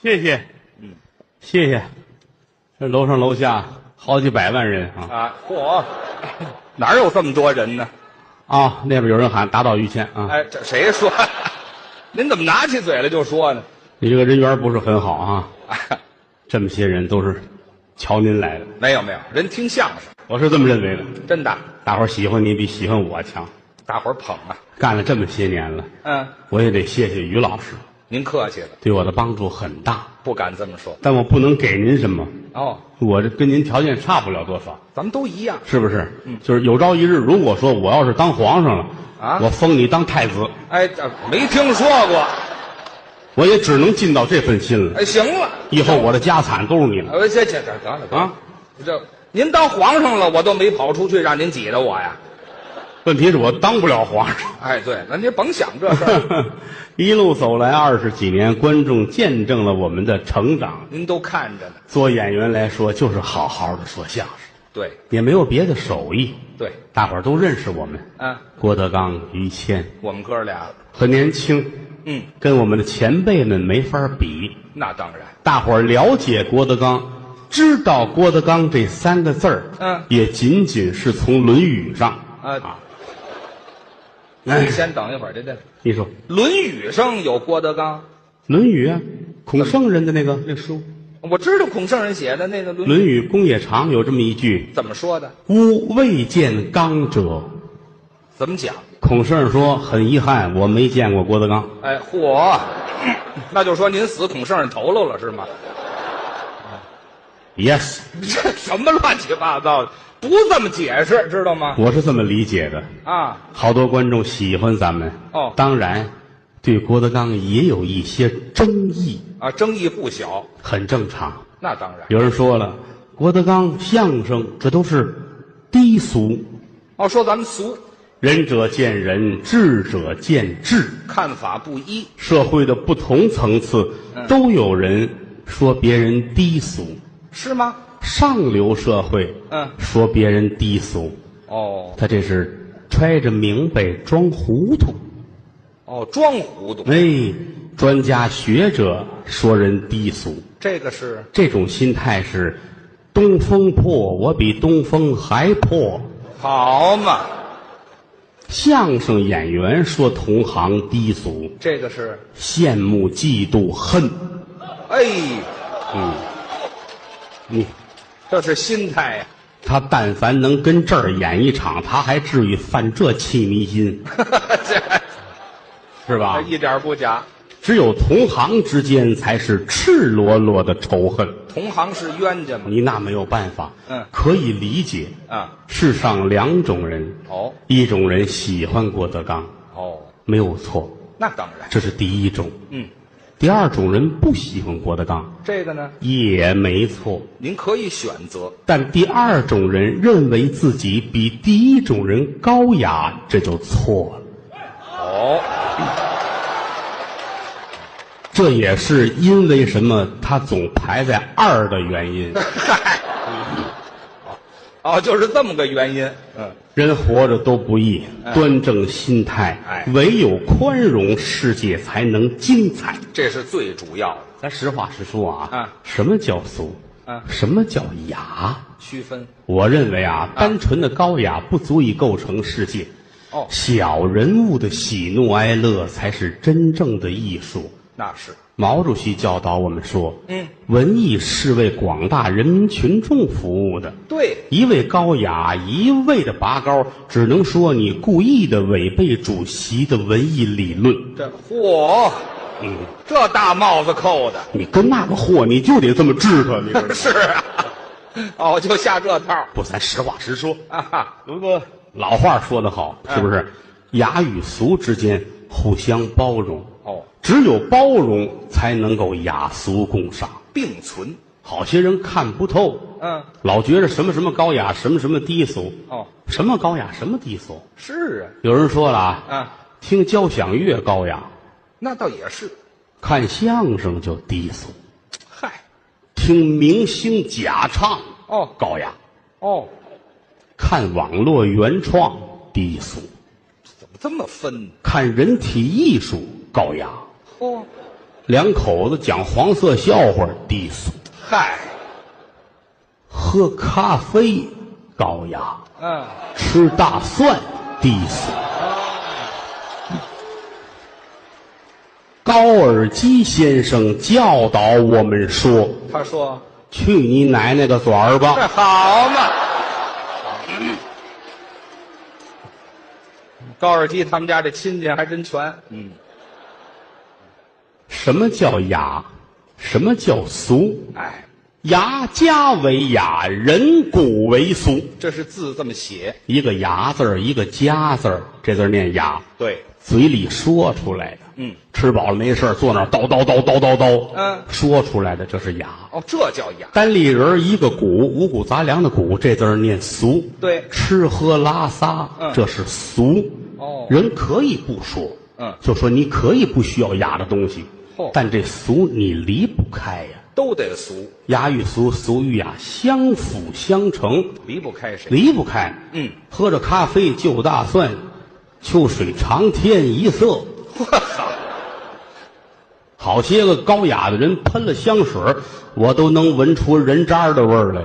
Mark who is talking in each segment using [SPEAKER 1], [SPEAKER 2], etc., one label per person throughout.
[SPEAKER 1] 谢谢，
[SPEAKER 2] 嗯
[SPEAKER 1] 谢谢。这楼上楼下好几百万人啊
[SPEAKER 2] 啊，嚯，哪有这么多人呢？
[SPEAKER 1] 啊！那边有人喊打倒于谦啊！
[SPEAKER 2] 哎，这谁说？您怎么拿起嘴来就说呢？
[SPEAKER 1] 你这个人缘不是很好啊！这么些人都是瞧您来的，
[SPEAKER 2] 没有没有，人听相声，
[SPEAKER 1] 我是这么认为的。
[SPEAKER 2] 真的，
[SPEAKER 1] 大伙儿喜欢你比喜欢我强，
[SPEAKER 2] 大伙儿捧啊。
[SPEAKER 1] 干了这么些年了，
[SPEAKER 2] 嗯，
[SPEAKER 1] 我也得谢谢于老师，
[SPEAKER 2] 您客气了，
[SPEAKER 1] 对我的帮助很大。
[SPEAKER 2] 不敢这么说。
[SPEAKER 1] 但我不能给您什么，
[SPEAKER 2] 哦，
[SPEAKER 1] 我这跟您条件差不了多少，
[SPEAKER 2] 咱们都一样
[SPEAKER 1] 是不是？
[SPEAKER 2] 嗯
[SPEAKER 1] 就是有朝一日，如果说我要是当皇上了，
[SPEAKER 2] 啊
[SPEAKER 1] 我封你当太子，
[SPEAKER 2] 哎，这没听说过。
[SPEAKER 1] 我也只能尽到这份心了。
[SPEAKER 2] 哎，行了，
[SPEAKER 1] 以后我的家产都是你的
[SPEAKER 2] 哎，这这这得了得了
[SPEAKER 1] 啊！
[SPEAKER 2] 这您当皇上了，我都没跑出去让您挤得我呀。
[SPEAKER 1] 问题是我当不了皇上。
[SPEAKER 2] 哎，对，那您甭想这事儿，
[SPEAKER 1] 一路走来二十几年，观众见证了我们的成长。
[SPEAKER 2] 您都看着呢。
[SPEAKER 1] 做演员来说，就是好好的说相声，
[SPEAKER 2] 对
[SPEAKER 1] 也没有别的手艺。
[SPEAKER 2] 对，
[SPEAKER 1] 大伙儿都认识我们，
[SPEAKER 2] 啊，
[SPEAKER 1] 郭德纲、于谦
[SPEAKER 2] 我们哥俩，
[SPEAKER 1] 很年轻，
[SPEAKER 2] 嗯，
[SPEAKER 1] 跟我们的前辈们没法比。
[SPEAKER 2] 那当然，
[SPEAKER 1] 大伙儿了解郭德纲，知道郭德纲这三个字儿，
[SPEAKER 2] 嗯
[SPEAKER 1] 也仅仅是从《论语》上
[SPEAKER 2] 啊
[SPEAKER 1] 啊。
[SPEAKER 2] 你
[SPEAKER 1] 哎，
[SPEAKER 2] 先等一会儿，这这《
[SPEAKER 1] 你说《
[SPEAKER 2] 论语》上有郭德纲，
[SPEAKER 1] 论语》啊，孔圣人的那个那书，
[SPEAKER 2] 我知道孔圣人写的那个《
[SPEAKER 1] 《
[SPEAKER 2] 论语
[SPEAKER 1] 论语》公冶长有这么一句》
[SPEAKER 2] 怎么说的，：“
[SPEAKER 1] 吾未见纲者。
[SPEAKER 2] 怎么讲。”
[SPEAKER 1] 孔圣人说：“很遗憾，我没见过郭德纲。
[SPEAKER 2] 哎，嚯，那就说您死孔圣人头喽了是吗？”
[SPEAKER 1] Yes，
[SPEAKER 2] 这什么乱七八糟的，不这么解释，知道吗？
[SPEAKER 1] 我是这么理解的。
[SPEAKER 2] 啊，
[SPEAKER 1] 好多观众喜欢咱们
[SPEAKER 2] 哦
[SPEAKER 1] 当然，对郭德纲也有一些争议，
[SPEAKER 2] 啊，争议不小，
[SPEAKER 1] 很正常。
[SPEAKER 2] 那当然。
[SPEAKER 1] 有人说了，郭德纲相声这都是低俗，
[SPEAKER 2] 哦，说咱们俗，
[SPEAKER 1] 仁者见仁，智者见智，
[SPEAKER 2] 看法不一，
[SPEAKER 1] 社会的不同层次都有人说别人低俗，
[SPEAKER 2] 是吗？
[SPEAKER 1] 上流社会
[SPEAKER 2] 嗯
[SPEAKER 1] 说别人低俗，
[SPEAKER 2] 哦
[SPEAKER 1] 他这是揣着明白装糊涂。
[SPEAKER 2] 哦，装糊涂，
[SPEAKER 1] 哎，专家学者说人低俗，
[SPEAKER 2] 这个是
[SPEAKER 1] 这种心态是东风破，我比东风还破。
[SPEAKER 2] 好嘛？
[SPEAKER 1] 相声演员说同行低俗，
[SPEAKER 2] 这个是，
[SPEAKER 1] 羡慕、嫉妒、恨。
[SPEAKER 2] 哎，
[SPEAKER 1] 嗯，你
[SPEAKER 2] 这是心态呀、
[SPEAKER 1] 他但凡能跟这儿演一场，他还至于犯这气迷心，
[SPEAKER 2] 这
[SPEAKER 1] 是吧？
[SPEAKER 2] 一点不假。
[SPEAKER 1] 只有同行之间才是赤裸裸的仇恨，
[SPEAKER 2] 同行是冤家嘛？
[SPEAKER 1] 你那没有办法。
[SPEAKER 2] 嗯
[SPEAKER 1] 可以理解。
[SPEAKER 2] 啊，
[SPEAKER 1] 世上两种人，
[SPEAKER 2] 哦
[SPEAKER 1] 一种人喜欢郭德纲，
[SPEAKER 2] 哦，
[SPEAKER 1] 没有错，
[SPEAKER 2] 那当然。
[SPEAKER 1] 这是第一种；
[SPEAKER 2] 嗯，
[SPEAKER 1] 第二种人不喜欢郭德纲，
[SPEAKER 2] 这个呢，
[SPEAKER 1] 也没错。
[SPEAKER 2] 您可以选择。
[SPEAKER 1] 但第二种人认为自己比第一种人高雅，这就错了。
[SPEAKER 2] 哦，
[SPEAKER 1] 这也是因为什么他总排在二的原 因。
[SPEAKER 2] 哦，就是这么个原因。嗯，
[SPEAKER 1] 人活着都不易，端正心态，
[SPEAKER 2] 哎
[SPEAKER 1] 唯有宽容，世界才能精彩。
[SPEAKER 2] 这是最主要的
[SPEAKER 1] 咱实话实说啊，
[SPEAKER 2] 啊
[SPEAKER 1] 什么叫俗？
[SPEAKER 2] 啊
[SPEAKER 1] 什么叫雅？
[SPEAKER 2] 区分。
[SPEAKER 1] 我认为啊，单纯的高雅不足以构成世界。
[SPEAKER 2] 哦，
[SPEAKER 1] 小人物的喜怒哀乐才是真正的艺术。
[SPEAKER 2] 那是。
[SPEAKER 1] 毛主席教导我们说，
[SPEAKER 2] 嗯，
[SPEAKER 1] 文艺是为广大人民群众服务的。
[SPEAKER 2] 对，
[SPEAKER 1] 一味高雅，一味的拔高，只能说你故意的违背主席的文艺理论。
[SPEAKER 2] 这嚯，
[SPEAKER 1] 嗯，
[SPEAKER 2] 这大帽子扣的。
[SPEAKER 1] 你跟那个货，你就得这么治他，你
[SPEAKER 2] ？
[SPEAKER 1] 知道吗
[SPEAKER 2] 是啊，哦，就下这套
[SPEAKER 1] 不，咱实话实说。
[SPEAKER 2] 啊哈，
[SPEAKER 1] 不不，老话说得好，是不是？雅与俗之间互相包容，
[SPEAKER 2] 哦，
[SPEAKER 1] 只有包容才能够雅俗共赏。
[SPEAKER 2] 并存，
[SPEAKER 1] 好些人看不透，
[SPEAKER 2] 嗯，
[SPEAKER 1] 老觉着什么什么高雅，什么什么低俗，
[SPEAKER 2] 哦，
[SPEAKER 1] 什么高雅，什么低俗。
[SPEAKER 2] 是
[SPEAKER 1] 有人说了
[SPEAKER 2] 啊，
[SPEAKER 1] 啊，
[SPEAKER 2] 啊，
[SPEAKER 1] 听交响乐高雅，
[SPEAKER 2] 那倒也是，
[SPEAKER 1] 看相声就低俗，
[SPEAKER 2] 嗨，
[SPEAKER 1] 听明星假唱
[SPEAKER 2] 哦
[SPEAKER 1] 高雅，
[SPEAKER 2] 哦，
[SPEAKER 1] 看网络原创低俗，
[SPEAKER 2] 怎么这么分呢？
[SPEAKER 1] 看人体艺术高雅。
[SPEAKER 2] 哦，
[SPEAKER 1] 两口子讲黄色笑话，低俗；
[SPEAKER 2] 嗨，
[SPEAKER 1] 喝咖啡高雅，
[SPEAKER 2] 嗯，
[SPEAKER 1] 吃大蒜低俗。高尔基先生教导我们说
[SPEAKER 2] 他说：“
[SPEAKER 1] 去你奶奶个嘴儿吧！”
[SPEAKER 2] 这好嘛。嗯高尔基他们家这亲戚还真全，嗯，
[SPEAKER 1] 什么叫雅？什么叫俗？
[SPEAKER 2] 哎，
[SPEAKER 1] 牙家为雅，人骨为俗。
[SPEAKER 2] 这是字这么写，
[SPEAKER 1] 一个牙字儿，一个家字儿，这字儿念雅，
[SPEAKER 2] 对，
[SPEAKER 1] 嘴里说出来的。
[SPEAKER 2] 嗯，
[SPEAKER 1] 吃饱了没事儿坐那儿叨叨叨叨叨叨，
[SPEAKER 2] 嗯
[SPEAKER 1] 说出来的这是雅。
[SPEAKER 2] 哦，这叫雅，
[SPEAKER 1] 单立人儿一个谷，五谷杂粮的谷，这字儿念俗。
[SPEAKER 2] 对
[SPEAKER 1] 吃喝拉撒，
[SPEAKER 2] 嗯
[SPEAKER 1] 这是俗。
[SPEAKER 2] 哦
[SPEAKER 1] 人可以不说，
[SPEAKER 2] 嗯
[SPEAKER 1] 就说你可以不需要雅的东西，
[SPEAKER 2] 嚯
[SPEAKER 1] 但这俗你离不开呀。
[SPEAKER 2] 都得俗，
[SPEAKER 1] 雅与俗，俗与雅，相辅相成，
[SPEAKER 2] 离不开谁，
[SPEAKER 1] 离不开。
[SPEAKER 2] 嗯，
[SPEAKER 1] 喝着咖啡就大蒜，秋水长天一色。
[SPEAKER 2] 我操，
[SPEAKER 1] 好些个高雅的人喷了香水，我都能闻出人渣的味儿来。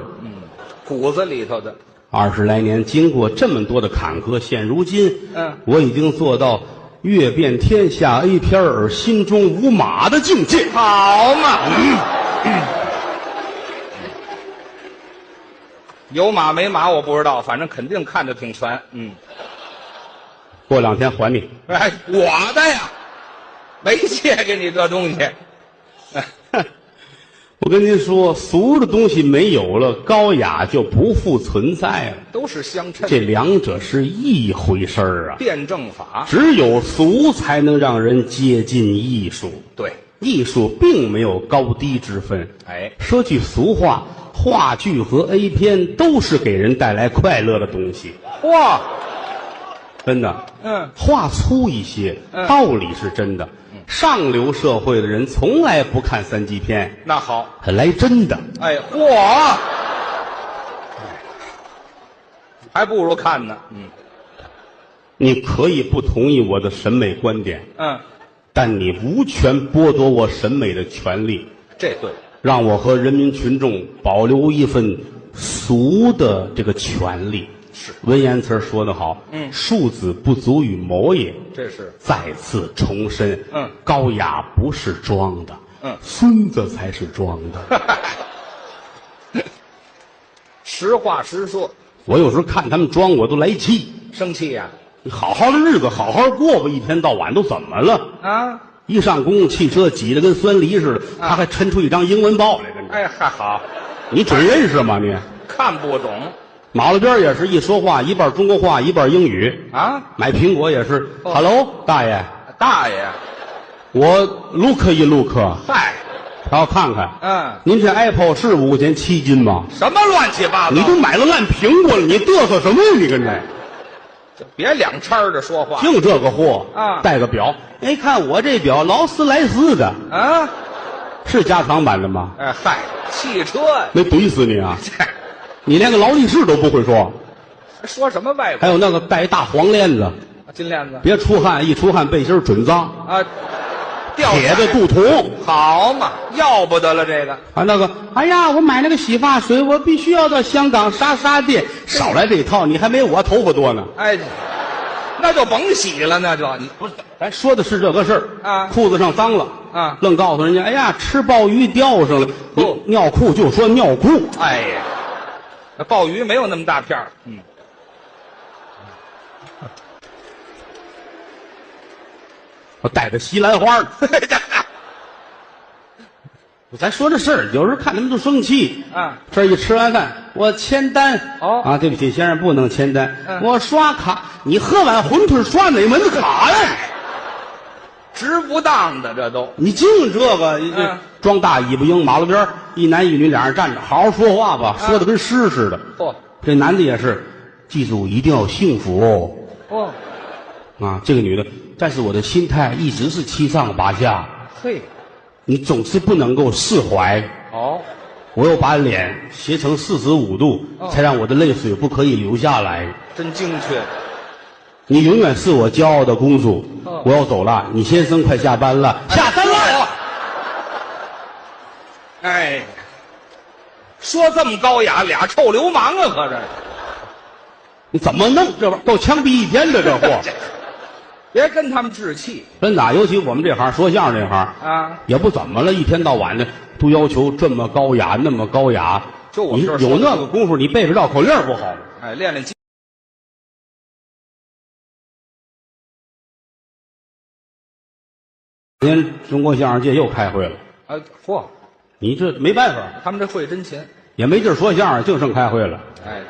[SPEAKER 2] 骨子里头的，
[SPEAKER 1] 二十来年，经过这么多的坎坷，现如今，
[SPEAKER 2] 嗯
[SPEAKER 1] 我已经做到阅遍天下 A 片儿而心中无马的境界。嗯
[SPEAKER 2] 好嘛。有马没马我不知道，反正肯定看着挺全。嗯，
[SPEAKER 1] 过两天还你。
[SPEAKER 2] 哎，我的呀，没借给你这东西。
[SPEAKER 1] 我跟您说，俗的东西没有了，高雅就不复存在了。
[SPEAKER 2] 都是相称
[SPEAKER 1] 这两者是一回事儿啊！
[SPEAKER 2] 辩证法。
[SPEAKER 1] 只有俗才能让人接近艺术，
[SPEAKER 2] 对，
[SPEAKER 1] 艺术并没有高低之分。
[SPEAKER 2] 哎，
[SPEAKER 1] 说句俗话，话剧和 A 片都是给人带来快乐的东西，
[SPEAKER 2] 嚯，
[SPEAKER 1] 真的。
[SPEAKER 2] 嗯，
[SPEAKER 1] 话粗一些，
[SPEAKER 2] 嗯
[SPEAKER 1] 道理是真的。上流社会的人从来不看三级片，
[SPEAKER 2] 那好，
[SPEAKER 1] 来真的。
[SPEAKER 2] 哎，嚯，哎还不如看呢。嗯
[SPEAKER 1] 你可以不同意我的审美观点，
[SPEAKER 2] 嗯，
[SPEAKER 1] 但你无权剥夺我审美的权利，
[SPEAKER 2] 这对，
[SPEAKER 1] 让我和人民群众保留一份俗的这个权利。
[SPEAKER 2] 是
[SPEAKER 1] 文言词儿说得好，
[SPEAKER 2] 嗯
[SPEAKER 1] 庶子不足与谋也。
[SPEAKER 2] 这 是
[SPEAKER 1] 再次重申，
[SPEAKER 2] 嗯
[SPEAKER 1] 高雅不是装的，
[SPEAKER 2] 嗯
[SPEAKER 1] 孙子才是装的。
[SPEAKER 2] 实话实说，
[SPEAKER 1] 我有时候看他们装，我都来气。
[SPEAKER 2] 生气呀、
[SPEAKER 1] 你好好的日子好好过吧，一天到晚都怎么了？
[SPEAKER 2] 啊
[SPEAKER 1] 一上公共汽车挤得跟酸梨似的，他还抻出一张英文报来跟你，
[SPEAKER 2] 哎，还好，
[SPEAKER 1] 你准认识吗你？
[SPEAKER 2] 看不懂
[SPEAKER 1] 马路边儿也是一说话，一半中国话，一半英语。
[SPEAKER 2] 啊，
[SPEAKER 1] 买苹果也是、
[SPEAKER 2] 哦
[SPEAKER 1] h e l l o 大爷，
[SPEAKER 2] 大爷，
[SPEAKER 1] 我 look 一 look，
[SPEAKER 2] 嗨，
[SPEAKER 1] 然后看看，
[SPEAKER 2] 嗯
[SPEAKER 1] 您这 Apple 是五块钱七斤吗？
[SPEAKER 2] 什么乱七八糟？
[SPEAKER 1] 你都买了烂苹果了，你嘚瑟什么呀？你跟这
[SPEAKER 2] 就别两掺儿的说话
[SPEAKER 1] 净这个货
[SPEAKER 2] 啊
[SPEAKER 1] 戴个表，哎，看我这表劳斯莱斯的，
[SPEAKER 2] 啊！
[SPEAKER 1] 是加长版的吗？
[SPEAKER 2] 哎嗨，汽车呀、
[SPEAKER 1] 没怼死你啊！
[SPEAKER 2] 切
[SPEAKER 1] 你连个劳力士都不会说，
[SPEAKER 2] 还 说什么外国
[SPEAKER 1] 还有那个戴一大黄链子，
[SPEAKER 2] 金链子
[SPEAKER 1] 别出汗，一出汗背心儿准脏，
[SPEAKER 2] 啊？掉
[SPEAKER 1] 铁
[SPEAKER 2] 色
[SPEAKER 1] 的镀铜。
[SPEAKER 2] 好嘛，要不得了这个。
[SPEAKER 1] 啊，那个，哎呀，我买那个洗发水，我必须要到香港莎莎店，少来这一套，你还没我头发多呢。
[SPEAKER 2] 哎，那就甭洗了，那就你不是
[SPEAKER 1] 咱哎说的是这个事儿
[SPEAKER 2] 啊
[SPEAKER 1] 裤子上脏了
[SPEAKER 2] 啊
[SPEAKER 1] 愣告诉人家，哎呀，吃鲍鱼钓上了，
[SPEAKER 2] 哦
[SPEAKER 1] 尿裤就说尿裤，
[SPEAKER 2] 哎呀，那鲍鱼没有那么大 片儿，嗯，
[SPEAKER 1] 我带着西兰 花呢。咱说这事儿，有时候看他们就生气。
[SPEAKER 2] 啊，
[SPEAKER 1] 这一吃完饭，我签单。
[SPEAKER 2] 哦
[SPEAKER 1] 啊，对不起，先生，不能签单。
[SPEAKER 2] 嗯
[SPEAKER 1] 我刷卡，你喝碗馄饨刷哪门子卡呀？
[SPEAKER 2] 值不当的这都
[SPEAKER 1] 你净这个，你这
[SPEAKER 2] 嗯
[SPEAKER 1] 装大尾巴鹰，马路边儿一男一女俩人站着，好好说话吧，
[SPEAKER 2] 嗯
[SPEAKER 1] 说的跟诗似的。
[SPEAKER 2] 嚯
[SPEAKER 1] 这男的也是，记住一定要幸福哦。
[SPEAKER 2] 嚯
[SPEAKER 1] 啊，这个女的，但是我的心态一直是七上八下，
[SPEAKER 2] 嘿，
[SPEAKER 1] 你总是不能够释怀。
[SPEAKER 2] 哦，
[SPEAKER 1] 我又把脸斜成四十五度，
[SPEAKER 2] 哦
[SPEAKER 1] 才让我的泪水不可以流下来。
[SPEAKER 2] 真精确，
[SPEAKER 1] 你永远是我骄傲的公主
[SPEAKER 2] 哦。哎
[SPEAKER 1] 我要走了，你先生快下班了，下班了。
[SPEAKER 2] 了，哎，说这么高雅，俩臭流氓啊，合着。
[SPEAKER 3] 你怎么弄？这玩意儿够枪毙一天的这 货，
[SPEAKER 2] 别跟他们置气
[SPEAKER 3] 真的啊。尤其我们这行说相声这行，
[SPEAKER 2] 啊！
[SPEAKER 3] 也不怎么了，一天到晚的都要求这么高雅，那么高雅。
[SPEAKER 2] 就我
[SPEAKER 3] 你
[SPEAKER 2] 们这儿说
[SPEAKER 3] 有那个功夫，你背背绕口令儿不好吗？
[SPEAKER 2] 哎，练练筋。
[SPEAKER 3] 今天中国相声界又开会了，
[SPEAKER 2] 啊，嚯，
[SPEAKER 3] 你这没办法，
[SPEAKER 2] 他们这会真勤。
[SPEAKER 3] 也没地儿说相声，就剩开会了。
[SPEAKER 2] 哎，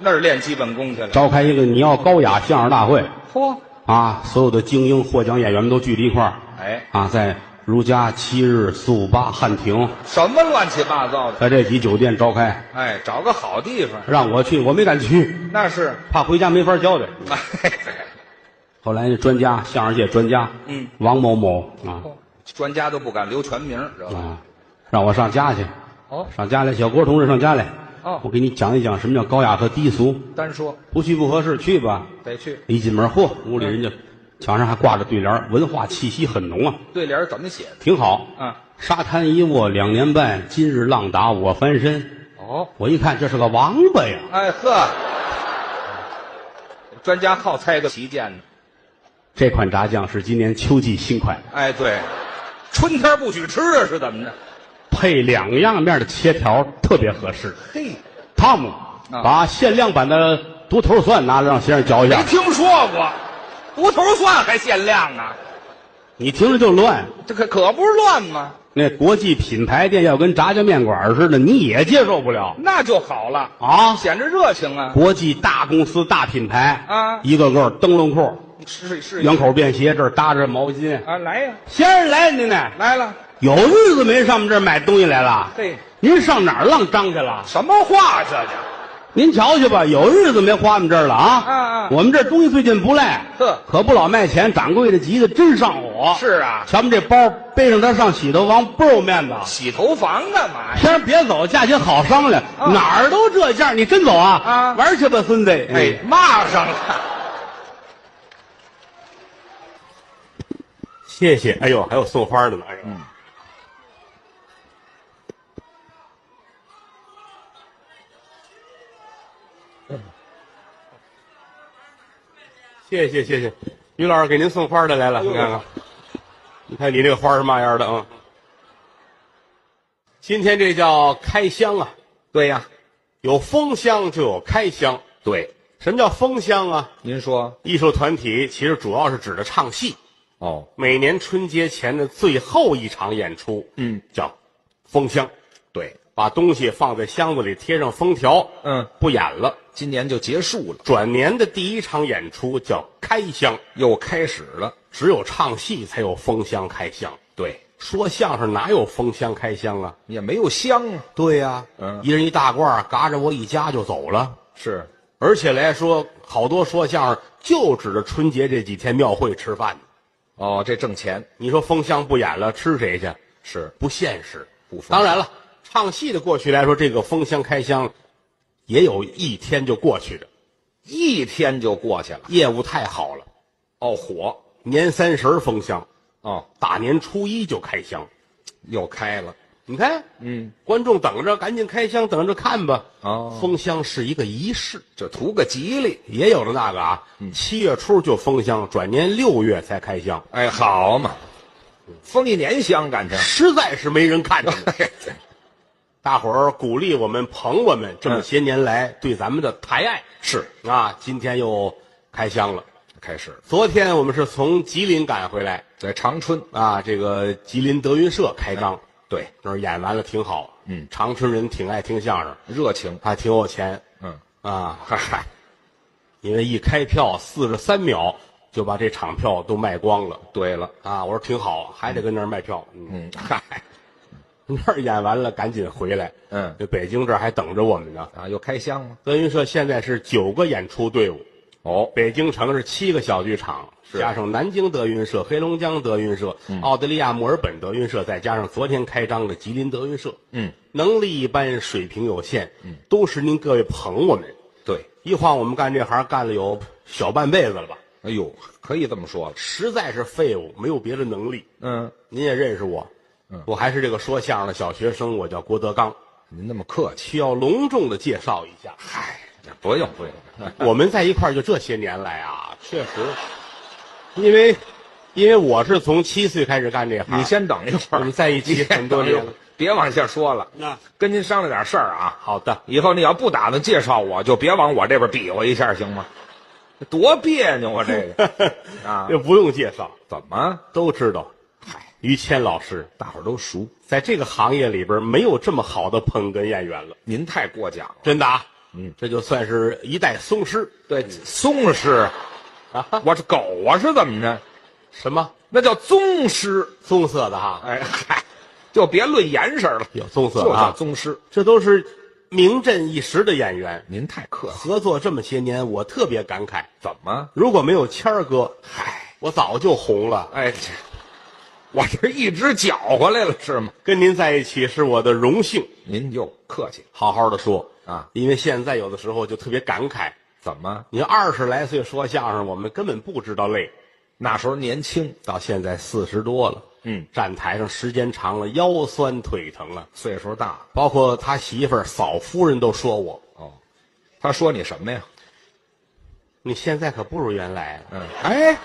[SPEAKER 2] 那儿练基本功去了。
[SPEAKER 3] 召开一个你要高雅相声大会
[SPEAKER 2] 嚯，
[SPEAKER 3] 啊，所有的精英获奖演员们都聚在一块儿
[SPEAKER 2] 哎，
[SPEAKER 3] 啊，在如家七日四五八汉庭，
[SPEAKER 2] 什么乱七八糟的？
[SPEAKER 3] 在这几酒店召开，
[SPEAKER 2] 哎，找个好地方，
[SPEAKER 3] 让我去，我没敢去，
[SPEAKER 2] 那是。
[SPEAKER 3] 怕回家没法交代。
[SPEAKER 2] 哎，
[SPEAKER 3] 后来那专家，相声界专家，
[SPEAKER 2] 嗯，
[SPEAKER 3] 王某某啊
[SPEAKER 2] 嚯专家都不敢留全名，知道吧？
[SPEAKER 3] 啊，让我上家去，
[SPEAKER 2] 哦，
[SPEAKER 3] 上家来，小郭同志上家来，
[SPEAKER 2] 哦
[SPEAKER 3] 我给你讲一讲什么叫高雅和低俗，
[SPEAKER 2] 单说
[SPEAKER 3] 不去不合适，去吧。
[SPEAKER 2] 得去
[SPEAKER 3] 一进门，嚯，屋
[SPEAKER 2] 嗯
[SPEAKER 3] 里人家墙上还挂着对联儿，文化气息很浓啊，
[SPEAKER 2] 对联儿怎么写的？
[SPEAKER 3] 挺好。
[SPEAKER 2] 嗯，
[SPEAKER 3] 沙滩一卧两年半，今日浪打我翻身。
[SPEAKER 2] 哦，
[SPEAKER 3] 我一看，这是个王八呀！
[SPEAKER 2] 哎呵，专家好猜个旗舰的。
[SPEAKER 3] 这款炸酱是今年秋季新款，
[SPEAKER 2] 哎，对，春天不许吃啊，是怎么着？
[SPEAKER 3] 配两样面的切条特别合适。
[SPEAKER 2] 嘿，
[SPEAKER 3] 汤姆，
[SPEAKER 2] 啊
[SPEAKER 3] 把限量版的独头蒜拿来让先生嚼一
[SPEAKER 2] 没
[SPEAKER 3] 下。
[SPEAKER 2] 听说过，独头蒜还限量啊？
[SPEAKER 3] 你听着就乱。
[SPEAKER 2] 这可可不是乱吗？
[SPEAKER 3] 那国际品牌店要跟炸酱面馆似的，你也接受不了
[SPEAKER 2] 那就好了，
[SPEAKER 3] 啊！
[SPEAKER 2] 显着热情啊！
[SPEAKER 3] 国际大公司、大品牌
[SPEAKER 2] 啊
[SPEAKER 3] 一个个灯笼裤、
[SPEAKER 2] 是是
[SPEAKER 3] 圆口便携，这儿搭着毛巾。
[SPEAKER 2] 啊，来呀，
[SPEAKER 3] 先生来了您呢？
[SPEAKER 2] 来了，
[SPEAKER 3] 有日子没上我们这儿买东西来了。
[SPEAKER 2] 嘿，
[SPEAKER 3] 您上哪儿浪张去了？
[SPEAKER 2] 什么话这叫？
[SPEAKER 3] 您瞧瞧吧，有日子没花我们这儿了啊！
[SPEAKER 2] 啊啊
[SPEAKER 3] 我们这东西最近不赖，
[SPEAKER 2] 呵
[SPEAKER 3] 可不老卖钱，掌柜的急得真上火。
[SPEAKER 2] 是啊，
[SPEAKER 3] 瞧我们这包背上它上洗头房倍儿有面子。
[SPEAKER 2] 洗头房干嘛呀？
[SPEAKER 3] 先生别走，价钱好商量，
[SPEAKER 2] 啊
[SPEAKER 3] 哪儿都这价，你真走啊？
[SPEAKER 2] 啊
[SPEAKER 3] 玩去吧，孙子！
[SPEAKER 2] 哎，骂上了，
[SPEAKER 3] 谢谢。哎呦，还有送花的呢。哎呦，
[SPEAKER 1] 谢谢谢谢，于老师给您送花的来了，你看看，你看你这个花是嘛样的啊？今天这叫开箱啊，
[SPEAKER 2] 对呀，
[SPEAKER 1] 有封箱就有开箱。
[SPEAKER 2] 对，
[SPEAKER 1] 什么叫封箱啊？
[SPEAKER 2] 您说
[SPEAKER 1] 艺术团体其实主要是指的唱戏，
[SPEAKER 2] 哦，
[SPEAKER 1] 每年春节前的最后一场演出，
[SPEAKER 2] 嗯，
[SPEAKER 1] 叫封箱，
[SPEAKER 2] 对，
[SPEAKER 1] 把东西放在箱子里，贴上封条，
[SPEAKER 2] 嗯，
[SPEAKER 1] 不演了。
[SPEAKER 2] 今年就结束了，
[SPEAKER 1] 转年的第一场演出叫开箱，
[SPEAKER 2] 又开始了，
[SPEAKER 1] 只有唱戏才有封箱开箱。
[SPEAKER 2] 对，
[SPEAKER 1] 说相声哪有封箱开箱啊？
[SPEAKER 2] 也没有香啊，
[SPEAKER 1] 对呀、
[SPEAKER 2] 嗯
[SPEAKER 1] 一人一大褂儿，嘎着我一家就走了。
[SPEAKER 2] 是
[SPEAKER 1] 而且来说，好多说相声就指着春节这几天庙会吃饭呢
[SPEAKER 2] 哦，这挣钱
[SPEAKER 1] 你说封箱不演了，吃谁去？
[SPEAKER 2] 是
[SPEAKER 1] 不现实。
[SPEAKER 2] 不封箱
[SPEAKER 1] 当然了，唱戏的过去来说，这个封箱开箱，也有一天就过去的。
[SPEAKER 2] 一天就过去了，
[SPEAKER 1] 业务太好了，
[SPEAKER 2] 哦，火
[SPEAKER 1] 年三十儿封箱，
[SPEAKER 2] 哦，
[SPEAKER 1] 大年初一就开箱。
[SPEAKER 2] 又开了，
[SPEAKER 1] 你看，
[SPEAKER 2] 嗯，
[SPEAKER 1] 观众等着，赶紧开箱，等着看吧。
[SPEAKER 2] 哦
[SPEAKER 1] 封箱是一个仪式。
[SPEAKER 2] 就图个吉利，
[SPEAKER 1] 也有的那个啊，七月初就封箱，转年六月才开箱，
[SPEAKER 2] 哎，好嘛，封一年香感情。
[SPEAKER 1] 实在是没人看着。 大伙儿鼓励我们、捧我们，这么些年来对咱们的抬爱
[SPEAKER 2] 是
[SPEAKER 1] 啊，今天又开箱了。
[SPEAKER 2] 开始了
[SPEAKER 1] 昨天我们是从吉林赶回来
[SPEAKER 2] 在长春，
[SPEAKER 1] 啊，这个吉林德云社开张，
[SPEAKER 2] 对，
[SPEAKER 1] 那儿演完了挺好。
[SPEAKER 2] 嗯
[SPEAKER 1] 长春人挺爱听相声，
[SPEAKER 2] 热情，
[SPEAKER 1] 还挺有钱
[SPEAKER 2] 嗯，
[SPEAKER 1] 啊，
[SPEAKER 2] 嗨嗨，
[SPEAKER 1] 因为一开票四十三秒就把这场票都卖光了。
[SPEAKER 2] 对了，
[SPEAKER 1] 啊，我说挺好，还得跟那儿卖票。嗯，
[SPEAKER 2] 嗯，嗨，
[SPEAKER 1] 那儿演完了赶紧回来。
[SPEAKER 2] 嗯
[SPEAKER 1] 这北京这儿还等着我们呢。
[SPEAKER 2] 啊，又开箱了，
[SPEAKER 1] 德云社现在是九个演出队伍，
[SPEAKER 2] 哦，
[SPEAKER 1] 北京城是七个小剧场，
[SPEAKER 2] 是嗯
[SPEAKER 1] 加上南京德云社、黑龙江德云社、澳大利亚墨尔本德云社，再加上昨天开张的吉林德云社，
[SPEAKER 2] 嗯，
[SPEAKER 1] 能力一般，水平有限，嗯，都是您各位捧我们。
[SPEAKER 2] 对，
[SPEAKER 1] 一晃我们干这行干了有小半辈子了吧，
[SPEAKER 2] 哎呦，可以这么说了，
[SPEAKER 1] 实在是废物，没有别的能力。
[SPEAKER 2] 嗯，
[SPEAKER 1] 您也认识我，嗯，我还是这个说相声的小学生，我叫郭德纲，
[SPEAKER 2] 您那么客气，
[SPEAKER 1] 需要隆重的介绍一下。
[SPEAKER 2] 不用不用，
[SPEAKER 1] 我们在一块儿就这些年来啊，确实，因为因为我是从七岁开始干这行，
[SPEAKER 2] 你先等一会
[SPEAKER 1] 我
[SPEAKER 2] 儿，
[SPEAKER 1] 们在一起很多年了。
[SPEAKER 2] 别往下说了，
[SPEAKER 1] 那
[SPEAKER 2] 跟您商量点事儿啊。
[SPEAKER 1] 好的，
[SPEAKER 2] 以后你要不打算介绍我，就别往我这边比划一下，行吗？多别扭啊，这 个 啊，
[SPEAKER 1] 这不用介绍，
[SPEAKER 2] 怎么
[SPEAKER 1] 都知道。嗨，于谦老师
[SPEAKER 2] 大伙儿都熟？
[SPEAKER 1] 在这个行业里边没有这么好的捧哏演员了，
[SPEAKER 2] 您太过奖了。
[SPEAKER 1] 真的啊。
[SPEAKER 2] 嗯，
[SPEAKER 1] 这就算是一代宗师
[SPEAKER 2] 对，宗师，
[SPEAKER 1] 啊。
[SPEAKER 2] 我是狗啊，是怎么着？
[SPEAKER 1] 什么
[SPEAKER 2] 那叫宗师。
[SPEAKER 1] 棕色的哈？
[SPEAKER 2] 哎嗨，就别论严实了，
[SPEAKER 1] 有棕色
[SPEAKER 2] 就
[SPEAKER 1] 的
[SPEAKER 2] 叫
[SPEAKER 1] 啊，
[SPEAKER 2] 宗师。
[SPEAKER 1] 这都是名震一时的演员。
[SPEAKER 2] 您太客气，
[SPEAKER 1] 合作这么些年，我特别感慨，
[SPEAKER 2] 怎么？
[SPEAKER 1] 如果没有谦儿哥，
[SPEAKER 2] 嗨，
[SPEAKER 1] 我早就红了。
[SPEAKER 2] 哎，这我这一直搅和来了是吗？
[SPEAKER 1] 跟您在一起是我的荣幸。
[SPEAKER 2] 您就客气，
[SPEAKER 1] 好好的说
[SPEAKER 2] 啊，
[SPEAKER 1] 因为现在有的时候就特别感慨。
[SPEAKER 2] 怎么？
[SPEAKER 1] 你二十来岁说相声，我们根本不知道累。
[SPEAKER 2] 那时候年轻，
[SPEAKER 1] 到现在四十多了，
[SPEAKER 2] 嗯，
[SPEAKER 1] 站台上时间长了，腰酸腿疼啊。
[SPEAKER 2] 岁数大了。
[SPEAKER 1] 包括他媳妇儿嫂夫人都说我，
[SPEAKER 2] 哦，他说你什么呀？
[SPEAKER 1] 你现在可不如原来了。
[SPEAKER 2] 嗯，哎，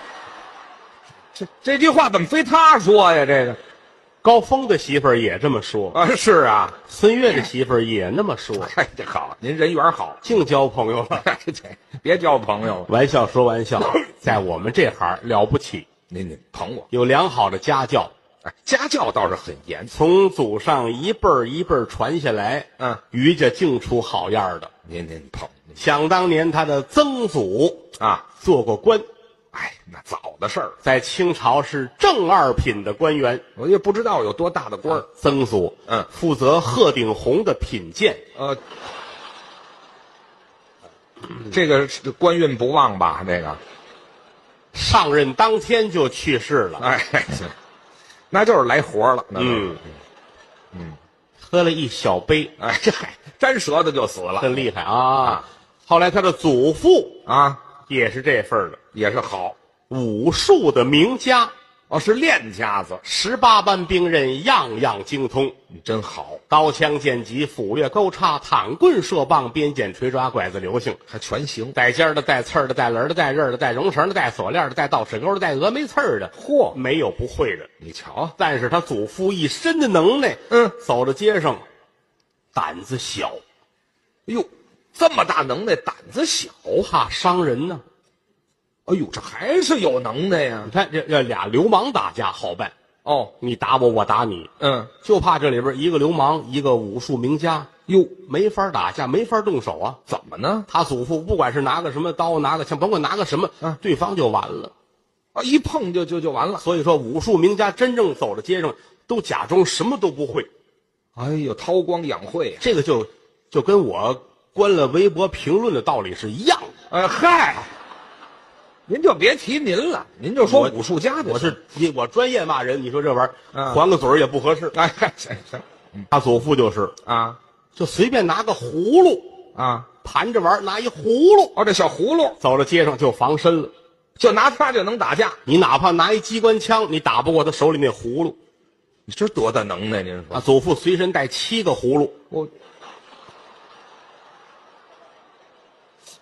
[SPEAKER 2] 这这句话怎么非他说呀？这个
[SPEAKER 1] 高峰的媳妇儿也这么说，
[SPEAKER 2] 啊，是啊，
[SPEAKER 1] 孙越的媳妇儿也那么说，
[SPEAKER 2] 哎，这好，您人缘好，
[SPEAKER 1] 净交朋友了。
[SPEAKER 2] 哎这别交朋友了。
[SPEAKER 1] 玩笑说玩笑，在我们这行了不起，
[SPEAKER 2] 您您捧我，
[SPEAKER 1] 有良好的家教，
[SPEAKER 2] 哎，家教倒是很严。
[SPEAKER 1] 从祖上一辈儿一辈儿传下来，
[SPEAKER 2] 嗯，
[SPEAKER 1] 于家净出好样儿的。
[SPEAKER 2] 您您捧您
[SPEAKER 1] 想当年，他的曾祖
[SPEAKER 2] 啊，
[SPEAKER 1] 做过官，
[SPEAKER 2] 哎，那早的事儿，
[SPEAKER 1] 在清朝是正二品的官员。啊
[SPEAKER 2] 我也不知道有多大的官儿。
[SPEAKER 1] 曾祖，
[SPEAKER 2] 嗯
[SPEAKER 1] 负责鹤顶红的品鉴。
[SPEAKER 2] 呃，这个是官运不旺吧？这个，
[SPEAKER 1] 上任当天就去世了，
[SPEAKER 2] 哎， 是那就是来活了。那就是
[SPEAKER 1] 嗯，喝了一小杯，
[SPEAKER 2] 哎， 这嗨，粘舌头就死了
[SPEAKER 1] 很厉害啊。后来他的祖父
[SPEAKER 2] 啊，
[SPEAKER 1] 也是这份儿的，
[SPEAKER 2] 也是好
[SPEAKER 1] 武术的名家，
[SPEAKER 2] 哦，是练家子，
[SPEAKER 1] 十八般兵刃样样精通，
[SPEAKER 2] 你真好，
[SPEAKER 1] 刀枪剑戟斧钺钩叉躺棍射棒鞭锏锤抓拐子流星。
[SPEAKER 2] 还全行。
[SPEAKER 1] 带尖儿的，带刺儿的，带轮儿的，带刃儿的，带绒绳儿的，带锁链儿的，带倒齿钩的，带峨眉刺儿的，
[SPEAKER 2] 嚯
[SPEAKER 1] 没有不会的。
[SPEAKER 2] 你瞧，
[SPEAKER 1] 但是他祖父一身的能耐，
[SPEAKER 2] 嗯
[SPEAKER 1] 走到街上，胆子小，
[SPEAKER 2] 哎呦，这么大能耐，胆子小。
[SPEAKER 1] 怕伤人呢。
[SPEAKER 2] 哎呦，这还是有能耐呀
[SPEAKER 1] 你。看这这俩流氓打架好办，
[SPEAKER 2] 哦，
[SPEAKER 1] 你打我，我打你，
[SPEAKER 2] 嗯，
[SPEAKER 1] 就怕这里边一个流氓，一个武术名家，
[SPEAKER 2] 哟，
[SPEAKER 1] 没法打架，没法动手啊。
[SPEAKER 2] 怎么呢？
[SPEAKER 1] 他祖父不管是拿个什么刀，拿个枪，甭管拿个什么，
[SPEAKER 2] 嗯
[SPEAKER 1] 对方就完了。
[SPEAKER 2] 啊，一碰就就就完了。
[SPEAKER 1] 所以说，武术名家真正走到街上，都假装什么都不会。
[SPEAKER 2] 哎呦，韬光养晦呀。
[SPEAKER 1] 这个就就跟我关了微博评论的道理是一样的。
[SPEAKER 2] 呃，嗨，您就别提您了，您就说武术家就
[SPEAKER 1] 我
[SPEAKER 2] 行
[SPEAKER 1] 是你，我专业骂人，你说这玩意儿
[SPEAKER 2] 嗯
[SPEAKER 1] 还个嘴儿也不合适。
[SPEAKER 2] 哎，行行
[SPEAKER 1] 他祖父就是，
[SPEAKER 2] 啊
[SPEAKER 1] 就随便拿个葫芦
[SPEAKER 2] 啊，
[SPEAKER 1] 盘着玩儿，拿一葫芦
[SPEAKER 2] 哦，这小葫芦
[SPEAKER 1] 走到街上就防身了。
[SPEAKER 2] 就拿它就能打架，
[SPEAKER 1] 你哪怕拿一机关枪，你打不过他手里那葫芦
[SPEAKER 2] 你这多大能耐？您
[SPEAKER 1] 啊！祖父随身带七个葫芦，
[SPEAKER 2] 我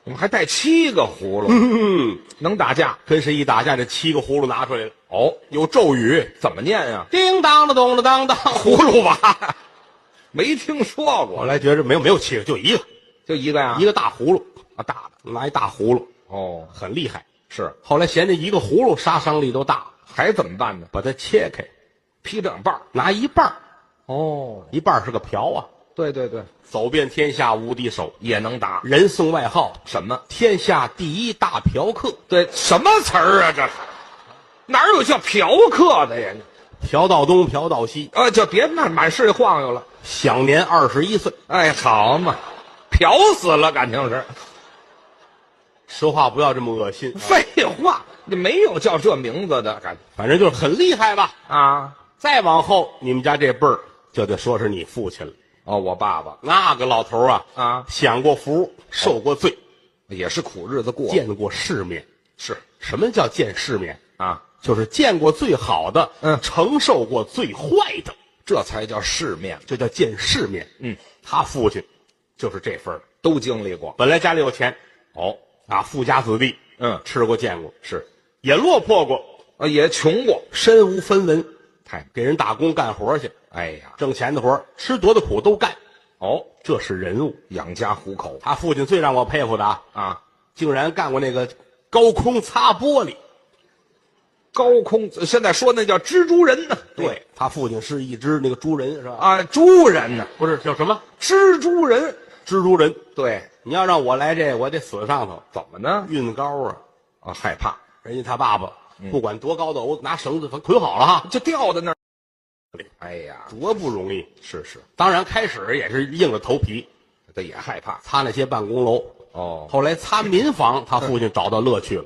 [SPEAKER 2] 我们还带七个葫芦，
[SPEAKER 1] 嗯，
[SPEAKER 2] 能打架
[SPEAKER 1] 跟谁一打架，这七个葫芦拿出来了，
[SPEAKER 2] 哦？
[SPEAKER 1] 有咒语，
[SPEAKER 2] 怎么念啊呀？
[SPEAKER 1] 叮当的咚的当当， 葫芦娃。
[SPEAKER 2] 没听说
[SPEAKER 1] 我
[SPEAKER 2] 过，
[SPEAKER 1] 来觉着没有没有七个，就一个，
[SPEAKER 2] 就哦一个呀，
[SPEAKER 1] 一个大葫芦，
[SPEAKER 2] 啊大的
[SPEAKER 1] 拿一大葫芦，
[SPEAKER 2] 哦，
[SPEAKER 1] 很厉害。
[SPEAKER 2] 是
[SPEAKER 1] 后来嫌这一个葫芦杀伤力都大，
[SPEAKER 2] 还怎么办呢？
[SPEAKER 1] 把它切开，
[SPEAKER 2] 劈两半儿
[SPEAKER 1] 拿一半儿
[SPEAKER 2] 哦，
[SPEAKER 1] 一半儿是个瓢啊，
[SPEAKER 2] 对对对，
[SPEAKER 1] 走遍天下无敌手，
[SPEAKER 2] 也能打
[SPEAKER 1] 人送外号
[SPEAKER 2] 什么？
[SPEAKER 1] “天下第一大嫖客
[SPEAKER 2] 对，什么词儿啊？这哪有叫嫖客的呀？”，
[SPEAKER 1] 嫖到东，嫖到西，
[SPEAKER 2] 啊，就别那满世界晃悠了。
[SPEAKER 1] 享年二十一岁，
[SPEAKER 2] 哎，好嘛，嫖死了，感情是。
[SPEAKER 1] 说话不要这么恶心，
[SPEAKER 2] 废话，你没有叫这名字的感
[SPEAKER 1] 反正就是很厉害吧。
[SPEAKER 2] 啊。
[SPEAKER 1] 再往后，你们家这辈儿就得说是你父亲了。
[SPEAKER 2] 哦，我爸爸
[SPEAKER 1] 那个老头儿啊
[SPEAKER 2] 啊
[SPEAKER 1] 享过福，受过罪，
[SPEAKER 2] 也是苦日子过，
[SPEAKER 1] 见过世面。
[SPEAKER 2] 是
[SPEAKER 1] 什么叫见世面？
[SPEAKER 2] 啊，
[SPEAKER 1] 就是见过最好的，
[SPEAKER 2] 嗯
[SPEAKER 1] 承受过最坏的。
[SPEAKER 2] 这才叫世面，
[SPEAKER 1] 这叫见世面。
[SPEAKER 2] 嗯，
[SPEAKER 1] 他父亲就是这份儿的。
[SPEAKER 2] 都经历过。
[SPEAKER 1] 本来家里有钱
[SPEAKER 2] 哦，
[SPEAKER 1] 啊，富家子弟，
[SPEAKER 2] 嗯
[SPEAKER 1] 吃过见过，
[SPEAKER 2] 是
[SPEAKER 1] 也落魄过，
[SPEAKER 2] 啊，也穷过。
[SPEAKER 1] 身无分文，
[SPEAKER 2] 太，
[SPEAKER 1] 给人打工干活去，
[SPEAKER 2] 哎呀，
[SPEAKER 1] 挣钱的活儿吃多的苦都干，
[SPEAKER 2] 哦，
[SPEAKER 1] 这是人物。
[SPEAKER 2] 养家糊口
[SPEAKER 1] 他父亲最让我佩服的啊，
[SPEAKER 2] 啊，
[SPEAKER 1] 竟然干过那个高空擦玻璃。
[SPEAKER 2] 高空现在说那叫蜘蛛人呢。
[SPEAKER 1] 对他父亲是一只那个猪人是吧？，
[SPEAKER 2] 啊，猪人呢，
[SPEAKER 1] 不是叫什么
[SPEAKER 2] 蜘蛛人。
[SPEAKER 1] 蜘蛛人。
[SPEAKER 2] 对，
[SPEAKER 1] 你要让我来这，我得死上头，
[SPEAKER 2] 怎么呢？
[SPEAKER 1] 运高啊！
[SPEAKER 2] 啊，害怕
[SPEAKER 1] 人家他爸爸不管多高的，我拿绳子捆好了哈，
[SPEAKER 2] 就掉在那儿。哎呀，
[SPEAKER 1] 多不容易。
[SPEAKER 2] 是是，
[SPEAKER 1] 当然开始也是硬着头皮
[SPEAKER 2] 他也害怕。
[SPEAKER 1] 擦那些办公楼，
[SPEAKER 2] 哦，
[SPEAKER 1] 后来擦民房，他父亲找到乐趣了。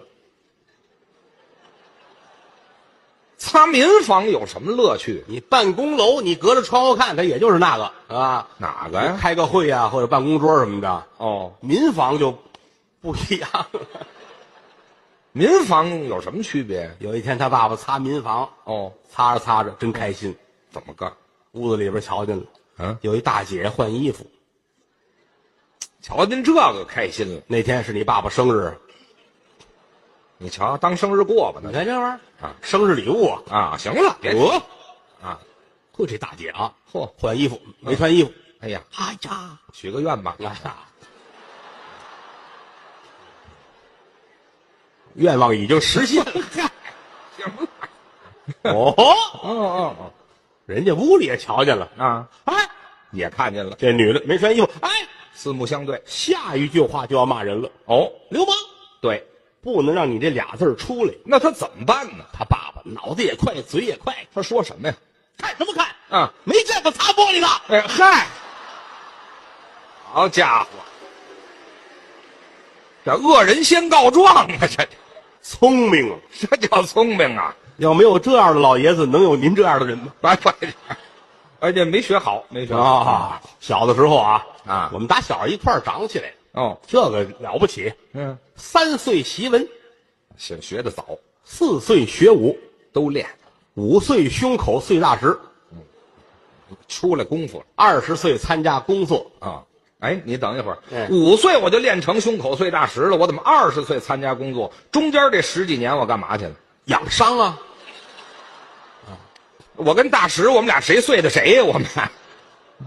[SPEAKER 2] 擦民房有什么乐趣？
[SPEAKER 1] 你办公楼，你隔着窗户看，它也就是那个啊，
[SPEAKER 2] 哪个呀？
[SPEAKER 1] 开个会啊，或者办公桌什么的，
[SPEAKER 2] 哦，
[SPEAKER 1] 民房就不一样了。
[SPEAKER 2] 民房有什么区别？
[SPEAKER 1] 有一天，他爸爸擦民房，
[SPEAKER 2] 哦，
[SPEAKER 1] 擦着擦着真开心，
[SPEAKER 2] 怎么个？
[SPEAKER 1] 屋子里边瞧见了，
[SPEAKER 2] 嗯，
[SPEAKER 1] 有一大姐换衣服。
[SPEAKER 2] 瞧您这个开心了，
[SPEAKER 1] 那天是你爸爸生日，
[SPEAKER 2] 你瞧当生日过吧
[SPEAKER 1] 你
[SPEAKER 2] 那
[SPEAKER 1] 看这玩意儿
[SPEAKER 2] 啊，
[SPEAKER 1] 生日礼物啊，
[SPEAKER 2] 啊，行了，别
[SPEAKER 1] 哦，
[SPEAKER 2] 啊，
[SPEAKER 1] 呵，这大姐啊，
[SPEAKER 2] 嚯，
[SPEAKER 1] 换衣服没穿衣服，
[SPEAKER 2] 哎呀，
[SPEAKER 1] 哎呀，
[SPEAKER 2] 许个愿吧，
[SPEAKER 1] 啊，愿望已经实现了。
[SPEAKER 2] 行了，
[SPEAKER 1] 哦，
[SPEAKER 2] 哦哦
[SPEAKER 1] 人家屋里也瞧见了，
[SPEAKER 2] 哦，啊，
[SPEAKER 1] 哎，
[SPEAKER 2] 也看见了，
[SPEAKER 1] 这女的没穿衣服，哎，
[SPEAKER 2] 四目相对，
[SPEAKER 1] 下一句话就要骂人了，
[SPEAKER 2] 哦，
[SPEAKER 1] 流氓，
[SPEAKER 2] 对，
[SPEAKER 1] 不能让你这俩字儿出来。
[SPEAKER 2] 那他怎么办呢？
[SPEAKER 1] 他爸爸脑子也快，嘴也快，
[SPEAKER 2] 他说什么呀？
[SPEAKER 1] 看什么看？
[SPEAKER 2] 啊，
[SPEAKER 1] 没见过擦玻璃的。
[SPEAKER 2] 哎嗨，好家伙，这恶人先告状啊，这
[SPEAKER 1] 聪明啊！
[SPEAKER 2] 这叫聪明啊！
[SPEAKER 1] 要没有这样的老爷子，能有您这样的人吗？
[SPEAKER 2] 哎不，而且没学好，没学好
[SPEAKER 1] 啊，小的时候啊
[SPEAKER 2] 啊
[SPEAKER 1] 我们打小一块儿长起来，
[SPEAKER 2] 哦，
[SPEAKER 1] 这个了不起。
[SPEAKER 2] 嗯，
[SPEAKER 1] 三岁习文，
[SPEAKER 2] 学学的早，
[SPEAKER 1] 四岁学武，
[SPEAKER 2] 都练
[SPEAKER 1] 五岁胸口碎大石，
[SPEAKER 2] 出来功夫了
[SPEAKER 1] 二十岁参加工作。
[SPEAKER 2] 啊。哎，你等一会儿
[SPEAKER 1] 哎，
[SPEAKER 2] 五岁我就练成胸口碎大石了，我怎么二十岁参加工作？中间这十几年我干嘛去了？
[SPEAKER 1] 养伤啊，
[SPEAKER 2] 我跟大石，我们俩谁碎的谁呀？我们 俩，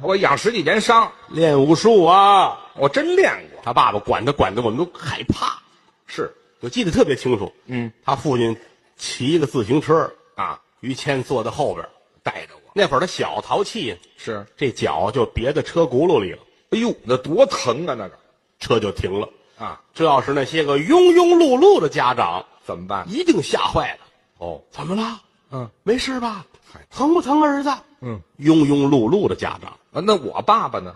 [SPEAKER 2] 我养十几年伤，
[SPEAKER 1] 练武术啊。
[SPEAKER 2] 我真练过。
[SPEAKER 1] 他爸爸管他管的，我们都害怕。
[SPEAKER 2] 是
[SPEAKER 1] 我记得特别清楚，
[SPEAKER 2] 嗯，
[SPEAKER 1] 他父亲骑一个自行车，
[SPEAKER 2] 啊，
[SPEAKER 1] 于谦坐在后边儿。
[SPEAKER 2] 带着我
[SPEAKER 1] 那会儿他小淘气，
[SPEAKER 2] 是。
[SPEAKER 1] 这脚就别在车轱辘里了，
[SPEAKER 2] 哎呦，那多疼啊！那个
[SPEAKER 1] 车就停了。
[SPEAKER 2] 啊，
[SPEAKER 1] 这要是那些个庸庸碌碌的家长，
[SPEAKER 2] 怎么办？
[SPEAKER 1] 一定吓坏了。
[SPEAKER 2] 哦，
[SPEAKER 1] 怎么了？
[SPEAKER 2] 嗯，
[SPEAKER 1] 没事吧
[SPEAKER 2] 嗨？
[SPEAKER 1] 疼不疼，儿子？
[SPEAKER 2] 嗯，
[SPEAKER 1] 庸庸碌碌的家长
[SPEAKER 2] 啊那我爸爸呢？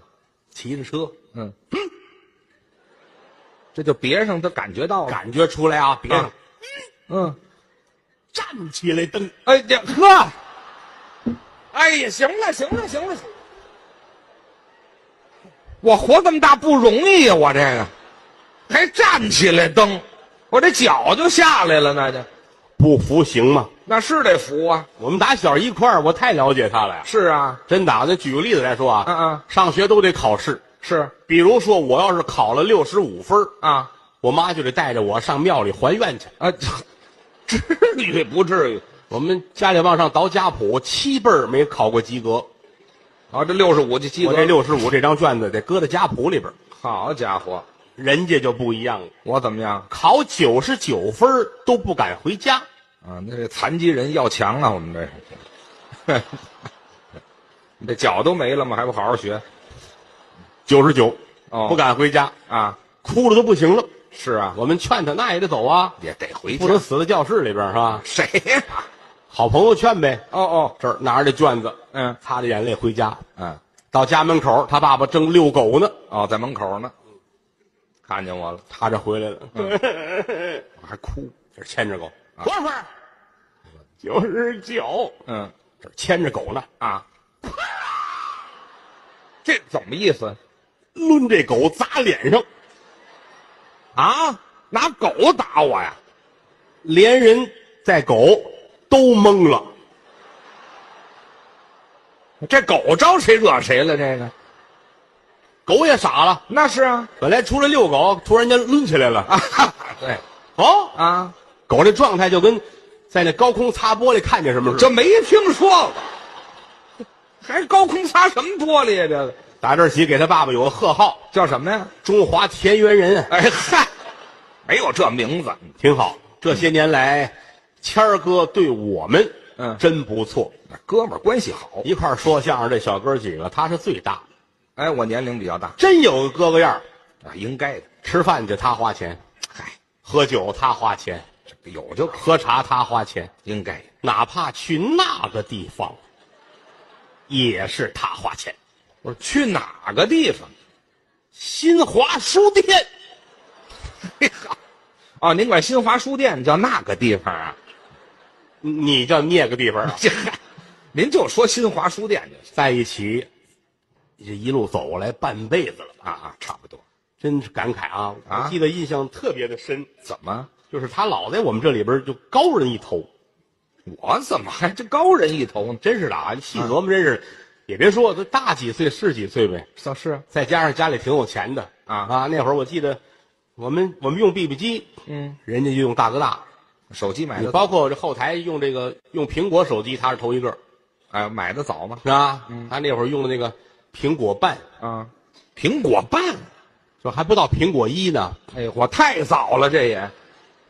[SPEAKER 1] 骑着车，
[SPEAKER 2] 嗯，这就别上，他感觉到了。
[SPEAKER 1] 感觉出来啊，别
[SPEAKER 2] 啊嗯，
[SPEAKER 1] 站起来蹬，啊
[SPEAKER 2] 哎呀呵，哎呀，行了，行了，行了，行了我活这么大不容易呀、我这个还站起来蹬，我这脚就下来了，那就
[SPEAKER 1] 不服行吗？
[SPEAKER 2] 那是得服啊。
[SPEAKER 1] 我们打小一块儿，我太了解他了呀。
[SPEAKER 2] 是啊，
[SPEAKER 1] 真的啊，那举个例子来说啊，
[SPEAKER 2] 嗯嗯
[SPEAKER 1] 上学都得考试，
[SPEAKER 2] 是
[SPEAKER 1] 比如说我要是考了六十五分儿
[SPEAKER 2] 啊
[SPEAKER 1] 我妈就得带着我上庙里还愿去。
[SPEAKER 2] 啊， 至于不至于
[SPEAKER 1] 我们家里往上倒家谱，七辈儿没考过及格，
[SPEAKER 2] 啊？这六十五就及格
[SPEAKER 1] 我
[SPEAKER 2] 了，
[SPEAKER 1] 这六十五这张卷子得搁在家谱里边儿。
[SPEAKER 2] 好家伙，
[SPEAKER 1] 人家就不一样了，
[SPEAKER 2] 我怎么样
[SPEAKER 1] 考九十九分儿都不敢回家。
[SPEAKER 2] 啊？那这残疾人要强啊，我们这。 你这脚都没了吗？还不好好学
[SPEAKER 1] 九十九，
[SPEAKER 2] 哦
[SPEAKER 1] 不敢回家，
[SPEAKER 2] 啊？
[SPEAKER 1] 哭了都不行了。
[SPEAKER 2] 是啊，
[SPEAKER 1] 我们劝他，那也得走啊，
[SPEAKER 2] 也得回家
[SPEAKER 1] 不。能死在教室里边儿是吧？
[SPEAKER 2] 谁呀、
[SPEAKER 1] 好朋友劝呗，
[SPEAKER 2] 哦哦，
[SPEAKER 1] 这儿拿着这卷子，
[SPEAKER 2] 嗯
[SPEAKER 1] 擦着眼泪回家。
[SPEAKER 2] 嗯，
[SPEAKER 1] 到家门口，他爸爸正遛狗呢，
[SPEAKER 2] 哦，在门口呢，看见我了，
[SPEAKER 1] 他这回来了，
[SPEAKER 2] 我还哭。
[SPEAKER 1] 这儿牵着狗，多少分儿？九十九，
[SPEAKER 2] 嗯
[SPEAKER 1] 这儿牵着狗呢，
[SPEAKER 2] 啊，这怎么意思
[SPEAKER 1] 抡这狗砸脸上，
[SPEAKER 2] 啊？拿狗打我呀？
[SPEAKER 1] 连人带狗都懵了。
[SPEAKER 2] 这狗招谁惹谁了？这个
[SPEAKER 1] 狗也傻了，
[SPEAKER 2] 那是啊
[SPEAKER 1] 本来出来遛狗，突然间抡起来了。
[SPEAKER 2] 啊，对
[SPEAKER 1] 哦，
[SPEAKER 2] 啊，
[SPEAKER 1] 狗这状态就跟在那高空擦玻璃看见什么似的。
[SPEAKER 2] 这没听说过，还高空擦什么玻璃呀、这个
[SPEAKER 1] 打这儿起给他爸爸有个贺号
[SPEAKER 2] 叫什么呀？
[SPEAKER 1] “中华田园人
[SPEAKER 2] 哎嗨，没有这名字，”，
[SPEAKER 1] 挺好。这些年来，谦儿哥对我们
[SPEAKER 2] 嗯
[SPEAKER 1] 真不错。
[SPEAKER 2] 那哥们儿关系好。
[SPEAKER 1] 一块儿说相声这小哥几个，他是最大，
[SPEAKER 2] 哎，我年龄比较大
[SPEAKER 1] 真有个哥哥样儿。
[SPEAKER 2] 啊，应该的。
[SPEAKER 1] 吃饭就他花钱，
[SPEAKER 2] 嗨，
[SPEAKER 1] 喝酒他花钱，
[SPEAKER 2] 这个有就
[SPEAKER 1] 喝茶他花钱，
[SPEAKER 2] 应该的。
[SPEAKER 1] 哪怕去那个地方，也是他花钱。
[SPEAKER 2] 我说去哪个地方？
[SPEAKER 1] 新华书店，
[SPEAKER 2] 哎哦，您管新华书店叫那个地方啊？
[SPEAKER 1] 你叫那个地方 啊，
[SPEAKER 2] 这您就说新华书店就行
[SPEAKER 1] 在一起，这一路走过来半辈子了吧，
[SPEAKER 2] 啊啊，差不多。
[SPEAKER 1] 真是感慨啊！
[SPEAKER 2] 啊
[SPEAKER 1] 我记得印象特别的深，
[SPEAKER 2] 怎么？
[SPEAKER 1] 就是他老在我们这里边就高人一头，
[SPEAKER 2] 我怎么还这高人一头呢？
[SPEAKER 1] 真是的啊！你细琢磨，真是，也别说，都大几岁是几岁呗。
[SPEAKER 2] 这是
[SPEAKER 1] 再加上家里挺有钱的
[SPEAKER 2] 啊
[SPEAKER 1] 啊，那会儿我记得，我们我们用 BB 机，
[SPEAKER 2] 嗯，
[SPEAKER 1] 人家就用大哥大，
[SPEAKER 2] 手机买
[SPEAKER 1] 你
[SPEAKER 2] 的
[SPEAKER 1] 包括这后台用这个用苹果手机，他是头一个
[SPEAKER 2] 哎买的早吗？
[SPEAKER 1] 啊，
[SPEAKER 2] 嗯
[SPEAKER 1] 他那会儿用的那个苹果半，
[SPEAKER 2] 啊，苹果半，
[SPEAKER 1] 就还不到苹果一呢，
[SPEAKER 2] 哎，我太早了，这也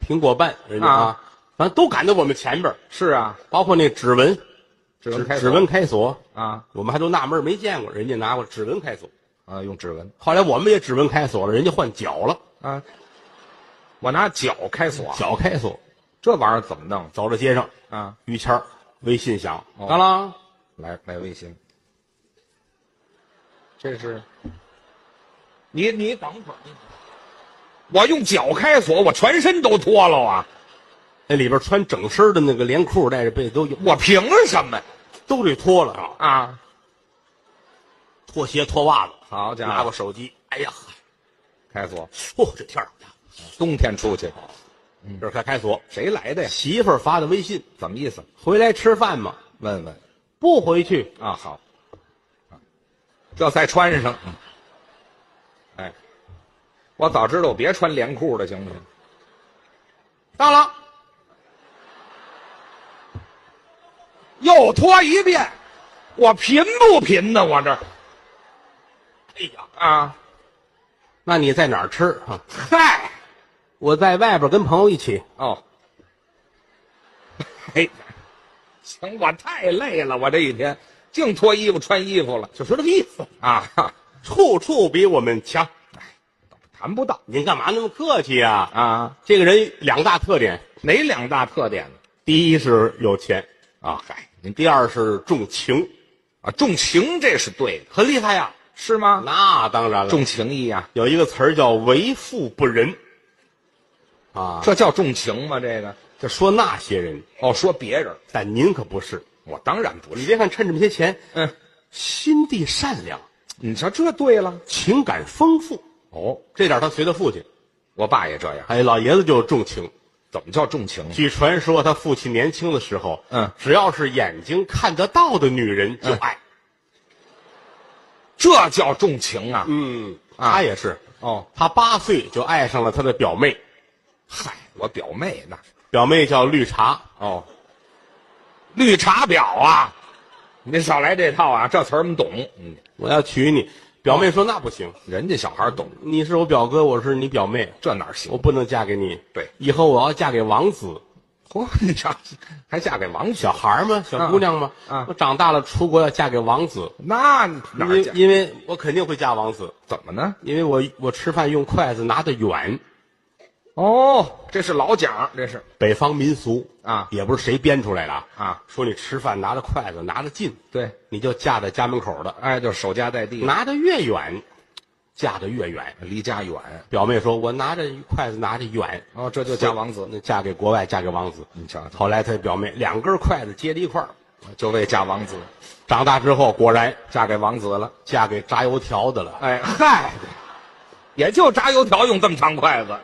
[SPEAKER 1] 苹果半人家啊
[SPEAKER 2] 啊，
[SPEAKER 1] 反正都赶在我们前边儿，
[SPEAKER 2] 是啊，
[SPEAKER 1] 包括那指纹，
[SPEAKER 2] 指纹开
[SPEAKER 1] 指纹开锁，
[SPEAKER 2] 啊
[SPEAKER 1] 我们还都纳闷儿没见过人家拿过指纹开锁，
[SPEAKER 2] 啊，用指纹
[SPEAKER 1] 后来我们也指纹开锁了，人家换脚了，
[SPEAKER 2] 啊，我拿脚开锁，
[SPEAKER 1] 嗯脚开锁，
[SPEAKER 2] 这玩意儿怎么弄
[SPEAKER 1] 走到街上，
[SPEAKER 2] 啊？
[SPEAKER 1] 于谦儿微信响，
[SPEAKER 2] 哦
[SPEAKER 1] 当啷。
[SPEAKER 2] 来来微信，这是你你等会儿，我用脚开锁，我全身都脱了啊！
[SPEAKER 1] 那里边穿整身的那个连裤带着被都有，
[SPEAKER 2] 我凭什么
[SPEAKER 1] 都得脱了啊，
[SPEAKER 2] 啊？
[SPEAKER 1] 脱鞋脱袜子，
[SPEAKER 2] 好家伙
[SPEAKER 1] 拿过手机，哎呀，
[SPEAKER 2] 开锁，
[SPEAKER 1] 嚯、这天儿，
[SPEAKER 2] 冬天出去嗯
[SPEAKER 1] 这是开开锁，
[SPEAKER 2] 谁来的呀？
[SPEAKER 1] 媳妇儿发的微信，
[SPEAKER 2] 怎么意思？
[SPEAKER 1] 回来吃饭吗？
[SPEAKER 2] 问问
[SPEAKER 1] 不回去，
[SPEAKER 2] 啊，好，啊这再穿上。嗯哎，我早知道我别穿连裤了，行不行？
[SPEAKER 1] 当啷，
[SPEAKER 2] 又脱一遍，我贫不贫呢？我这
[SPEAKER 1] 哎呀，
[SPEAKER 2] 啊，
[SPEAKER 1] 那你在哪儿吃啊？
[SPEAKER 2] 嗨，
[SPEAKER 1] 我在外边跟朋友一起，
[SPEAKER 2] 哦， 哎，行，我太累了，我这一天净脱衣服穿衣服了
[SPEAKER 1] 就说这个意思，
[SPEAKER 2] 啊，哈
[SPEAKER 1] 处处比我们强。
[SPEAKER 2] 谈不到
[SPEAKER 1] 您干嘛那么客气啊？
[SPEAKER 2] 啊。
[SPEAKER 1] 这个人两大特点，
[SPEAKER 2] 哪两大特点呢？
[SPEAKER 1] 第一是有钱，
[SPEAKER 2] 啊，嗨，您
[SPEAKER 1] 第二是重情，
[SPEAKER 2] 啊，重情这是对的，
[SPEAKER 1] 很厉害呀、
[SPEAKER 2] 是吗？
[SPEAKER 1] 那当然了，
[SPEAKER 2] 重情义啊，
[SPEAKER 1] 有一个词儿叫为富不仁，啊，
[SPEAKER 2] 这叫重情吗？这个
[SPEAKER 1] 这说那些人，
[SPEAKER 2] 哦，说别人，
[SPEAKER 1] 但您可不是。
[SPEAKER 2] 我当然不
[SPEAKER 1] 你
[SPEAKER 2] 是。
[SPEAKER 1] 别看趁这么些钱，
[SPEAKER 2] 嗯，
[SPEAKER 1] 心地善良，
[SPEAKER 2] 你瞧，这对了。
[SPEAKER 1] 情感丰富，
[SPEAKER 2] 哦，
[SPEAKER 1] 这点他随他父亲。
[SPEAKER 2] 我爸也这样。
[SPEAKER 1] 哎，老爷子就是重情。
[SPEAKER 2] 怎么叫重情？
[SPEAKER 1] 据传说，他父亲年轻的时候，
[SPEAKER 2] 嗯
[SPEAKER 1] 只要是眼睛看得到的女人就爱。
[SPEAKER 2] 这叫重情啊！
[SPEAKER 1] 嗯，
[SPEAKER 2] 啊
[SPEAKER 1] 他也是。
[SPEAKER 2] 哦，
[SPEAKER 1] 他八岁就爱上了他的表妹，
[SPEAKER 2] 嗨，我表妹那是
[SPEAKER 1] 表妹叫绿茶。
[SPEAKER 2] 哦，绿茶婊啊！您少来这套啊，这词儿我们懂。嗯，
[SPEAKER 1] 我要娶你，表妹说那不行，
[SPEAKER 2] 人家小孩懂，
[SPEAKER 1] 你是我表哥，我是你表妹，
[SPEAKER 2] 这哪行
[SPEAKER 1] 我？不能嫁给你。
[SPEAKER 2] 对
[SPEAKER 1] 以后我要嫁给王子，
[SPEAKER 2] 嚯，你瞧，还嫁给王
[SPEAKER 1] 小
[SPEAKER 2] 小，
[SPEAKER 1] 孩儿嘛，小姑娘嘛。
[SPEAKER 2] 啊啊
[SPEAKER 1] 我长大了出国要嫁给王子，
[SPEAKER 2] 那哪
[SPEAKER 1] 因
[SPEAKER 2] 儿
[SPEAKER 1] 为
[SPEAKER 2] 嫁？
[SPEAKER 1] 因为我肯定会嫁王子，
[SPEAKER 2] 怎么呢？
[SPEAKER 1] 因为我我吃饭用筷子拿得远，
[SPEAKER 2] 哦，这是老蒋，这是
[SPEAKER 1] 北方民俗
[SPEAKER 2] 啊
[SPEAKER 1] 也不是谁编出来的啊
[SPEAKER 2] 啊
[SPEAKER 1] 说你吃饭拿着筷子拿得近，
[SPEAKER 2] 对，
[SPEAKER 1] 你就嫁在家门口的，
[SPEAKER 2] 哎，就守家在地，
[SPEAKER 1] 拿得越远，嫁得越远。
[SPEAKER 2] 离家远。
[SPEAKER 1] 表妹说：“我拿着筷子拿得远，
[SPEAKER 2] 哦，这就嫁王子，
[SPEAKER 1] 那嫁给国外，嫁给王子。”
[SPEAKER 2] 你瞧瞧，
[SPEAKER 1] 后来他表妹两根筷子接在一块儿，
[SPEAKER 2] 就为嫁王子，
[SPEAKER 1] 长大之后果然
[SPEAKER 2] 嫁给王子了。
[SPEAKER 1] 嫁给炸油条的了。
[SPEAKER 2] 哎嗨，也就炸油条用这么长筷子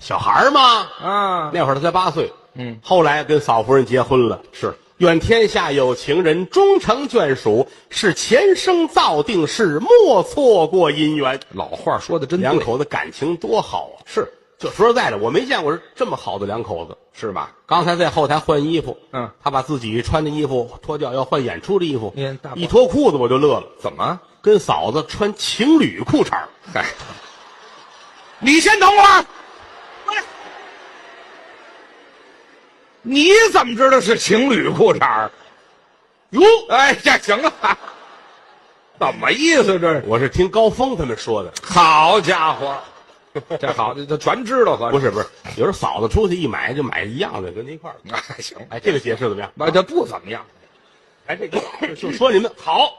[SPEAKER 1] 小孩儿嘛，
[SPEAKER 2] 啊。
[SPEAKER 1] 那会儿他才八岁，
[SPEAKER 2] 嗯，
[SPEAKER 1] 后来跟嫂夫人结婚了，
[SPEAKER 2] 是
[SPEAKER 1] 愿天下有情人终成眷属，是前生造定事，莫错过姻缘。
[SPEAKER 2] 老话说的真对，
[SPEAKER 1] 两口子感情多好啊！
[SPEAKER 2] 是
[SPEAKER 1] 就说实在的，我没见过这么好的两口子。
[SPEAKER 2] 是吧？
[SPEAKER 1] 刚才在后台换衣服，
[SPEAKER 2] 嗯，
[SPEAKER 1] 他把自己穿的衣服脱掉，要换演出的衣服
[SPEAKER 2] 你看大，宝
[SPEAKER 1] 一脱裤子我就乐了，
[SPEAKER 2] 怎么？
[SPEAKER 1] 跟嫂子穿情侣裤衩儿
[SPEAKER 2] 嗨，你先等会儿，过来你怎么知道是情侣裤衩儿？
[SPEAKER 1] 哟，
[SPEAKER 2] 哎呀，行了，怎么意思这是？
[SPEAKER 1] 我是听高峰他们说的，
[SPEAKER 2] 好家伙，这好，这这全知道合着
[SPEAKER 1] 不是不是，有时候嫂子出去一买就买一样的，跟他一块儿。
[SPEAKER 2] 哎，行，
[SPEAKER 1] 哎，这个解释怎么样？
[SPEAKER 2] 那这不怎么样，
[SPEAKER 1] 哎， 这个就说你们好。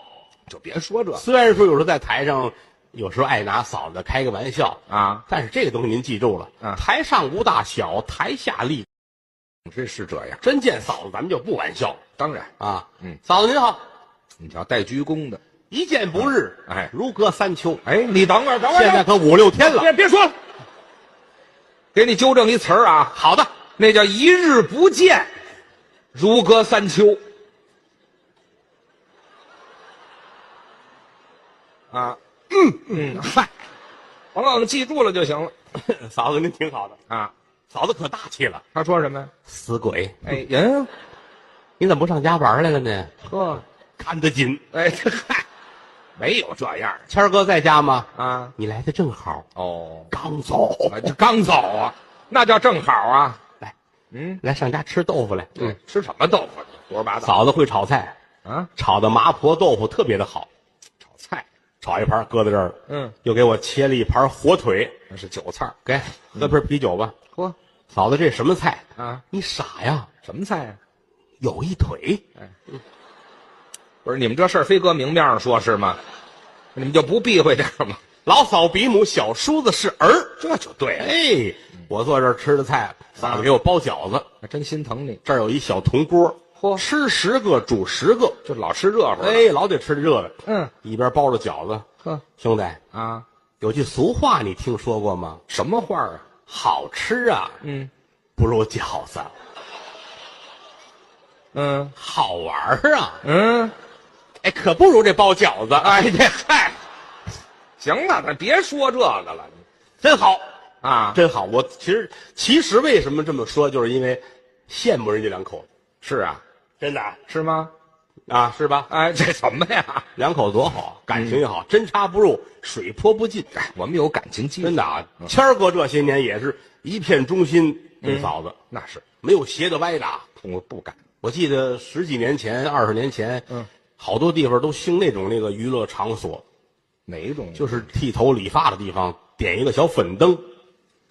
[SPEAKER 2] 就别说这
[SPEAKER 1] 虽然说有时候在台上，有时候爱拿嫂子开个玩笑，
[SPEAKER 2] 啊，
[SPEAKER 1] 但是这个东西您记住了，
[SPEAKER 2] 嗯
[SPEAKER 1] 台上无大小，台下立。
[SPEAKER 2] 这是这样。
[SPEAKER 1] 真见嫂子，咱们就不玩笑
[SPEAKER 2] 当然，
[SPEAKER 1] 啊。
[SPEAKER 2] 嗯，
[SPEAKER 1] 嫂子您好，
[SPEAKER 2] 你瞧带鞠躬的，
[SPEAKER 1] 一见不日，
[SPEAKER 2] 哎
[SPEAKER 1] 如隔三秋。
[SPEAKER 2] 哎，你等会儿，等会儿，
[SPEAKER 1] 现在可五六天了。
[SPEAKER 2] 别别说了，给你纠正一词儿啊，
[SPEAKER 1] 好的，
[SPEAKER 2] 那叫一日不见，如隔三秋。啊，嗯嗯，嗨，王老师记住了就行了
[SPEAKER 1] 嫂子您挺好的，
[SPEAKER 2] 啊。
[SPEAKER 1] 嫂子可大气了。
[SPEAKER 2] 他说什么呀？
[SPEAKER 1] 死鬼，
[SPEAKER 2] 哎，人、
[SPEAKER 1] 你怎么不上家玩来了呢？
[SPEAKER 2] 呵，
[SPEAKER 1] 看得紧。
[SPEAKER 2] 哎， 这嗨，没有这样儿
[SPEAKER 1] 谦儿哥在家吗？
[SPEAKER 2] 啊。
[SPEAKER 1] 你来的正好，
[SPEAKER 2] 哦，
[SPEAKER 1] 刚走，
[SPEAKER 2] 啊这刚走啊，那叫正好啊。
[SPEAKER 1] 来
[SPEAKER 2] 嗯，
[SPEAKER 1] 来上家吃豆腐来。
[SPEAKER 2] 对，，吃什么豆腐？胡说八道
[SPEAKER 1] 嫂子会炒菜，
[SPEAKER 2] 啊！
[SPEAKER 1] 炒的麻婆豆腐特别的好，
[SPEAKER 2] 炒菜，
[SPEAKER 1] 炒一盘搁在这儿，
[SPEAKER 2] 嗯，
[SPEAKER 1] 又给我切了一盘火腿，
[SPEAKER 2] 那是韭菜儿。
[SPEAKER 1] 给喝瓶啤酒吧。
[SPEAKER 2] 呵，
[SPEAKER 1] 嫂子，这什么菜？
[SPEAKER 2] 啊，
[SPEAKER 1] 你傻呀？
[SPEAKER 2] 什么菜呀、啊
[SPEAKER 1] 有一腿，
[SPEAKER 2] 不是你们这事儿非搁明面上说是吗？你们就不避讳点儿吗？
[SPEAKER 1] 老嫂比母，小叔子是儿。
[SPEAKER 2] 这就对了，
[SPEAKER 1] 哎，我坐这儿吃的菜，嫂子给我包饺子，
[SPEAKER 2] 还真心疼你，
[SPEAKER 1] 这儿有一小铜锅，
[SPEAKER 2] 嚯
[SPEAKER 1] 吃十个煮十个，
[SPEAKER 2] 就老吃热乎。，
[SPEAKER 1] 哎，老得吃的热的。
[SPEAKER 2] 嗯，
[SPEAKER 1] 一边包着饺子，
[SPEAKER 2] 呵
[SPEAKER 1] 兄弟，
[SPEAKER 2] 啊，
[SPEAKER 1] 有句俗话你听说过吗？
[SPEAKER 2] 什么话啊？
[SPEAKER 1] 好吃啊，
[SPEAKER 2] 嗯
[SPEAKER 1] 不如饺子；
[SPEAKER 2] 嗯
[SPEAKER 1] 好玩儿啊，
[SPEAKER 2] 嗯，
[SPEAKER 1] 哎，可不如这包饺子。哎，这嗨，
[SPEAKER 2] 行了，咱别说这个了
[SPEAKER 1] 真好，
[SPEAKER 2] 啊。
[SPEAKER 1] 真好。我其实其实为什么这么说，就是因为羡慕人家两口子，
[SPEAKER 2] 是啊，
[SPEAKER 1] 真的啊
[SPEAKER 2] 是吗？
[SPEAKER 1] 啊，是吧？
[SPEAKER 2] 哎，这什么呀？
[SPEAKER 1] 两口子多好，啊感情也好，针插不入，水泼不进。
[SPEAKER 2] 哎，我们有感情基础
[SPEAKER 1] 真，的啊，谦儿哥这些年也是一片忠心对嫂子，
[SPEAKER 2] 那是
[SPEAKER 1] 没有斜的歪的啊。
[SPEAKER 2] 我不敢。
[SPEAKER 1] 我记得十几年前、二十年前，
[SPEAKER 2] 嗯，
[SPEAKER 1] 好多地方都兴那种那个娱乐场所，
[SPEAKER 2] 哪种？就
[SPEAKER 1] 就是剃头理发的地方，点一个小粉灯，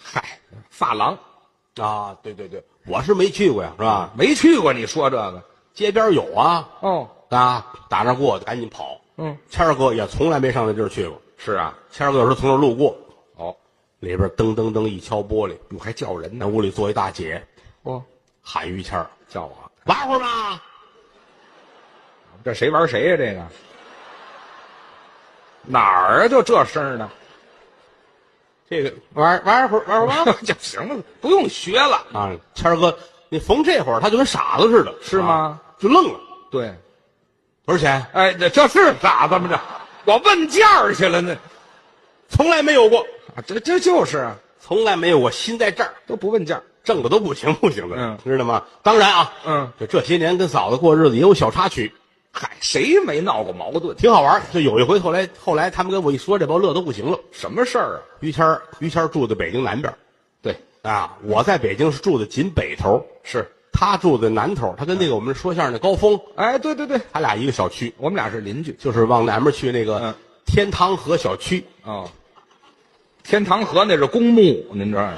[SPEAKER 2] 嗨，发廊
[SPEAKER 1] 啊，对对对，我是没去过呀，是吧？
[SPEAKER 2] 啊没去过，你说这个
[SPEAKER 1] 街边有啊，
[SPEAKER 2] 哦，
[SPEAKER 1] 啊，打那过赶紧跑。
[SPEAKER 2] 嗯，
[SPEAKER 1] 谦儿哥也从来没上那地儿去过，
[SPEAKER 2] 是啊，
[SPEAKER 1] 谦儿哥有时候从那儿路过，
[SPEAKER 2] 哦，
[SPEAKER 1] 里边噔噔噔一敲玻璃，
[SPEAKER 2] 我还叫人
[SPEAKER 1] 那
[SPEAKER 2] 呢，
[SPEAKER 1] 屋里坐一大姐，
[SPEAKER 2] 哦，
[SPEAKER 1] 喊于谦儿
[SPEAKER 2] 叫我，
[SPEAKER 1] 玩会儿吧。
[SPEAKER 2] 这谁玩谁呀、这个哪儿啊？就这声儿呢？
[SPEAKER 1] 这个玩玩会儿玩会儿吧。
[SPEAKER 2] 就行了，不用学了。
[SPEAKER 1] 啊，谦儿哥，你逢这会儿他就跟傻子似的，
[SPEAKER 2] 是吗
[SPEAKER 1] 啊就愣了，
[SPEAKER 2] 对，
[SPEAKER 1] 多少钱？
[SPEAKER 2] 哎，这这是傻子吗？这我问价儿去了呢。
[SPEAKER 1] 从来没有过，
[SPEAKER 2] 啊这这就是啊，
[SPEAKER 1] 从来没有过，心在这儿，
[SPEAKER 2] 都不问价儿。
[SPEAKER 1] 挣的都不行不行的，
[SPEAKER 2] 嗯
[SPEAKER 1] 知道吗？当然啊，
[SPEAKER 2] 嗯，
[SPEAKER 1] 就这些年跟嫂子过日子也有小插曲，
[SPEAKER 2] 嗨，谁没闹过矛盾？
[SPEAKER 1] 挺好玩儿。就有一回，后来后来他们跟我一说，这帮乐都不行了。
[SPEAKER 2] 什么事儿啊？
[SPEAKER 1] 于谦儿，于谦儿住在北京南边儿
[SPEAKER 2] 对，
[SPEAKER 1] 啊，我在北京是住的紧北头，
[SPEAKER 2] 是，
[SPEAKER 1] 他住在南头，他跟那个我们说相声的高峰，
[SPEAKER 2] 哎，对对对，
[SPEAKER 1] 他俩一个小区，
[SPEAKER 2] 我们俩是邻居。
[SPEAKER 1] 就是往南边去那个
[SPEAKER 2] 嗯
[SPEAKER 1] 天堂河小区。
[SPEAKER 2] 哦，天堂河那是公墓，您知道吗？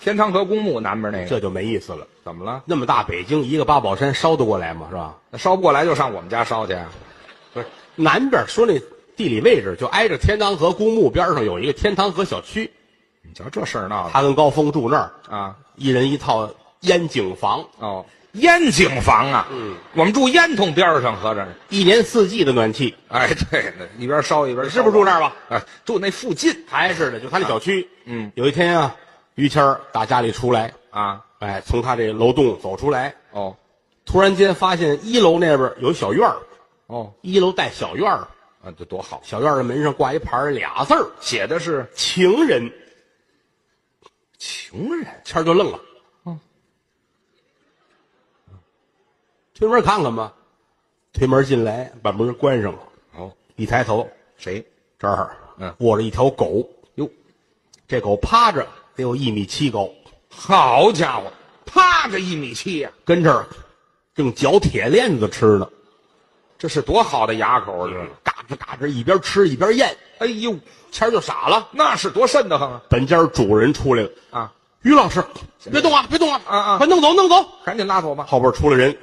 [SPEAKER 2] 天堂河公墓南边那个
[SPEAKER 1] 这就没意思了。
[SPEAKER 2] 怎么了？
[SPEAKER 1] 那么大北京，一个八宝山烧得过来吗？是吧？
[SPEAKER 2] 那烧不过来就上我们家烧去啊？
[SPEAKER 1] 不是，南边说那地理位置就挨着天堂河公墓边上有一个天堂河小区，嗯
[SPEAKER 2] 你瞧这事儿闹的
[SPEAKER 1] 他跟高峰住那儿，
[SPEAKER 2] 啊！
[SPEAKER 1] 一人一套烟景房，
[SPEAKER 2] 哦，烟景房啊，嗯，我们住烟囱边儿上，合着是。
[SPEAKER 1] 一年四季的暖气，
[SPEAKER 2] 哎，对，那一边烧一边烧，
[SPEAKER 1] 是不是住那儿吧？
[SPEAKER 2] 哎，住那附近
[SPEAKER 1] 还是的，就他那小区。
[SPEAKER 2] 嗯，
[SPEAKER 1] 有一天啊，于谦儿打家里出来，
[SPEAKER 2] 啊。
[SPEAKER 1] 哎，从他这楼栋走出来，
[SPEAKER 2] 哦，
[SPEAKER 1] 突然间发现一楼那边有小院儿，
[SPEAKER 2] 哦，
[SPEAKER 1] 一楼带小院儿，
[SPEAKER 2] 啊，这多好，
[SPEAKER 1] 小院儿的门上挂一牌儿俩字儿
[SPEAKER 2] 写的是
[SPEAKER 1] “情人
[SPEAKER 2] 情人”，
[SPEAKER 1] 谦儿就愣了。嗯，推门看看吧，推门进来，把门关上了，
[SPEAKER 2] 哦，
[SPEAKER 1] 一抬头，
[SPEAKER 2] 谁？
[SPEAKER 1] 这儿
[SPEAKER 2] 嗯
[SPEAKER 1] 卧着一条狗，
[SPEAKER 2] 哟，
[SPEAKER 1] 这狗趴着得有一米七高，
[SPEAKER 2] 好家伙，趴着一米七呀、
[SPEAKER 1] 跟这儿正嚼铁链子吃呢，
[SPEAKER 2] 这是多好的牙口啊！这个，
[SPEAKER 1] 嘎吱嘎吱一边吃一边咽，
[SPEAKER 2] 哎呦，
[SPEAKER 1] 谦儿就傻了。
[SPEAKER 2] 那是多瘆得慌啊！
[SPEAKER 1] 本家主人出来了，
[SPEAKER 2] 啊，
[SPEAKER 1] 于老师，别动啊，别动啊，
[SPEAKER 2] 啊啊
[SPEAKER 1] 快弄走，弄走！
[SPEAKER 2] 赶紧拉走吧。
[SPEAKER 1] 后边出来人，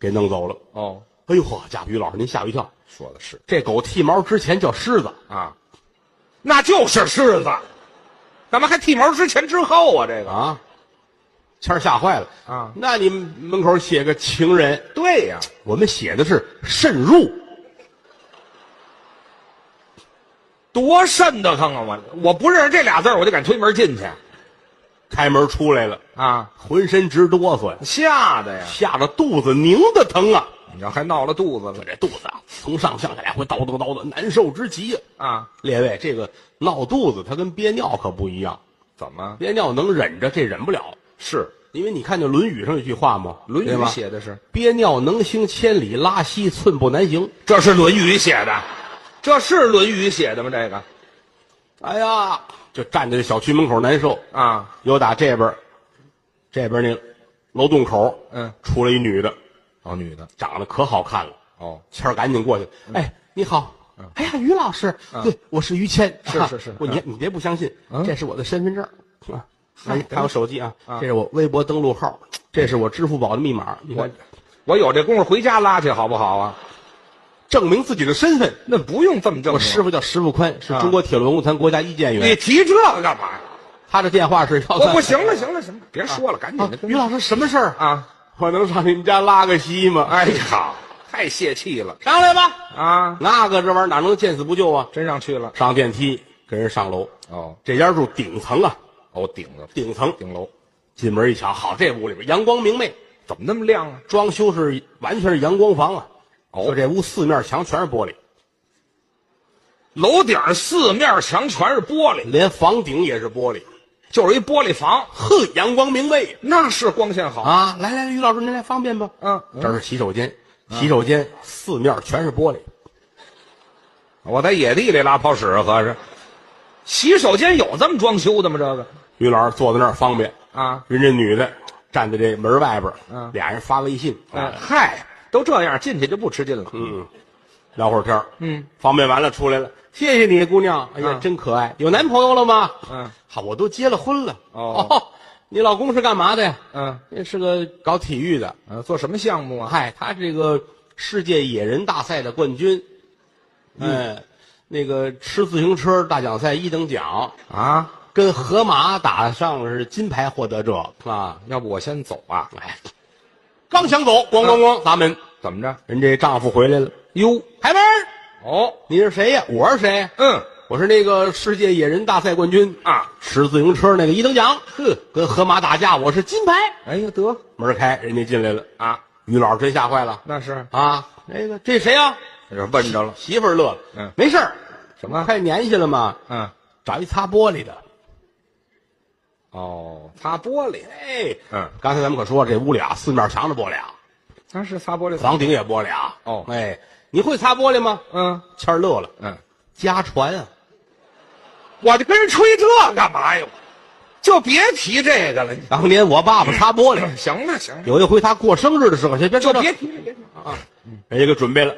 [SPEAKER 1] 给弄走了。
[SPEAKER 2] 哦，
[SPEAKER 1] 哎呦呵，家伙，于老师您吓我一跳，
[SPEAKER 2] 说的是
[SPEAKER 1] 这狗剃毛之前叫狮子，
[SPEAKER 2] 啊，那就是柿子，干嘛还剃毛之前之后啊？这个
[SPEAKER 1] 啊，谦儿吓坏了
[SPEAKER 2] 啊
[SPEAKER 1] 那你们门口写个情人，
[SPEAKER 2] 对呀、
[SPEAKER 1] 我们写的是慎入，
[SPEAKER 2] 多瘆得慌啊！我我不认识这俩字儿我就敢推门进去
[SPEAKER 1] 开门出来了，
[SPEAKER 2] 啊，
[SPEAKER 1] 浑身直哆嗦呀，
[SPEAKER 2] 吓得呀！
[SPEAKER 1] 吓得肚子拧的疼啊！
[SPEAKER 2] 你要还闹了肚子了
[SPEAKER 1] 这肚子啊，从上向下来回叨叨叨的，难受之极呀、
[SPEAKER 2] 啊？
[SPEAKER 1] 列位，这个闹肚子它跟憋尿可不一样，
[SPEAKER 2] 怎么
[SPEAKER 1] 憋尿能忍着，这忍不了。
[SPEAKER 2] 是
[SPEAKER 1] 因为你看见《论语》上有句话吗？
[SPEAKER 2] 《论语
[SPEAKER 1] 对吧》
[SPEAKER 2] 写的是？
[SPEAKER 1] 憋尿能行千里，拉稀寸步难行。
[SPEAKER 2] 这是《论语》写的，这是《论语》写的吗？这个
[SPEAKER 1] 哎呀，就站在这小区门口难受。
[SPEAKER 2] 啊，
[SPEAKER 1] 有打这边儿，这边那楼洞口，
[SPEAKER 2] 嗯
[SPEAKER 1] 出来一女的，
[SPEAKER 2] 哦，女的
[SPEAKER 1] 长得可好看了。
[SPEAKER 2] 哦，
[SPEAKER 1] 谦儿赶紧过去，
[SPEAKER 2] 嗯
[SPEAKER 1] 哎，你好。哎呀，于老师，对，我是于谦，
[SPEAKER 2] 是
[SPEAKER 1] 啊
[SPEAKER 2] 是嗯是
[SPEAKER 1] 我你你别不相信，这是我的身份证儿，啊，还还有手机啊，
[SPEAKER 2] 嗯
[SPEAKER 1] 这是我微博登录号，这是我支付宝的密码，你看，
[SPEAKER 2] 我有这功夫回家拉去好不好啊？
[SPEAKER 1] 证明自己的身份。
[SPEAKER 2] 那不用这么证
[SPEAKER 1] 我
[SPEAKER 2] 明。
[SPEAKER 1] 师傅叫石富宽，是
[SPEAKER 2] 啊
[SPEAKER 1] 中国铁路文工团国家一建
[SPEAKER 2] 你
[SPEAKER 1] 员，
[SPEAKER 2] 提这个干嘛呀？
[SPEAKER 1] 他的电话是幺
[SPEAKER 2] 我
[SPEAKER 1] 三。
[SPEAKER 2] 不行了，行了，行了，别说了，赶紧
[SPEAKER 1] 啊
[SPEAKER 2] 的。跟
[SPEAKER 1] 于老师，什么事儿？
[SPEAKER 2] 啊！
[SPEAKER 1] 我能上你们家拉个稀吗？
[SPEAKER 2] 哎呀，太泄气了
[SPEAKER 1] 上来吧。
[SPEAKER 2] 啊！
[SPEAKER 1] 那个这玩意儿哪能见死不救啊？
[SPEAKER 2] 真让去了
[SPEAKER 1] 上电梯跟人上楼，
[SPEAKER 2] 哦
[SPEAKER 1] 这家住顶层啊，
[SPEAKER 2] 哦，顶了
[SPEAKER 1] 顶层。
[SPEAKER 2] 顶楼，
[SPEAKER 1] 进门一瞧，好，这屋里边阳光明媚，
[SPEAKER 2] 怎么那么亮啊？
[SPEAKER 1] 装修是完全是阳光房啊。
[SPEAKER 2] 哦
[SPEAKER 1] 就这屋四面墙全是玻璃，
[SPEAKER 2] 楼顶儿四面墙全是玻璃，
[SPEAKER 1] 连房顶也是玻璃，
[SPEAKER 2] 就是一玻璃房，
[SPEAKER 1] 呵，阳光明媚
[SPEAKER 2] 那是光线好。
[SPEAKER 1] 啊！来来，于老师您来方便吧？
[SPEAKER 2] 嗯嗯
[SPEAKER 1] 这是洗手间，洗手间四面全是玻璃，
[SPEAKER 2] 我在野地里拉泡屎合适。洗手间有这么装修的吗？这个
[SPEAKER 1] 于老师坐在那儿方便
[SPEAKER 2] 啊，
[SPEAKER 1] 人家女的站在这门外边儿，
[SPEAKER 2] 嗯
[SPEAKER 1] 俩人发微信，啊
[SPEAKER 2] 哎嗨，都这样进去就不吃劲了。
[SPEAKER 1] 嗯，聊会儿天
[SPEAKER 2] 嗯，
[SPEAKER 1] 方便完了出来了，谢谢你，姑娘，哎呀，
[SPEAKER 2] 嗯
[SPEAKER 1] 真可爱。有男朋友了吗？
[SPEAKER 2] 嗯，
[SPEAKER 1] 好，我都结了婚了。
[SPEAKER 2] 哦
[SPEAKER 1] 你老公是干嘛的呀？
[SPEAKER 2] 嗯
[SPEAKER 1] 是个搞体育的。
[SPEAKER 2] 呃，做什么项目啊？
[SPEAKER 1] 嗨，他这个世界野人大赛的冠军，嗯，那个吃自行车大奖赛一等奖，
[SPEAKER 2] 啊，
[SPEAKER 1] 跟河马打上了是金牌获得者啊。
[SPEAKER 2] 要不我先走啊？
[SPEAKER 1] 哎，刚想走，咣咣咣砸门，
[SPEAKER 2] 怎么着？
[SPEAKER 1] 人这丈夫回来了，
[SPEAKER 2] 哟，
[SPEAKER 1] 开门儿，
[SPEAKER 2] 哦，
[SPEAKER 1] 你是谁呀？我是谁？
[SPEAKER 2] 嗯
[SPEAKER 1] 我是那个世界野人大赛冠军，
[SPEAKER 2] 啊，
[SPEAKER 1] 骑自行车那个一等奖，哼，跟河马打架，我是金牌。
[SPEAKER 2] 哎呀得
[SPEAKER 1] 门儿开，人家进来了，
[SPEAKER 2] 啊，
[SPEAKER 1] 于老师真吓坏了
[SPEAKER 2] 那是
[SPEAKER 1] 啊！那个这谁呀、
[SPEAKER 2] 这问着了，
[SPEAKER 1] 媳妇儿乐了，
[SPEAKER 2] 嗯
[SPEAKER 1] 没事儿，
[SPEAKER 2] 什么
[SPEAKER 1] 快年下了嘛，
[SPEAKER 2] 嗯，
[SPEAKER 1] 找一擦玻璃的。
[SPEAKER 2] 哦，擦玻璃，
[SPEAKER 1] 哎，
[SPEAKER 2] 嗯，
[SPEAKER 1] 刚才咱们可说了，这屋里啊，四面墙是玻璃啊，
[SPEAKER 2] 那是擦玻璃
[SPEAKER 1] 房顶也玻璃啊。
[SPEAKER 2] 哦
[SPEAKER 1] 哎，你会擦玻璃吗？
[SPEAKER 2] 嗯
[SPEAKER 1] 谦儿乐了，
[SPEAKER 2] 嗯，
[SPEAKER 1] 家传啊，
[SPEAKER 2] 我就跟人吹这干嘛呀？就别提这个了，你
[SPEAKER 1] 当年我爸爸擦玻璃，
[SPEAKER 2] 行了行了，
[SPEAKER 1] 有一回他过生日的时候，先别说
[SPEAKER 2] 就
[SPEAKER 1] 这
[SPEAKER 2] 别提了，别提了啊
[SPEAKER 1] 人家给准备了。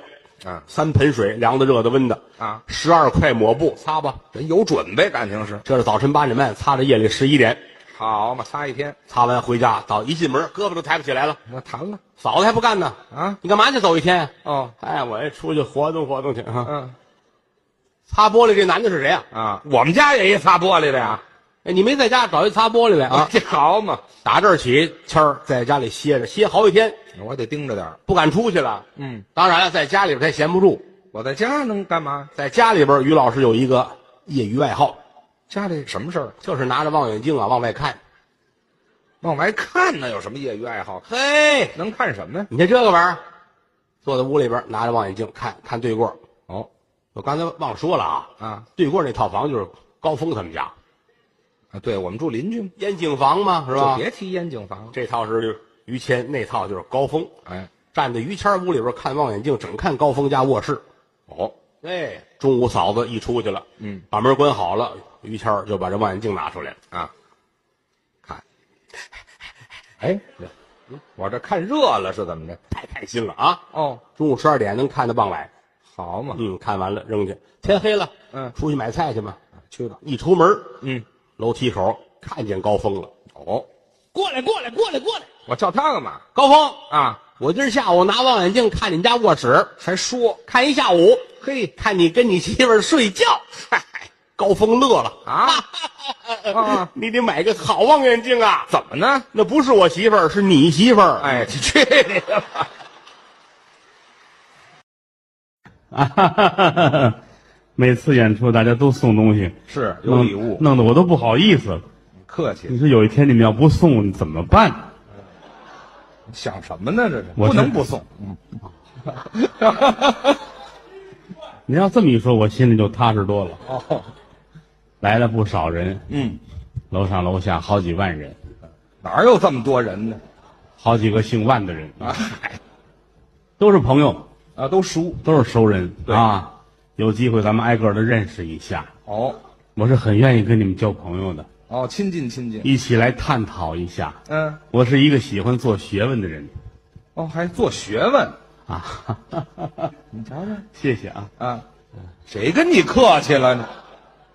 [SPEAKER 2] 啊，
[SPEAKER 1] 三盆水，凉的、热的、温的
[SPEAKER 2] 啊
[SPEAKER 1] 十二块抹布擦吧。
[SPEAKER 2] 人有准备，感情是
[SPEAKER 1] 这是早晨八点半，擦到夜里十一点，
[SPEAKER 2] 好嘛，擦一天，
[SPEAKER 1] 擦完回家，早一进门胳膊都抬不起来了，
[SPEAKER 2] 那谈了
[SPEAKER 1] 嫂子还不干呢。
[SPEAKER 2] 啊，
[SPEAKER 1] 你干嘛去走一天？
[SPEAKER 2] 哦，
[SPEAKER 1] 哎，我也出去活动活动去啊。
[SPEAKER 2] 嗯
[SPEAKER 1] 擦玻璃这男的是谁啊？
[SPEAKER 2] 啊，我们家也一擦玻璃的呀，
[SPEAKER 1] 哎，你没在家，找一擦玻璃来啊！
[SPEAKER 2] 这好嘛，
[SPEAKER 1] 打这儿起，谦儿在家里歇着，歇好几天，
[SPEAKER 2] 我得盯着点儿
[SPEAKER 1] 不敢出去了。
[SPEAKER 2] 嗯，
[SPEAKER 1] 当然了，在家里边他也闲不住，
[SPEAKER 2] 我在家能干嘛？
[SPEAKER 1] 在家里边，于老师有一个业余爱好，
[SPEAKER 2] 家里什么事儿？
[SPEAKER 1] 就是拿着望远镜啊往外看。
[SPEAKER 2] 往外看呢，有什么业余爱好？
[SPEAKER 4] 嘿，
[SPEAKER 2] 能看什么呀？
[SPEAKER 4] 你看这个玩意儿，坐在屋里边拿着望远镜看看对过。
[SPEAKER 2] 哦，
[SPEAKER 4] 我刚才忘说了啊，
[SPEAKER 2] 啊
[SPEAKER 4] 对过那套房就是高峰他们家
[SPEAKER 2] 啊，对我们住邻居嘛，
[SPEAKER 4] 烟景房嘛，是吧
[SPEAKER 2] 就？别提烟景房了。
[SPEAKER 4] 这套是于谦，那套就是高峰。
[SPEAKER 2] 哎，
[SPEAKER 4] 站在于谦屋里边看望远镜，整看高峰家卧室。
[SPEAKER 2] 哦，
[SPEAKER 4] 哎，中午嫂子一出去了，
[SPEAKER 2] 嗯，
[SPEAKER 4] 把门关好了，于谦儿就把这望远镜拿出来了。
[SPEAKER 2] 啊，看，哎，这我这看热了是怎么着？
[SPEAKER 4] 太开心了啊！
[SPEAKER 2] 哦，
[SPEAKER 4] 中午十二点能看到傍晚，
[SPEAKER 2] 好嘛，
[SPEAKER 4] 嗯，看完了扔去，天黑了，
[SPEAKER 2] 嗯
[SPEAKER 4] 出去买菜去嘛。
[SPEAKER 2] 去吧。
[SPEAKER 4] 一出门，
[SPEAKER 2] 嗯，
[SPEAKER 4] 楼梯口看见高峰了，
[SPEAKER 2] 哦，
[SPEAKER 4] 过来，过来，过来，过来，
[SPEAKER 2] 我叫他干嘛
[SPEAKER 4] 高峰，
[SPEAKER 2] 啊？
[SPEAKER 4] 我今儿下午拿望远镜看你们家卧室，
[SPEAKER 2] 还说
[SPEAKER 4] 看一下午，
[SPEAKER 2] 嘿
[SPEAKER 4] 看你跟你媳妇儿睡觉。嗨，高峰乐了
[SPEAKER 2] 啊啊？
[SPEAKER 4] 你得买个好望远镜啊！
[SPEAKER 2] 怎么呢？
[SPEAKER 4] 那不是我媳妇儿，是你媳妇儿。
[SPEAKER 2] 哎，去去你的吧！
[SPEAKER 1] 啊哈哈哈哈！哎 每次演出大家都送东西，
[SPEAKER 2] 是有
[SPEAKER 1] 弄
[SPEAKER 2] 礼物，
[SPEAKER 1] 弄得我都不好意思了。
[SPEAKER 2] 嗯客气
[SPEAKER 1] 你，说有一天你们要不送怎么办？
[SPEAKER 2] 想什么呢？这是
[SPEAKER 1] 我
[SPEAKER 2] 不能
[SPEAKER 1] 这
[SPEAKER 2] 不送。
[SPEAKER 1] 你要这么一说，我心里就踏实多了。
[SPEAKER 2] 哦，
[SPEAKER 1] 来了不少人，
[SPEAKER 2] 嗯，
[SPEAKER 1] 楼上楼下好几万人，
[SPEAKER 2] 哪有这么多人呢？
[SPEAKER 1] 好几个姓万的人
[SPEAKER 2] 啊，
[SPEAKER 1] 都是朋友，
[SPEAKER 2] 啊，都熟
[SPEAKER 1] 都是熟人
[SPEAKER 2] 对
[SPEAKER 1] 啊。有机会咱们挨个的认识一下，
[SPEAKER 2] 哦
[SPEAKER 1] 我是很愿意跟你们交朋友的，
[SPEAKER 2] 哦，亲近亲近，
[SPEAKER 1] 一起来探讨一下。
[SPEAKER 2] 嗯，
[SPEAKER 1] 我是一个喜欢做学问的人
[SPEAKER 2] 哦，还做学问，
[SPEAKER 1] 啊， 哈哈哈哈
[SPEAKER 2] 你瞧瞧
[SPEAKER 1] 谢谢啊
[SPEAKER 2] 啊，谁跟你客气了呢？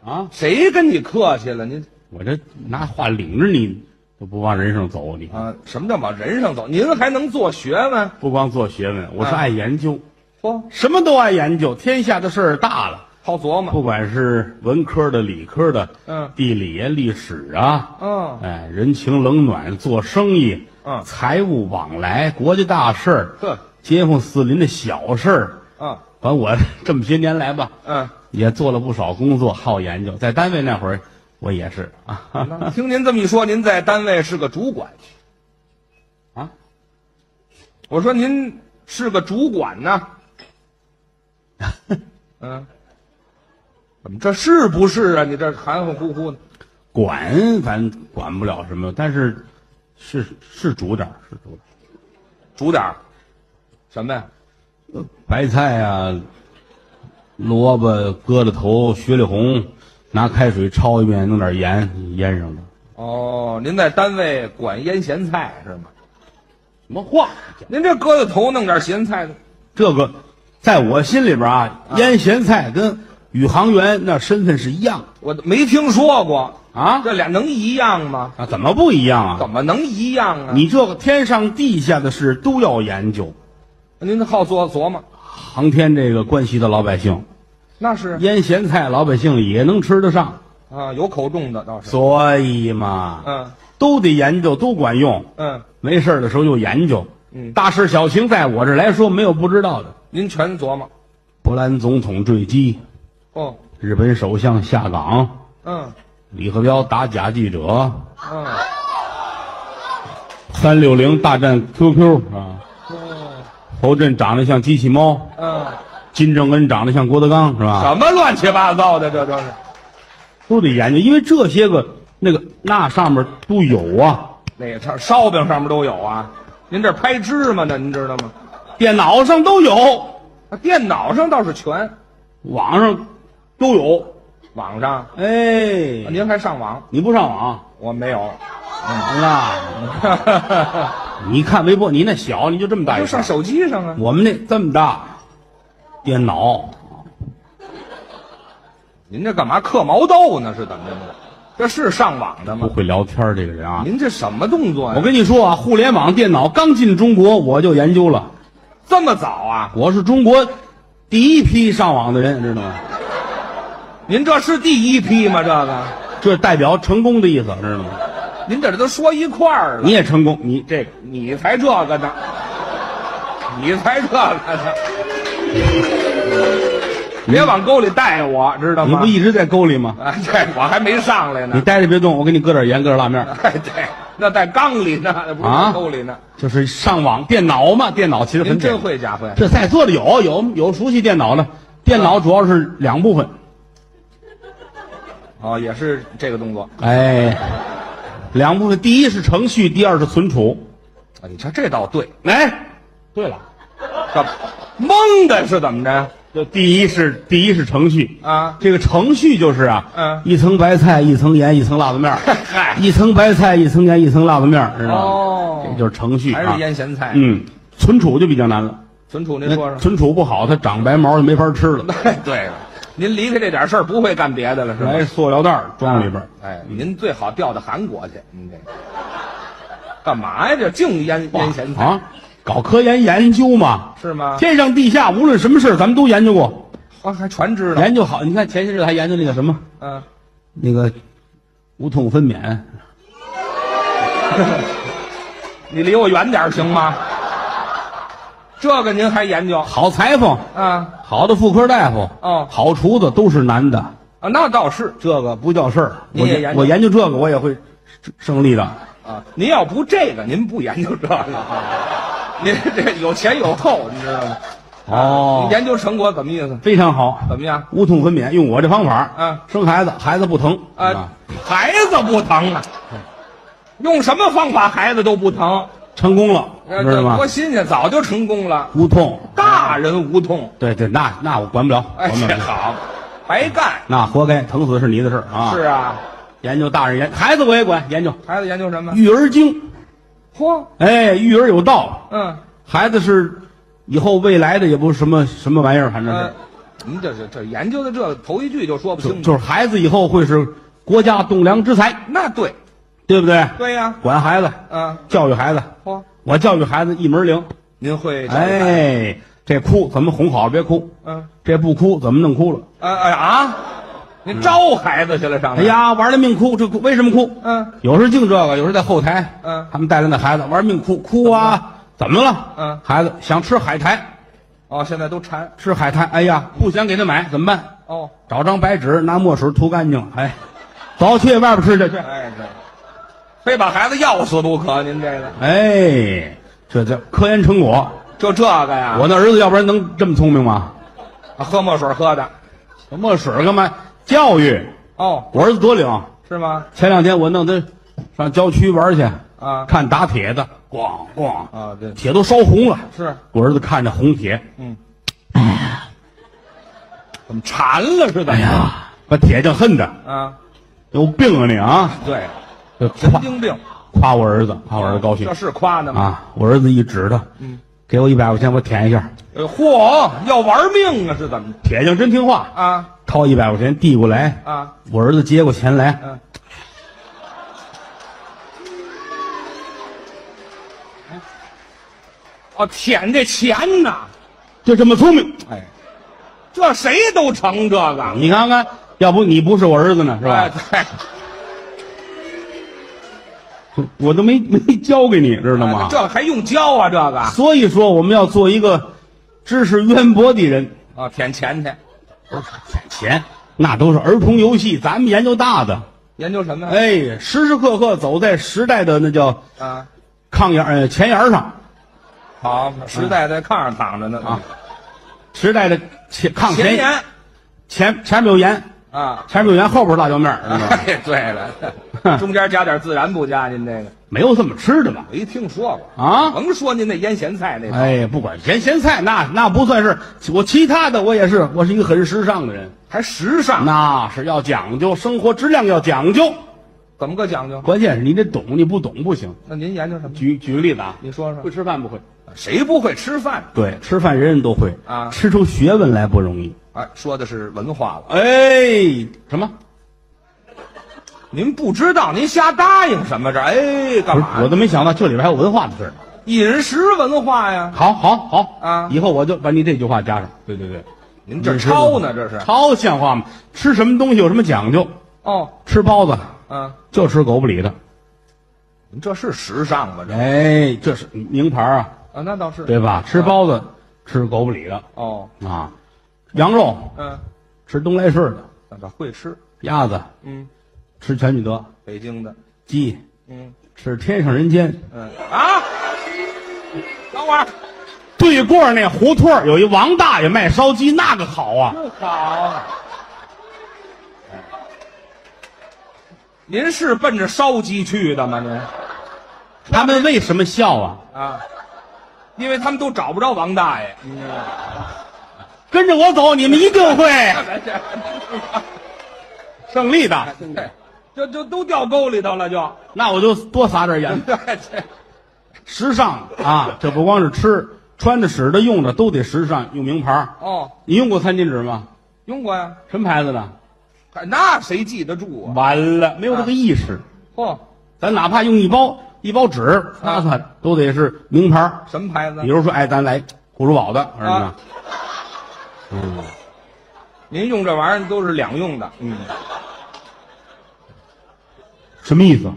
[SPEAKER 1] 啊！
[SPEAKER 2] 谁跟你客气了？您
[SPEAKER 1] 我这拿话领着你都不往人上走，你看
[SPEAKER 2] 啊，什么叫往人上走？您还能做学问？
[SPEAKER 1] 不光做学问，我是
[SPEAKER 2] 啊
[SPEAKER 1] 爱研究，
[SPEAKER 2] 嚯，
[SPEAKER 1] 什么都爱研究，天下的事儿大了。
[SPEAKER 2] 好琢磨。
[SPEAKER 1] 不管是文科的、理科的，
[SPEAKER 2] 嗯
[SPEAKER 1] 地理啊、历史啊，
[SPEAKER 2] 嗯
[SPEAKER 1] 哎，人情冷暖、做生意，
[SPEAKER 2] 嗯
[SPEAKER 1] 财务往来、国家大事儿，
[SPEAKER 2] 呵
[SPEAKER 1] 街坊四邻的小事儿，
[SPEAKER 2] 啊，
[SPEAKER 1] 反正我 这么些年来吧，
[SPEAKER 2] 嗯，
[SPEAKER 1] 也做了不少工作，好研究。在单位那会儿，我也是啊哈哈
[SPEAKER 2] 那听您这么一说，您在单位是个主管。
[SPEAKER 1] 啊，
[SPEAKER 2] 我说您是个主管呢，嗯，怎么这是不是啊？你这含含糊糊的，
[SPEAKER 1] 管反正管不了什么，但是是是主点儿是主点儿
[SPEAKER 2] 煮点儿什么呀？
[SPEAKER 1] 呃白菜啊，萝卜、疙瘩头、雪里红，拿开水焯一遍，弄点盐腌上了。
[SPEAKER 2] 哦，您在单位管腌咸菜是吗？
[SPEAKER 1] 什么话？啊
[SPEAKER 2] 您这疙瘩头弄点咸菜呢？
[SPEAKER 1] 这个，在我心里边啊，腌咸菜跟宇航员那身份是一样的
[SPEAKER 2] 我没听说过，
[SPEAKER 1] 啊
[SPEAKER 2] 这俩能一样吗？
[SPEAKER 1] 啊，怎么不一样啊？
[SPEAKER 2] 怎么能一样啊？
[SPEAKER 1] 你这个天上地下的事都要研究，
[SPEAKER 2] 您好琢琢磨，
[SPEAKER 1] 航天这个关系到老百姓，
[SPEAKER 2] 那是
[SPEAKER 1] 腌咸菜老百姓也能吃得上，
[SPEAKER 2] 啊，有口重的倒是，
[SPEAKER 1] 所以嘛，
[SPEAKER 2] 嗯
[SPEAKER 1] 都得研究，都管用。
[SPEAKER 2] 嗯，
[SPEAKER 1] 没事儿的时候就研究。
[SPEAKER 2] 嗯
[SPEAKER 1] 大事小情在我这儿来说没有不知道的。
[SPEAKER 2] 您全琢磨，
[SPEAKER 1] 波兰总统坠机，
[SPEAKER 2] 哦，
[SPEAKER 1] 日本首相下岗，
[SPEAKER 2] 嗯
[SPEAKER 1] 李鹤彪打假记者，
[SPEAKER 2] 嗯，
[SPEAKER 1] 三六零大战 QQ 啊，
[SPEAKER 2] 哦
[SPEAKER 1] 侯震长得像机器猫，
[SPEAKER 2] 嗯。
[SPEAKER 1] 金正恩长得像郭德纲，是吧？
[SPEAKER 2] 什么乱七八糟的，这都是
[SPEAKER 1] 都得研究，因为这些个那个那上面都有啊。
[SPEAKER 2] 哪上烧饼上面都有啊？您这拍芝麻呢，您知道吗？
[SPEAKER 1] 电脑上都有，
[SPEAKER 2] 啊电脑上倒是全，
[SPEAKER 1] 网上都有。
[SPEAKER 2] 网上、
[SPEAKER 1] 哎
[SPEAKER 2] 啊，您还上网？
[SPEAKER 1] 你不上网
[SPEAKER 2] 我没有，
[SPEAKER 1] 啊？你看微博，你那小，你就这么大一
[SPEAKER 2] 就
[SPEAKER 1] 块
[SPEAKER 2] 上
[SPEAKER 1] 儿
[SPEAKER 2] 手机上啊。
[SPEAKER 1] 我们那这么大，电脑
[SPEAKER 2] 您这干嘛刻毛豆呢？是怎么着呢？这是上网的
[SPEAKER 1] 不
[SPEAKER 2] 吗？
[SPEAKER 1] 会聊天儿这个人啊。
[SPEAKER 2] 您这什么动作呀、
[SPEAKER 1] 我跟你说啊，互联网电脑刚进中国，我就研究了，
[SPEAKER 2] 这么早啊？
[SPEAKER 1] 我是中国第一批上网的人，知道吗？
[SPEAKER 2] 您这是第一批吗？这个，
[SPEAKER 1] 这代表成功的意思，知道吗？
[SPEAKER 2] 您这都说一块儿了，
[SPEAKER 1] 你也成功，你这个
[SPEAKER 2] 你才这个呢，你才这个呢，别往沟里带我，知道
[SPEAKER 1] 你
[SPEAKER 2] 吗？
[SPEAKER 1] 不一直在沟里吗？
[SPEAKER 2] 啊，对，我还没上来
[SPEAKER 1] 你
[SPEAKER 2] 呢。
[SPEAKER 1] 待着别动，我给你搁点盐，搁点辣面儿。
[SPEAKER 2] 哎，对，那在缸里呢，那不是
[SPEAKER 1] 啊
[SPEAKER 2] 在沟里呢。
[SPEAKER 1] 就是上网电脑嘛，电脑其实很
[SPEAKER 2] 您
[SPEAKER 1] 简
[SPEAKER 2] 真
[SPEAKER 1] 单。
[SPEAKER 2] 会假会，
[SPEAKER 1] 这在座的有有有熟悉电脑的，电脑主要是两部分，
[SPEAKER 2] 哦，也是这个动作。
[SPEAKER 1] 哎，两部分，第一是程序，第二是存储。
[SPEAKER 2] 啊，你瞧这倒对，
[SPEAKER 1] 哎，
[SPEAKER 4] 对了，
[SPEAKER 2] 这蒙的是怎么着？
[SPEAKER 1] 这第一是第一是程序
[SPEAKER 2] 啊
[SPEAKER 1] 这个程序就是啊，
[SPEAKER 2] 嗯
[SPEAKER 1] 一层白菜，一层盐，一层辣子面儿
[SPEAKER 2] 嗨
[SPEAKER 1] 一层白菜，一层盐，一层辣子面儿知道吗？
[SPEAKER 2] 哦
[SPEAKER 1] 这就是程序
[SPEAKER 2] 还
[SPEAKER 1] 啊
[SPEAKER 2] 是。腌咸菜？
[SPEAKER 1] 嗯，存储就比较难了，
[SPEAKER 2] 存储您说说。
[SPEAKER 1] 存储不好，它长白毛就没法吃 了。
[SPEAKER 2] 对了，您离开这点事儿不会干别的了是吧？
[SPEAKER 1] 来塑料袋儿装里边儿，
[SPEAKER 2] 哎，您最好调到韩国去，您这干嘛呀？这净腌腌咸菜、啊
[SPEAKER 1] 啊，搞科研研究嘛，
[SPEAKER 2] 是吗？
[SPEAKER 1] 天上地下无论什么事儿咱们都研究过，
[SPEAKER 2] 啊，还全知道。
[SPEAKER 1] 研究好。你看前些日子还研究那个什么
[SPEAKER 2] 嗯、
[SPEAKER 1] 那个无痛分娩，
[SPEAKER 2] 你离我远点儿行吗？这个您还研究
[SPEAKER 1] 好裁缝，
[SPEAKER 2] 啊？
[SPEAKER 1] 好的妇科大夫，
[SPEAKER 2] 哦
[SPEAKER 1] 好厨子都是男的，
[SPEAKER 2] 啊，那倒是
[SPEAKER 1] 这个不叫事儿。
[SPEAKER 2] 你
[SPEAKER 1] 我
[SPEAKER 2] 也
[SPEAKER 1] 研
[SPEAKER 2] 研究
[SPEAKER 1] 我研究这个，我也会胜胜利的。
[SPEAKER 2] 啊。您要不这个，您不研究这个， 您这有前有后，你知道吗？
[SPEAKER 1] 哦
[SPEAKER 2] 啊研究成果怎么意思？
[SPEAKER 1] 非常好，
[SPEAKER 2] 怎么样？
[SPEAKER 1] 无痛分娩用我这方法，
[SPEAKER 2] 嗯
[SPEAKER 1] 生孩子孩子不疼是吧
[SPEAKER 2] 啊，孩子不疼啊？用什么方法孩子都不疼？
[SPEAKER 1] 成功了，
[SPEAKER 2] 呃
[SPEAKER 1] 知道
[SPEAKER 2] 这
[SPEAKER 1] 吗
[SPEAKER 2] 多？新鲜，早就成功了。
[SPEAKER 1] 无痛，
[SPEAKER 2] 大人无痛，
[SPEAKER 1] 对对，那那我管不了，
[SPEAKER 2] 哎，
[SPEAKER 1] 管不
[SPEAKER 2] 这
[SPEAKER 1] 了，
[SPEAKER 2] 好，白干。
[SPEAKER 1] 那活该，疼死是你的事儿啊。
[SPEAKER 2] 是啊，
[SPEAKER 1] 研究大人研孩子我也管研究
[SPEAKER 2] 孩子研究什么？
[SPEAKER 1] 育儿经，
[SPEAKER 2] 嚯，
[SPEAKER 1] 哎，育儿有道，
[SPEAKER 2] 嗯，
[SPEAKER 1] 孩子是以后未来的也不是什么什么玩意儿，反正是
[SPEAKER 2] 呃，您这是这研究的这头一句就说不
[SPEAKER 1] 就
[SPEAKER 2] 清
[SPEAKER 1] 就
[SPEAKER 2] 楚。
[SPEAKER 1] 是孩子以后会是国家栋梁之才，
[SPEAKER 2] 那对，
[SPEAKER 1] 对不对？
[SPEAKER 2] 对呀，
[SPEAKER 1] 管孩子，
[SPEAKER 2] 嗯，
[SPEAKER 1] 教育孩子，
[SPEAKER 2] 嚯，
[SPEAKER 1] 我教育孩子一门儿灵。
[SPEAKER 2] 您会找人看，
[SPEAKER 1] 哎，这哭怎么哄好？别哭，
[SPEAKER 2] 嗯，
[SPEAKER 1] 这不哭怎么弄哭了？
[SPEAKER 2] 啊啊啊，您招孩子去了上
[SPEAKER 1] 嗯哎
[SPEAKER 2] 面？，
[SPEAKER 1] 呀，玩了命哭，这哭为什么哭？
[SPEAKER 2] 嗯
[SPEAKER 1] 有时净这个，有时在后台，
[SPEAKER 2] 嗯
[SPEAKER 1] 他们带着那孩子玩命哭，哭啊，怎么了？
[SPEAKER 2] 嗯
[SPEAKER 1] 孩子想吃海苔，
[SPEAKER 2] 哦，现在都馋
[SPEAKER 1] 吃海苔，哎呀，不想给他买，怎么办？
[SPEAKER 2] 哦，
[SPEAKER 1] 找张白纸，拿墨水涂干净了，哎，走去外边吃去去。
[SPEAKER 2] 哎这，非把孩子要死不可，您这个
[SPEAKER 1] 哎，这叫科研成果。
[SPEAKER 2] 就这个呀，
[SPEAKER 1] 我那儿子要不然能这么聪明吗？
[SPEAKER 2] 啊喝墨水喝的，
[SPEAKER 1] 这墨水干嘛？教育，
[SPEAKER 2] 哦，
[SPEAKER 1] 我儿子多灵。
[SPEAKER 2] 是吗？
[SPEAKER 1] 前两天我弄他上郊区玩去，
[SPEAKER 2] 啊
[SPEAKER 1] 看打铁的，咣咣，
[SPEAKER 2] 啊，对，
[SPEAKER 1] 铁都烧红了。
[SPEAKER 2] 是，嗯
[SPEAKER 1] 我儿子看着红铁，
[SPEAKER 2] 怎么馋了是怎么
[SPEAKER 1] 哎
[SPEAKER 2] 着？
[SPEAKER 1] 呀，把铁匠恨的
[SPEAKER 2] 啊，
[SPEAKER 1] 有病啊你啊！
[SPEAKER 2] 对，
[SPEAKER 1] 就
[SPEAKER 2] 神
[SPEAKER 1] 夸
[SPEAKER 2] 经病，
[SPEAKER 1] 夸我儿子，夸我儿子高兴
[SPEAKER 2] 这是夸的吗？嗯
[SPEAKER 1] 啊！我儿子一指他，给我一百块钱，我舔一下。
[SPEAKER 2] 呃嚯，要玩命啊，是怎么着？
[SPEAKER 1] 铁匠真听话，
[SPEAKER 2] 啊
[SPEAKER 1] 掏一百块钱递过来，
[SPEAKER 2] 啊，
[SPEAKER 1] 我儿子接过钱来，
[SPEAKER 2] 嗯、哎哦，舔这钱呐，
[SPEAKER 1] 就这么聪明。
[SPEAKER 2] 哎，这谁都成这个，
[SPEAKER 1] 你看看，要不你不是我儿子呢，是吧？
[SPEAKER 2] 哎？
[SPEAKER 1] 我都没 没教给你，知
[SPEAKER 2] 对，
[SPEAKER 1] 道吗？
[SPEAKER 2] 这还用教啊？这个
[SPEAKER 1] 所以说，我们要做一个知识渊博的人。
[SPEAKER 2] 啊，舔钱去，
[SPEAKER 1] 钱那都是儿童游戏，咱们研究大的。
[SPEAKER 2] 研究什么呀？
[SPEAKER 1] 哎，时时刻刻走在时代的那叫
[SPEAKER 2] 啊，
[SPEAKER 1] 炕沿儿呃前沿儿上
[SPEAKER 2] 好，实在在炕上躺着呢
[SPEAKER 1] 啊，时代的前炕
[SPEAKER 2] 前
[SPEAKER 1] 前
[SPEAKER 2] 言
[SPEAKER 1] 前前面有盐，
[SPEAKER 2] 啊。
[SPEAKER 1] 前面有盐，后边是辣椒面儿，是 吧
[SPEAKER 2] 哎，对了，中间加点孜然不加？您这个
[SPEAKER 1] 没有这么吃的嘛。
[SPEAKER 2] 没听说过
[SPEAKER 1] 啊
[SPEAKER 2] 甭说您那腌咸菜那个，
[SPEAKER 1] 哎，不管咸咸菜，那那不算是我其他的，我也是，我是一个很时尚的人，
[SPEAKER 2] 还时尚，
[SPEAKER 1] 那是要讲究生活质量，要讲究。
[SPEAKER 2] 怎么个讲究？
[SPEAKER 1] 关键是你得懂，你不懂不行。
[SPEAKER 2] 那您研究什么？
[SPEAKER 1] 举举个例子啊，
[SPEAKER 2] 你说
[SPEAKER 1] 会
[SPEAKER 2] 说，
[SPEAKER 1] 吃饭不会？
[SPEAKER 2] 谁不会吃饭
[SPEAKER 1] 对，吃饭人人都会
[SPEAKER 2] 啊
[SPEAKER 1] 吃出学问来不容易。
[SPEAKER 2] 啊？说的是文化了，
[SPEAKER 1] 哎，什么？
[SPEAKER 2] 您不知道，您瞎答应什么这？哎，
[SPEAKER 1] 不
[SPEAKER 2] 干
[SPEAKER 1] 是，
[SPEAKER 2] 嘛
[SPEAKER 1] 我
[SPEAKER 2] 呀？
[SPEAKER 1] 都没想到这里边还有文化的事儿。
[SPEAKER 2] 饮食文化呀！
[SPEAKER 1] 好，好，好
[SPEAKER 2] 啊
[SPEAKER 1] 以后我就把你这句话加上。对对对，
[SPEAKER 2] 您这抄呢？这是
[SPEAKER 1] 抄像话吗？吃什么东西有什么讲究？
[SPEAKER 2] 哦，
[SPEAKER 1] 吃包子
[SPEAKER 2] 嗯，
[SPEAKER 1] 就吃狗不理的。
[SPEAKER 2] 您这是时尚吗？这
[SPEAKER 1] 哎，这是名牌啊，
[SPEAKER 2] 啊，那倒是
[SPEAKER 1] 对吧？吃包子吃狗不理的
[SPEAKER 2] 哦，
[SPEAKER 1] 啊，羊肉
[SPEAKER 2] 嗯，
[SPEAKER 1] 吃东来顺的，
[SPEAKER 2] 那倒会吃，
[SPEAKER 1] 鸭子
[SPEAKER 2] 嗯，
[SPEAKER 1] 吃全聚德，
[SPEAKER 2] 北京的，
[SPEAKER 1] 鸡
[SPEAKER 2] 嗯，
[SPEAKER 1] 是天上人间。
[SPEAKER 2] 嗯啊，等会儿，
[SPEAKER 1] 对过那胡同儿有一王大爷卖烧鸡，那个好啊！
[SPEAKER 2] 好。您是奔着烧鸡去的吗？您
[SPEAKER 1] 他们为什么笑啊？
[SPEAKER 2] 啊，因为他们都找不着王大 爷。
[SPEAKER 1] 跟着我走，你们一定会
[SPEAKER 2] 哎
[SPEAKER 1] 胜利的。
[SPEAKER 2] 对，就就都掉沟里头了，就。
[SPEAKER 1] 那我就多撒点盐。
[SPEAKER 2] 对，
[SPEAKER 1] 时尚啊，这不光是吃，穿的、使的、用的都得时尚，用名牌儿。
[SPEAKER 2] 哦，
[SPEAKER 1] 你用过餐巾纸吗？
[SPEAKER 2] 用过呀，
[SPEAKER 1] 什么牌子的？
[SPEAKER 2] 嗨哎那谁记得住啊？
[SPEAKER 1] 完了，没有这个意识。
[SPEAKER 2] 嚯，
[SPEAKER 1] 咱哪怕用一包一包纸擦擦，都得是名牌儿。
[SPEAKER 2] 什么牌子
[SPEAKER 1] 比？如说，哎，咱来古珠宝的，是吧
[SPEAKER 2] 啊？您用这玩意儿都是两用的，嗯，
[SPEAKER 1] 什么意思？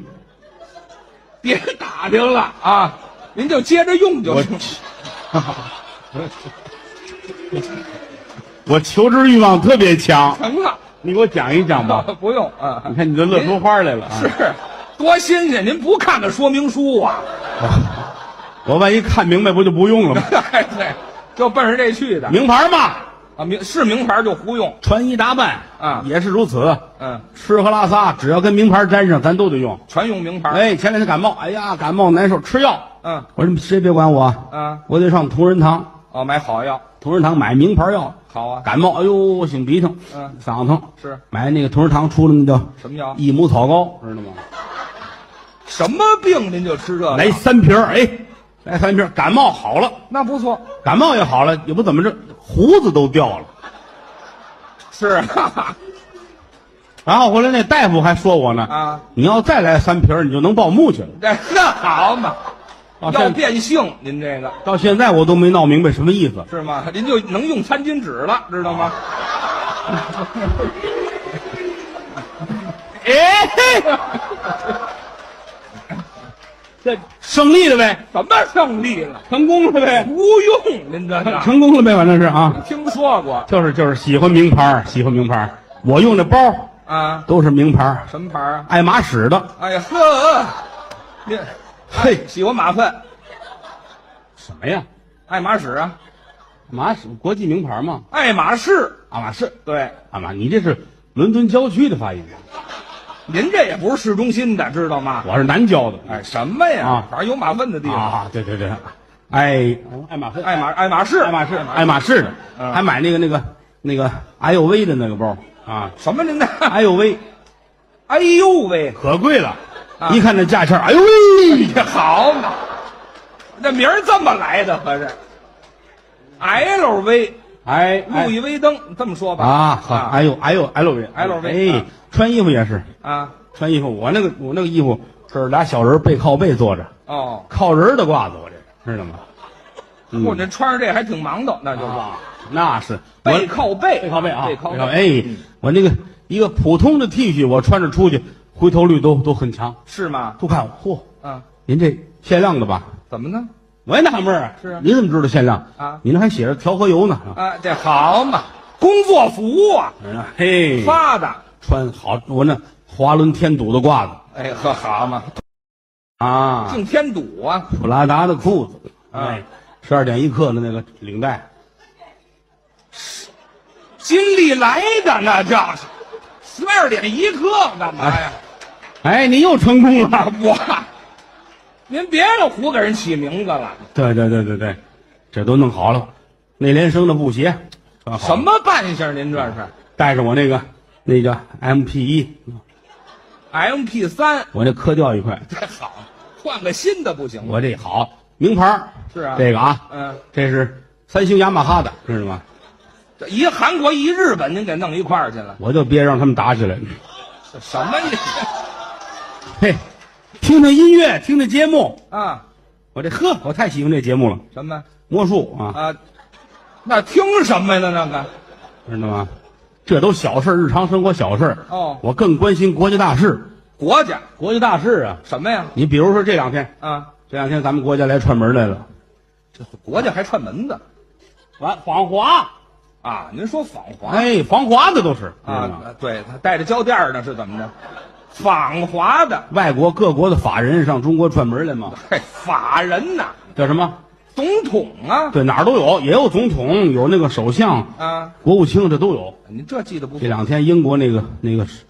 [SPEAKER 2] 别打听了啊，您就接着用就
[SPEAKER 1] 我
[SPEAKER 2] 行。
[SPEAKER 1] 我求知欲望特别强，
[SPEAKER 2] 成了，
[SPEAKER 1] 你给我讲一讲吧。
[SPEAKER 2] 不用啊。
[SPEAKER 1] 你看，你都乐出花来了。啊
[SPEAKER 2] 是，多新鲜！您不看看说明书啊？
[SPEAKER 1] 我万一看明白，不就不用了吗？
[SPEAKER 2] 哎，对，就奔着这去的
[SPEAKER 1] 名牌嘛，
[SPEAKER 2] 啊，名是名牌就胡用，
[SPEAKER 1] 穿衣打扮
[SPEAKER 2] 啊
[SPEAKER 1] 也是如此。
[SPEAKER 2] 嗯，
[SPEAKER 1] 吃喝拉撒，只要跟名牌沾上，咱都得用。
[SPEAKER 2] 全用名牌。，
[SPEAKER 1] 哎，前两天感冒，哎呀，感冒难受，吃药。
[SPEAKER 2] 嗯
[SPEAKER 1] 我说你谁也别管我啊，
[SPEAKER 2] 嗯，
[SPEAKER 1] 我得上同仁堂，
[SPEAKER 2] 哦，买好药，
[SPEAKER 1] 同仁堂买名牌药。
[SPEAKER 2] 好啊，
[SPEAKER 1] 感冒，哎呦，擤鼻涕，
[SPEAKER 2] 嗯
[SPEAKER 1] 嗓子疼，
[SPEAKER 2] 是
[SPEAKER 1] 买那个同仁堂出的那叫
[SPEAKER 2] 什么药？
[SPEAKER 1] 益母草膏，知道吗？
[SPEAKER 2] 什么病您就吃这个？
[SPEAKER 1] 来三瓶儿，哎，来三瓶儿，感冒好了，
[SPEAKER 2] 那不错，
[SPEAKER 1] 感冒也好了，也不怎么着，胡子都掉了。
[SPEAKER 2] 是， 哈哈
[SPEAKER 1] 然后回来那大夫还说我呢，
[SPEAKER 2] 啊，
[SPEAKER 1] 你要再来三瓶儿，你就能报幕去了。
[SPEAKER 2] 那那 好嘛，
[SPEAKER 1] 到
[SPEAKER 2] 要
[SPEAKER 1] 现
[SPEAKER 2] 变性，您这个
[SPEAKER 1] 到现在我都没闹明白什么意思。
[SPEAKER 2] 是吗？您就能用餐巾纸了，知道吗？
[SPEAKER 1] 哎，嘿 这胜利了呗，
[SPEAKER 2] 什么胜利了？
[SPEAKER 1] 成功了呗，
[SPEAKER 2] 胡用，您这 是
[SPEAKER 1] 成功了呗，反正是啊，
[SPEAKER 2] 听说过
[SPEAKER 1] 就是就是喜欢名牌儿，喜欢名牌儿。我用的包
[SPEAKER 2] 啊？
[SPEAKER 1] 都是名牌儿，
[SPEAKER 2] 什么牌啊？
[SPEAKER 1] 爱马仕的。
[SPEAKER 2] 哎呀呵，您哎
[SPEAKER 1] 嘿，
[SPEAKER 2] 喜欢马粪，
[SPEAKER 1] 什么呀？
[SPEAKER 2] 爱马仕啊，
[SPEAKER 1] 马仕国际名牌嘛，
[SPEAKER 2] 爱马仕。
[SPEAKER 1] 爱马仕。
[SPEAKER 2] 对，
[SPEAKER 1] 阿玛，你这是伦敦郊区的发音，
[SPEAKER 2] 您这也不是市中心的，知道吗？
[SPEAKER 1] 我是南郊的。
[SPEAKER 2] 哎，什么呀？
[SPEAKER 1] 啊
[SPEAKER 2] 反正有马粪的地方。
[SPEAKER 1] 啊，对对对，爱哦爱马仕，
[SPEAKER 2] 爱马爱马仕，
[SPEAKER 1] 爱马仕，啊爱马仕的，还买那个那个那个 I O V 的那个包啊
[SPEAKER 2] 什么您这？
[SPEAKER 1] ，I O V
[SPEAKER 2] 哎呦喂，
[SPEAKER 1] 可贵了，
[SPEAKER 2] 啊
[SPEAKER 1] 一看这价钱，哎呦喂，
[SPEAKER 2] 这好嘛，这名儿这么来的，合着。LV，
[SPEAKER 1] 哎，
[SPEAKER 2] 路易
[SPEAKER 1] 哎
[SPEAKER 2] 威登，这么说吧。
[SPEAKER 1] 啊，好，哎呦，哎呦，L V
[SPEAKER 2] LV
[SPEAKER 1] 哎
[SPEAKER 2] 啊，
[SPEAKER 1] 穿衣服也是，
[SPEAKER 2] 啊，
[SPEAKER 1] 穿衣服，我那个我那个衣服是俩小人背靠背坐着，
[SPEAKER 2] 哦，
[SPEAKER 1] 靠人的褂子，我这知道吗？嗯
[SPEAKER 2] 我这穿着这还挺忙的，那就是
[SPEAKER 1] 啊，那是我
[SPEAKER 2] 背靠背，
[SPEAKER 1] 背靠背啊，
[SPEAKER 2] 背靠背。
[SPEAKER 1] 哎，我那个一个普通的 T 恤，我穿着出去，回头率都都很强，
[SPEAKER 2] 是吗？
[SPEAKER 1] 都看我。嚯，
[SPEAKER 2] 啊，
[SPEAKER 1] 您这限量的吧？
[SPEAKER 2] 怎么呢？
[SPEAKER 1] 我也纳闷儿啊，
[SPEAKER 2] 是啊
[SPEAKER 1] 您怎么知道限量
[SPEAKER 2] 啊
[SPEAKER 1] 您还写着调和油呢。
[SPEAKER 2] 啊，这好嘛，工作服啊，
[SPEAKER 1] 啊嘿，
[SPEAKER 2] 发的。
[SPEAKER 1] 穿好我那华伦天赌的褂子
[SPEAKER 2] 哎呵，好嘛，
[SPEAKER 1] 啊，
[SPEAKER 2] 净添堵啊！
[SPEAKER 1] 普拉达的裤子，
[SPEAKER 2] 啊
[SPEAKER 1] 哎，十二点一刻的那个领带，
[SPEAKER 2] 金利来的那叫十二点一刻干嘛呀？
[SPEAKER 1] 哎，你又成 功
[SPEAKER 2] 啊
[SPEAKER 1] 了。
[SPEAKER 2] 我，您别老胡给人起名字了，
[SPEAKER 1] 对对对对对，这都弄好了，内联升的布鞋，穿好了
[SPEAKER 2] 什么扮相？您这是
[SPEAKER 1] 带上我那个那叫 M P 一，
[SPEAKER 2] M P 三，
[SPEAKER 1] 我那磕掉一块，
[SPEAKER 2] 这好，换个新的不行吗？
[SPEAKER 1] 我这好名牌儿
[SPEAKER 2] 是啊
[SPEAKER 1] 这个啊，
[SPEAKER 2] 嗯，
[SPEAKER 1] 这是三星雅马哈的，知道吗？
[SPEAKER 2] 这一韩国一日本，您给弄一块儿去了，
[SPEAKER 1] 我就别让他们打起来。
[SPEAKER 2] 这什么意思
[SPEAKER 1] 嘿，听听音乐，听听节目，
[SPEAKER 2] 啊？
[SPEAKER 1] 我这呵，我太喜欢这节目了，
[SPEAKER 2] 什么
[SPEAKER 1] 魔术啊，
[SPEAKER 2] 啊？那听什么呀？那个
[SPEAKER 1] 知道吗？这都小事儿，日常生活小事儿
[SPEAKER 2] 哦
[SPEAKER 1] 我更关心国家大事，
[SPEAKER 2] 国家
[SPEAKER 1] 国家大事啊！
[SPEAKER 2] 什么呀？
[SPEAKER 1] 你比如说这两天，
[SPEAKER 2] 啊，
[SPEAKER 1] 这两天咱们国家来串门来了，
[SPEAKER 2] 国家还串门子
[SPEAKER 1] 完访华，
[SPEAKER 2] 啊？您说访华？
[SPEAKER 1] 哎哎，访华的都是知道吗
[SPEAKER 2] 啊，对他带着胶垫儿呢，是怎么着？访华的
[SPEAKER 1] 外国各国的法人上中国串门来嘛，
[SPEAKER 2] 嘿，法人呐，
[SPEAKER 1] 叫什么？
[SPEAKER 2] 总统啊
[SPEAKER 1] 对，哪儿都有，也有总统，有那个首相、
[SPEAKER 2] 啊，
[SPEAKER 1] 国务卿，这都有。
[SPEAKER 2] 您这记得不
[SPEAKER 1] 这
[SPEAKER 2] 错
[SPEAKER 1] 两天英国那个那个是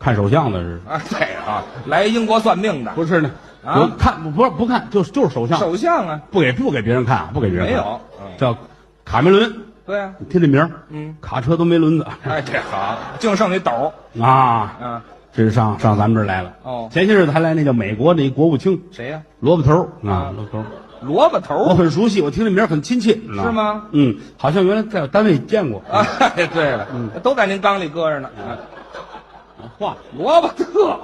[SPEAKER 1] 看首相的是，
[SPEAKER 2] 啊？对啊，来英国算命的
[SPEAKER 1] 不是呢？
[SPEAKER 2] 啊
[SPEAKER 1] 有看不不是不看，就是就是首相，
[SPEAKER 2] 首相啊，
[SPEAKER 1] 不给不给别人看，啊不给别人
[SPEAKER 2] 没
[SPEAKER 1] 看。
[SPEAKER 2] 有，嗯，
[SPEAKER 1] 叫卡梅伦，
[SPEAKER 2] 对啊，
[SPEAKER 1] 你听这名儿
[SPEAKER 2] 嗯，
[SPEAKER 1] 卡车都没轮子
[SPEAKER 2] 哎，这好，净剩一斗，
[SPEAKER 1] 啊，
[SPEAKER 2] 啊，
[SPEAKER 1] 这是上上咱们这儿来了。
[SPEAKER 2] 哦
[SPEAKER 1] 前些日子还来那叫美国那国务卿
[SPEAKER 2] 谁呀？
[SPEAKER 1] 萝卜头儿
[SPEAKER 2] 哦
[SPEAKER 1] 啊，萝卜头儿，
[SPEAKER 2] 萝卜头
[SPEAKER 1] 我
[SPEAKER 2] 儿
[SPEAKER 1] 很熟悉，我听这名儿很亲切，是
[SPEAKER 2] 是？吗？
[SPEAKER 1] 嗯，好像原来在我单位见过。
[SPEAKER 2] 啊，嘿对了，都在您缸里搁着呢。啊
[SPEAKER 1] 话
[SPEAKER 2] 萝卜特，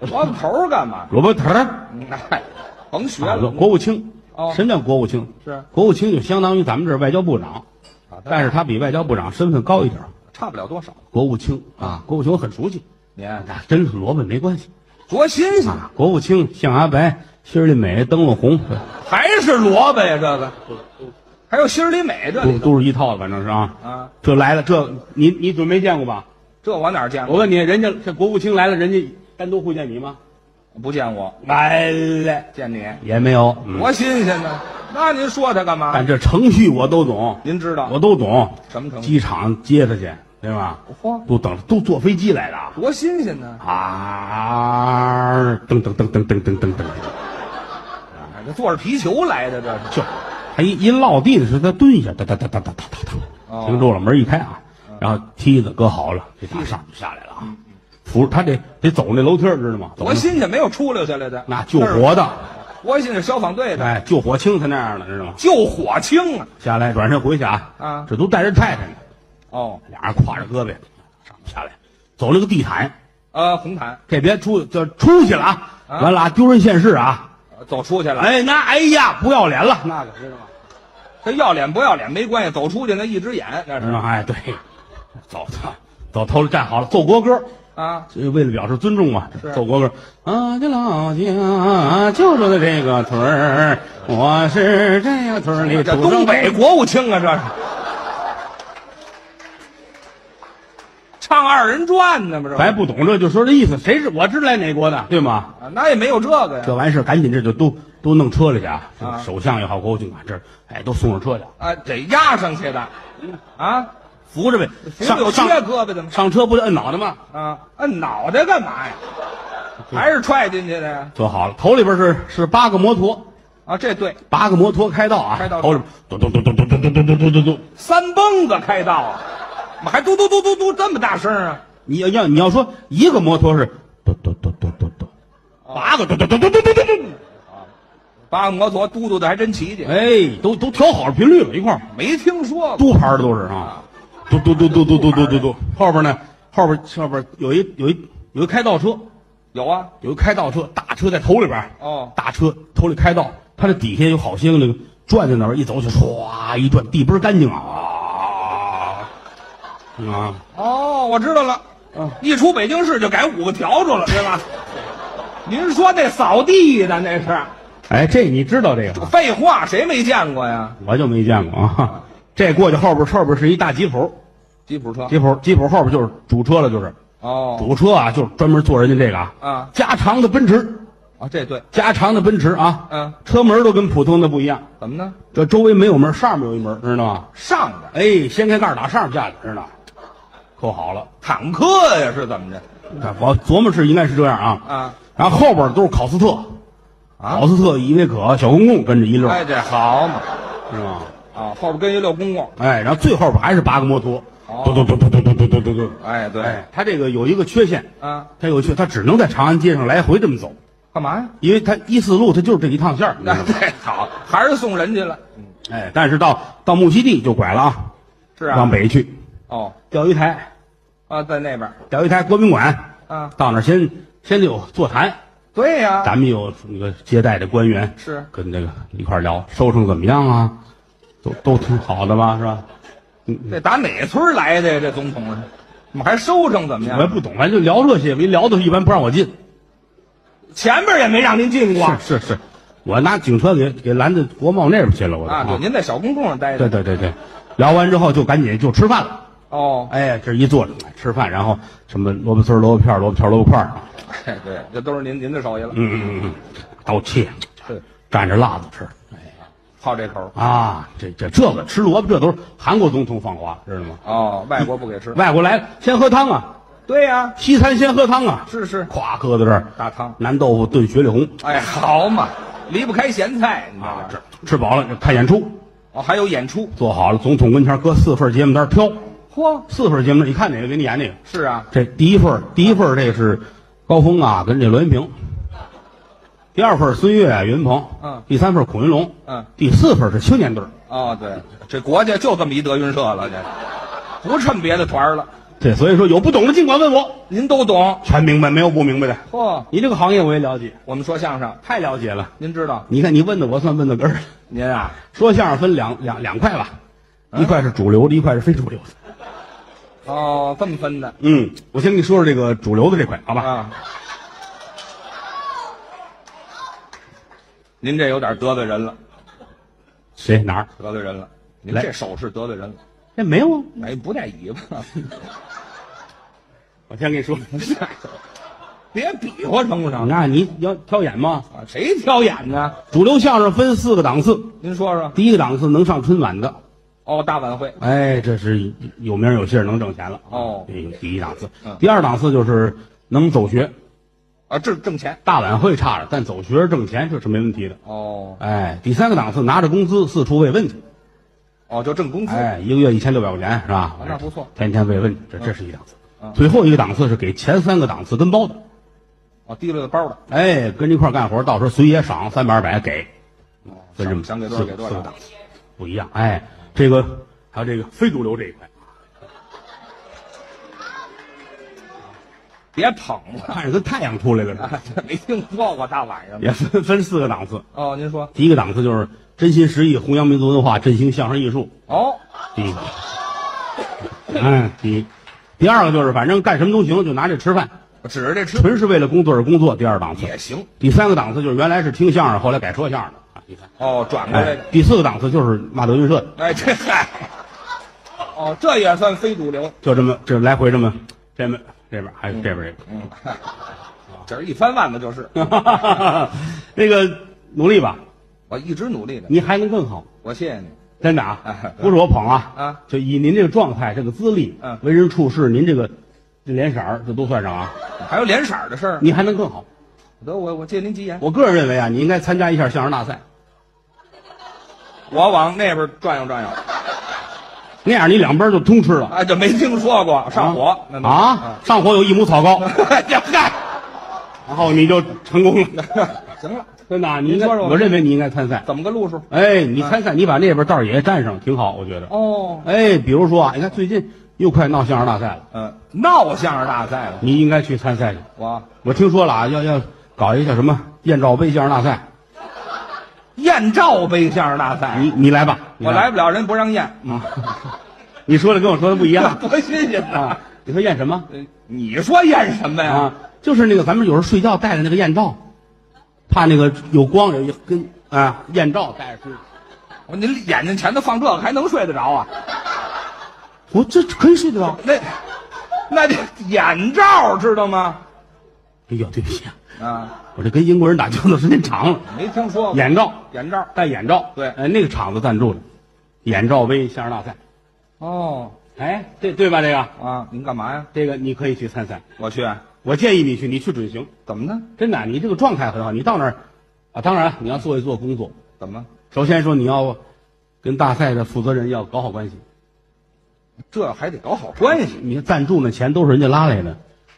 [SPEAKER 2] 萝卜头儿干嘛？
[SPEAKER 1] 萝卜头儿，
[SPEAKER 2] 嗯哎，甭学
[SPEAKER 1] 啊
[SPEAKER 2] 了，
[SPEAKER 1] 国务卿
[SPEAKER 2] 哦，
[SPEAKER 1] 什么叫国务卿？
[SPEAKER 2] 是
[SPEAKER 1] 国务卿就相当于咱们这儿外交部长，
[SPEAKER 2] 啊
[SPEAKER 1] 但是他比外交部长身份高一点儿。
[SPEAKER 2] 差不了多少。
[SPEAKER 1] 国务卿
[SPEAKER 2] 哦
[SPEAKER 1] 啊，国务卿我很熟悉，
[SPEAKER 2] 您
[SPEAKER 1] 啊真是萝卜没关系
[SPEAKER 2] 多新鲜，
[SPEAKER 1] 啊。国务卿象牙白，心儿里美，灯笼红，
[SPEAKER 2] 还是萝卜呀？这个还有心里美这
[SPEAKER 1] 都
[SPEAKER 2] 里头
[SPEAKER 1] 都是一套的，反正是啊。
[SPEAKER 2] 啊，
[SPEAKER 1] 这来了，这你你准没见过吧？
[SPEAKER 2] 这我哪儿见
[SPEAKER 1] 我
[SPEAKER 2] 过？
[SPEAKER 1] 问你，人家这国务卿来了，人家单独会见你吗？
[SPEAKER 2] 不见我，
[SPEAKER 1] 来了
[SPEAKER 2] 见你
[SPEAKER 1] 也没有。
[SPEAKER 2] 嗯
[SPEAKER 1] 嗯
[SPEAKER 2] 多新鲜呢！那您说他干嘛
[SPEAKER 1] 但？这程序我都懂，
[SPEAKER 2] 您知道
[SPEAKER 1] 我都懂。
[SPEAKER 2] 什么程序？
[SPEAKER 1] 机场接他去，对吧？
[SPEAKER 2] 嚯，
[SPEAKER 1] 都等都坐飞机来的啊
[SPEAKER 2] 多新鲜呢！
[SPEAKER 1] 啊！噔噔噔噔噔噔噔噔，啊
[SPEAKER 2] 哎这坐着皮球来的，这是
[SPEAKER 1] 就他一一落地的时候，他蹲一下，哒哒哒哒哒哒哒
[SPEAKER 2] 哦嗯
[SPEAKER 1] 哒，停住了，门一开啊，然后梯子搁好了，这大上就下来了啊，扶着他得得走那楼梯儿，知道吗？走
[SPEAKER 2] 多新鲜，没有出溜下来的。
[SPEAKER 1] 那救
[SPEAKER 2] 是
[SPEAKER 1] 火的。
[SPEAKER 2] 多新鲜，消防队的
[SPEAKER 1] 哎，救火清他那样的，知道吗？
[SPEAKER 2] 救火清啊！
[SPEAKER 1] 下来转身回去啊，
[SPEAKER 2] 啊
[SPEAKER 1] 这都带着太太呢，
[SPEAKER 2] 哦，
[SPEAKER 1] 俩人挎着胳膊上下来，走那个地毯，
[SPEAKER 2] 呃，红毯
[SPEAKER 1] 这别出就出去了啊，
[SPEAKER 2] 啊
[SPEAKER 1] 完了啊丢人现世啊，
[SPEAKER 2] 呃走出去了。
[SPEAKER 1] 哎那哎呀不要脸了，那个
[SPEAKER 2] 这要脸不要脸没关系，走出去那一只眼那
[SPEAKER 1] 知
[SPEAKER 2] 是
[SPEAKER 1] 道吗？哎对，走走走头了站好了，奏国歌。
[SPEAKER 2] 啊，
[SPEAKER 1] 这为了表示尊重嘛
[SPEAKER 2] 是，
[SPEAKER 1] 奏国歌啊，这老家就住在这个村儿，我是这个村儿里
[SPEAKER 2] 这
[SPEAKER 1] 土生
[SPEAKER 2] 东北国务卿啊，这是唱二人转呢嘛，这
[SPEAKER 1] 咱不懂这就说这意思，谁是我知道来哪国的，对吗？
[SPEAKER 2] 啊那也没有这个呀
[SPEAKER 1] 这完事儿赶紧这就都都弄车里去啊！这
[SPEAKER 2] 啊
[SPEAKER 1] 个首相也好，国务卿啊，这儿哎都送上车去，
[SPEAKER 2] 啊，得压上去的啊，
[SPEAKER 1] 扶着呗。
[SPEAKER 2] 不是
[SPEAKER 1] 上
[SPEAKER 2] 有
[SPEAKER 1] 上
[SPEAKER 2] 撅胳膊的吗？
[SPEAKER 1] 上车不就摁脑袋吗？
[SPEAKER 2] 啊，摁脑袋干嘛呀？还是踹进去的呀？
[SPEAKER 1] 坐好了，头里边是是八个摩托，
[SPEAKER 2] 啊，这对，
[SPEAKER 1] 八个摩托开道啊，
[SPEAKER 2] 开道
[SPEAKER 1] 头里边咚咚咚咚咚咚咚咚咚咚咚。
[SPEAKER 2] 三蹦子开道啊，怎么还嘟嘟嘟嘟嘟这么大声啊？
[SPEAKER 1] 你要要你要说一个摩托是咚咚咚咚咚咚，啊八个咚咚咚咚咚咚咚咚，
[SPEAKER 2] 八个摩托嘟嘟的还真齐去，
[SPEAKER 1] 哎，都都调好了频率了，一块儿
[SPEAKER 2] 没听说过
[SPEAKER 1] 嘟牌的都是啊，嘟嘟嘟嘟嘟嘟嘟嘟嘟，后边呢，后边后边有一有一有一开道车，
[SPEAKER 2] 有啊？
[SPEAKER 1] 有一开道车，大车在头里边儿，
[SPEAKER 2] 哦，
[SPEAKER 1] 大车头里开道，它这底下有好些个那个转在那儿，一走就唰一转，地倍儿干净啊！啊，
[SPEAKER 2] 哦，我知道了。
[SPEAKER 1] 嗯
[SPEAKER 2] 一出北京市就改五个笤帚了，对吧？您说那扫地的那是？
[SPEAKER 1] 哎，这你知道这个啊？
[SPEAKER 2] 废话，谁没见过呀？
[SPEAKER 1] 我就没见过啊。这过去后边后边是一大吉普，
[SPEAKER 2] 吉普车
[SPEAKER 1] 吉普吉普后边就是主车了，就是
[SPEAKER 2] 哦
[SPEAKER 1] 主车啊，就是专门做人家这个啊。
[SPEAKER 2] 啊
[SPEAKER 1] 加长的奔驰，
[SPEAKER 2] 啊，这对，
[SPEAKER 1] 加长的奔驰啊，
[SPEAKER 2] 嗯，
[SPEAKER 1] 车门都跟普通的不一样，
[SPEAKER 2] 怎么呢？
[SPEAKER 1] 这周围没有门，上面有一门，知道吗？
[SPEAKER 2] 上的
[SPEAKER 1] 哎，掀开盖儿打上面下去，知道吗？扣好了。
[SPEAKER 2] 坦克呀，是怎么着？
[SPEAKER 1] 啊我琢磨是应该是这样啊，
[SPEAKER 2] 啊，
[SPEAKER 1] 然后后边都是考斯特，
[SPEAKER 2] 啊
[SPEAKER 1] 考斯特、依维可、小公公跟着一溜，
[SPEAKER 2] 哎，这好嘛
[SPEAKER 1] 是吧？
[SPEAKER 2] 啊，后边跟一溜公公，
[SPEAKER 1] 哎，然后最后边还是八个摩托，
[SPEAKER 2] 哦
[SPEAKER 1] 嘟嘟嘟嘟嘟嘟嘟嘟嘟嘟。
[SPEAKER 2] 哎对
[SPEAKER 1] 哎，它这个有一个缺陷，
[SPEAKER 2] 啊，
[SPEAKER 1] 它有缺，它只能在长安街上来回这么走，
[SPEAKER 2] 干嘛呀？
[SPEAKER 1] 因为它一四路它就是这一趟线 儿。你知道
[SPEAKER 2] 那
[SPEAKER 1] 吗
[SPEAKER 2] 这好，还是送人去了，
[SPEAKER 1] 哎，但是到到木樨地就拐了啊，
[SPEAKER 2] 是啊，
[SPEAKER 1] 往北去，
[SPEAKER 2] 哦
[SPEAKER 1] 钓鱼台，
[SPEAKER 2] 啊，在那边
[SPEAKER 1] 钓鱼台国宾馆，
[SPEAKER 2] 啊，
[SPEAKER 1] 到那儿先先得有座谈，
[SPEAKER 2] 对呀，
[SPEAKER 1] 咱们有那个接待的官员，
[SPEAKER 2] 是
[SPEAKER 1] 跟这个一块儿聊收成怎么样啊？都都挺好的吧，是吧？
[SPEAKER 2] 这打哪村来的呀？这总统是，怎么还收成怎么
[SPEAKER 1] 我也
[SPEAKER 2] 样？
[SPEAKER 1] 不懂，反正就聊这些，一聊的一般不让我进。
[SPEAKER 2] 前边也没让您进过
[SPEAKER 1] 是是，我拿警车给给拦在
[SPEAKER 2] 啊
[SPEAKER 1] 国贸那边去了，我都啊
[SPEAKER 2] 啊！对，您在小公共上待
[SPEAKER 1] 对
[SPEAKER 2] 着。
[SPEAKER 1] 对对对，聊完之后就赶紧就吃饭了，
[SPEAKER 2] 哦，
[SPEAKER 1] 哎，这一坐着吃饭，然后什么萝卜丝儿、萝卜片儿、萝卜条儿、萝卜块儿，
[SPEAKER 2] 哎对，这都是您您的手艺了，
[SPEAKER 1] 嗯嗯嗯，刀切，
[SPEAKER 2] 是
[SPEAKER 1] 蘸着辣子吃
[SPEAKER 2] 好这口儿
[SPEAKER 1] 啊。这这这个吃萝卜，这都是韩国总统放话，知道吗？
[SPEAKER 2] 哦，外国不给吃。
[SPEAKER 1] 外国来了，先喝汤啊，
[SPEAKER 2] 对呀，
[SPEAKER 1] 西餐先喝汤啊，
[SPEAKER 2] 是是
[SPEAKER 1] 咵搁在这儿，
[SPEAKER 2] 大汤。
[SPEAKER 1] 南豆腐炖雪里红
[SPEAKER 2] 哎，好嘛，离不开咸菜，你知道
[SPEAKER 1] 啊
[SPEAKER 2] 吧，？
[SPEAKER 1] 这吃饱了就看演出，
[SPEAKER 2] 哦，还有演出，
[SPEAKER 1] 做好了，总统跟前儿搁四份节目单儿挑，
[SPEAKER 2] 嚯，
[SPEAKER 1] 四份节目单儿，你看哪个给你演哪个。
[SPEAKER 2] 是啊，
[SPEAKER 1] 这第一份儿，第一份儿这是高峰啊，跟这栾云平；第二份儿孙越、啊岳云鹏；
[SPEAKER 2] 嗯
[SPEAKER 1] 第三份儿孔云龙；
[SPEAKER 2] 嗯，
[SPEAKER 1] 第四份儿是青年队儿。
[SPEAKER 2] 哦，对，这国家就这么一德云社了，这不趁别的团儿了，
[SPEAKER 1] 对，所以说有不懂的尽管问我，
[SPEAKER 2] 您都懂。
[SPEAKER 1] 全明白，没有不明白的。
[SPEAKER 2] 嚯，
[SPEAKER 1] 你这个行业我也了解，
[SPEAKER 2] 我们说相声，
[SPEAKER 1] 太了解了。
[SPEAKER 2] 您知道，
[SPEAKER 1] 你看你问的我算问到根儿了。
[SPEAKER 2] 您啊，
[SPEAKER 1] 说相声分两两两块吧，一块是主流的，一块是非主流的。
[SPEAKER 2] 哦，这么分的
[SPEAKER 1] 嗯，我先跟你说说这个主流的这块，好吧？
[SPEAKER 2] 啊。您这有点得罪人了，
[SPEAKER 1] 谁哪儿？
[SPEAKER 2] 得罪人了。您
[SPEAKER 1] 来
[SPEAKER 2] 这手势得罪人了，
[SPEAKER 1] 这没有啊。
[SPEAKER 2] 哎，不带尾巴，
[SPEAKER 1] 我先跟你说，
[SPEAKER 2] 别比划成不成？
[SPEAKER 1] 那你要挑眼吗？
[SPEAKER 2] 啊谁挑眼呢？
[SPEAKER 1] 主流相声分四个档次，
[SPEAKER 2] 您说说。
[SPEAKER 1] 第一个档次能上春晚的，
[SPEAKER 2] 哦，大晚会，
[SPEAKER 1] 哎，这是有名有姓，能挣钱了。啊
[SPEAKER 2] 哦
[SPEAKER 1] 这个第一档次
[SPEAKER 2] 嗯，
[SPEAKER 1] 第二档次就是能走学，
[SPEAKER 2] 啊，这是挣钱。
[SPEAKER 1] 大晚会差着，但走学挣钱这是没问题的。
[SPEAKER 2] 哦
[SPEAKER 1] 哎，第三个档次拿着工资四处慰问去，
[SPEAKER 2] 哦，就挣工资。
[SPEAKER 1] 哎，一个月一千六百块钱是吧？
[SPEAKER 2] 哦那不错，
[SPEAKER 1] 天天慰问，这这是一档次
[SPEAKER 2] 嗯。
[SPEAKER 1] 最后一个档次是给前三个档次跟包的，
[SPEAKER 2] 哦，提溜个包的，
[SPEAKER 1] 哎，跟着一块儿干活，到时候随也赏三百二百给，分这么
[SPEAKER 2] 哦想给多少给多
[SPEAKER 1] 四
[SPEAKER 2] 少
[SPEAKER 1] 个档次不一样。哎，这个还有这个非主流这一 块，
[SPEAKER 2] 别捧了，
[SPEAKER 1] 看着跟太阳出来了似的。
[SPEAKER 2] 没听说过大晚上的。
[SPEAKER 1] 也分分四个档次。
[SPEAKER 2] 哦，您说。
[SPEAKER 1] 第一个档次就是真心实意弘扬民族文化，振兴相声艺术。
[SPEAKER 2] 哦，
[SPEAKER 1] 第一个，嗯，第一，第二个就是反正干什么都行，就拿这吃饭，
[SPEAKER 2] 指着这吃
[SPEAKER 1] 纯是为了工作而工作。第二档次，
[SPEAKER 2] 也行。
[SPEAKER 1] 第三个档次就是原来是听相声，后来改说相声的。啊你看，
[SPEAKER 2] 哦，转过来
[SPEAKER 1] 哎
[SPEAKER 2] 的。，
[SPEAKER 1] 第四个档次就是骂德云社的，
[SPEAKER 2] 哎，这嗨。哦，这也算非主流。
[SPEAKER 1] 就这么这来回这么这么这边还有这边这个。
[SPEAKER 2] 嗯， 这是一翻腕子就是。
[SPEAKER 1] 那个 努力吧，
[SPEAKER 2] 我一直努力的，
[SPEAKER 1] 你还能更好。
[SPEAKER 2] 我谢谢你。
[SPEAKER 1] 真的啊
[SPEAKER 2] 哎，
[SPEAKER 1] 不是我捧啊，
[SPEAKER 2] 啊，
[SPEAKER 1] 就以您这个状态、这个资历，
[SPEAKER 2] 嗯
[SPEAKER 1] 为人处事，您这个这脸色儿，这都算上啊，
[SPEAKER 2] 还有脸色儿的事儿，
[SPEAKER 1] 你还能更好。
[SPEAKER 2] 得我我借您吉言。
[SPEAKER 1] 我个人认为啊，你应该参加一下相声大赛，
[SPEAKER 2] 我往那边转悠转悠。
[SPEAKER 1] 那样你两边就通吃了。
[SPEAKER 2] 哎，这没听说过上火那嗯能
[SPEAKER 1] 啊，上火有一亩草 膏，
[SPEAKER 2] 这嗨，
[SPEAKER 1] 然后你就成功了。
[SPEAKER 2] 行了，
[SPEAKER 1] 真的啊，你应
[SPEAKER 2] 您
[SPEAKER 1] 该，
[SPEAKER 2] 说说我
[SPEAKER 1] 我认为你应该参赛。
[SPEAKER 2] 怎么个路数？
[SPEAKER 1] 哎，你参赛，你把那边道儿也占上，挺好，我觉得。
[SPEAKER 2] 哦，
[SPEAKER 1] 哎，比如说啊，你看最近又快闹相声大赛了，
[SPEAKER 2] 嗯，闹相声大赛了，
[SPEAKER 1] 你应该去参赛去。
[SPEAKER 2] 我
[SPEAKER 1] 我听说了啊，要要搞一个叫什么燕赵杯相声大赛，
[SPEAKER 2] 燕赵杯相声大赛，
[SPEAKER 1] 你你来吧，你
[SPEAKER 2] 我
[SPEAKER 1] 吧
[SPEAKER 2] 来不了，人不让验，
[SPEAKER 1] 啊， 你说的跟我说的不一样
[SPEAKER 2] 多新鲜呐！
[SPEAKER 1] 啊！你说验什么
[SPEAKER 2] 呃你说验什么哎呀？
[SPEAKER 1] 啊？就是那个咱们有时候睡觉戴的那个眼罩，怕那个有光有一跟啊眼罩戴着睡。
[SPEAKER 2] 我您眼睛前头放这个，还能睡得着啊？
[SPEAKER 1] 我这可以睡得着。
[SPEAKER 2] 那，那这眼罩知道吗？
[SPEAKER 1] 哎呦，对不起啊，
[SPEAKER 2] 啊，
[SPEAKER 1] 我这跟英国人打交道时间长了，
[SPEAKER 2] 没听说过
[SPEAKER 1] 眼罩
[SPEAKER 2] 眼罩
[SPEAKER 1] 戴眼罩，
[SPEAKER 2] 对
[SPEAKER 1] 哎，那个厂子赞助的，眼罩杯相声大赛，
[SPEAKER 2] 哦
[SPEAKER 1] 哎，对对吧？这个
[SPEAKER 2] 啊！您干嘛呀？
[SPEAKER 1] 这个你可以去参赛，
[SPEAKER 2] 我去，
[SPEAKER 1] 我建议你去，你去准行，
[SPEAKER 2] 怎么呢？
[SPEAKER 1] 真的，你这个状态很好，你到那儿啊，当然你要做一做工作，
[SPEAKER 2] 怎么？
[SPEAKER 1] 首先说，你要跟大赛的负责人要搞好关系。
[SPEAKER 2] 这还得搞好关系，
[SPEAKER 1] 你赞助那钱都是人家拉来的，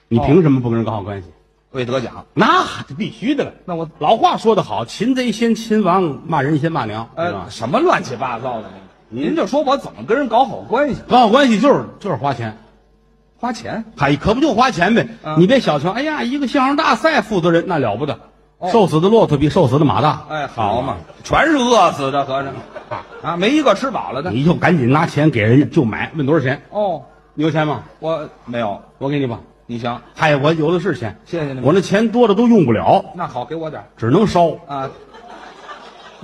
[SPEAKER 1] 你
[SPEAKER 2] 哦
[SPEAKER 1] 凭什么不跟人搞好关系？
[SPEAKER 2] 为得奖。
[SPEAKER 1] 那这必须的了。
[SPEAKER 2] 那我
[SPEAKER 1] 老话说得好，擒贼先擒王，骂人先骂娘，对吧
[SPEAKER 2] 呃，？什么乱七八糟的？您您就说我怎么跟人搞好关系？
[SPEAKER 1] 搞好关系就是就是花钱，
[SPEAKER 2] 花钱
[SPEAKER 1] 嗨，可不就花钱呗？
[SPEAKER 2] 嗯
[SPEAKER 1] 你别小瞧，哎呀，一个相声大赛负责人那了不得，
[SPEAKER 2] 哦
[SPEAKER 1] 瘦死的骆驼比瘦死的马大。
[SPEAKER 2] 哎，好嘛，全是饿死的，合着啊，没一个吃饱了的。
[SPEAKER 1] 你就赶紧拿钱给人家就买，问多少钱？
[SPEAKER 2] 哦，
[SPEAKER 1] 你有钱吗？
[SPEAKER 2] 我没有，
[SPEAKER 1] 我给你吧。
[SPEAKER 2] 你行，
[SPEAKER 1] 嗨，我有的是钱，
[SPEAKER 2] 谢谢你们。
[SPEAKER 1] 我那钱多的都用不了，
[SPEAKER 2] 那好，给我点儿
[SPEAKER 1] 只能烧。
[SPEAKER 2] 啊，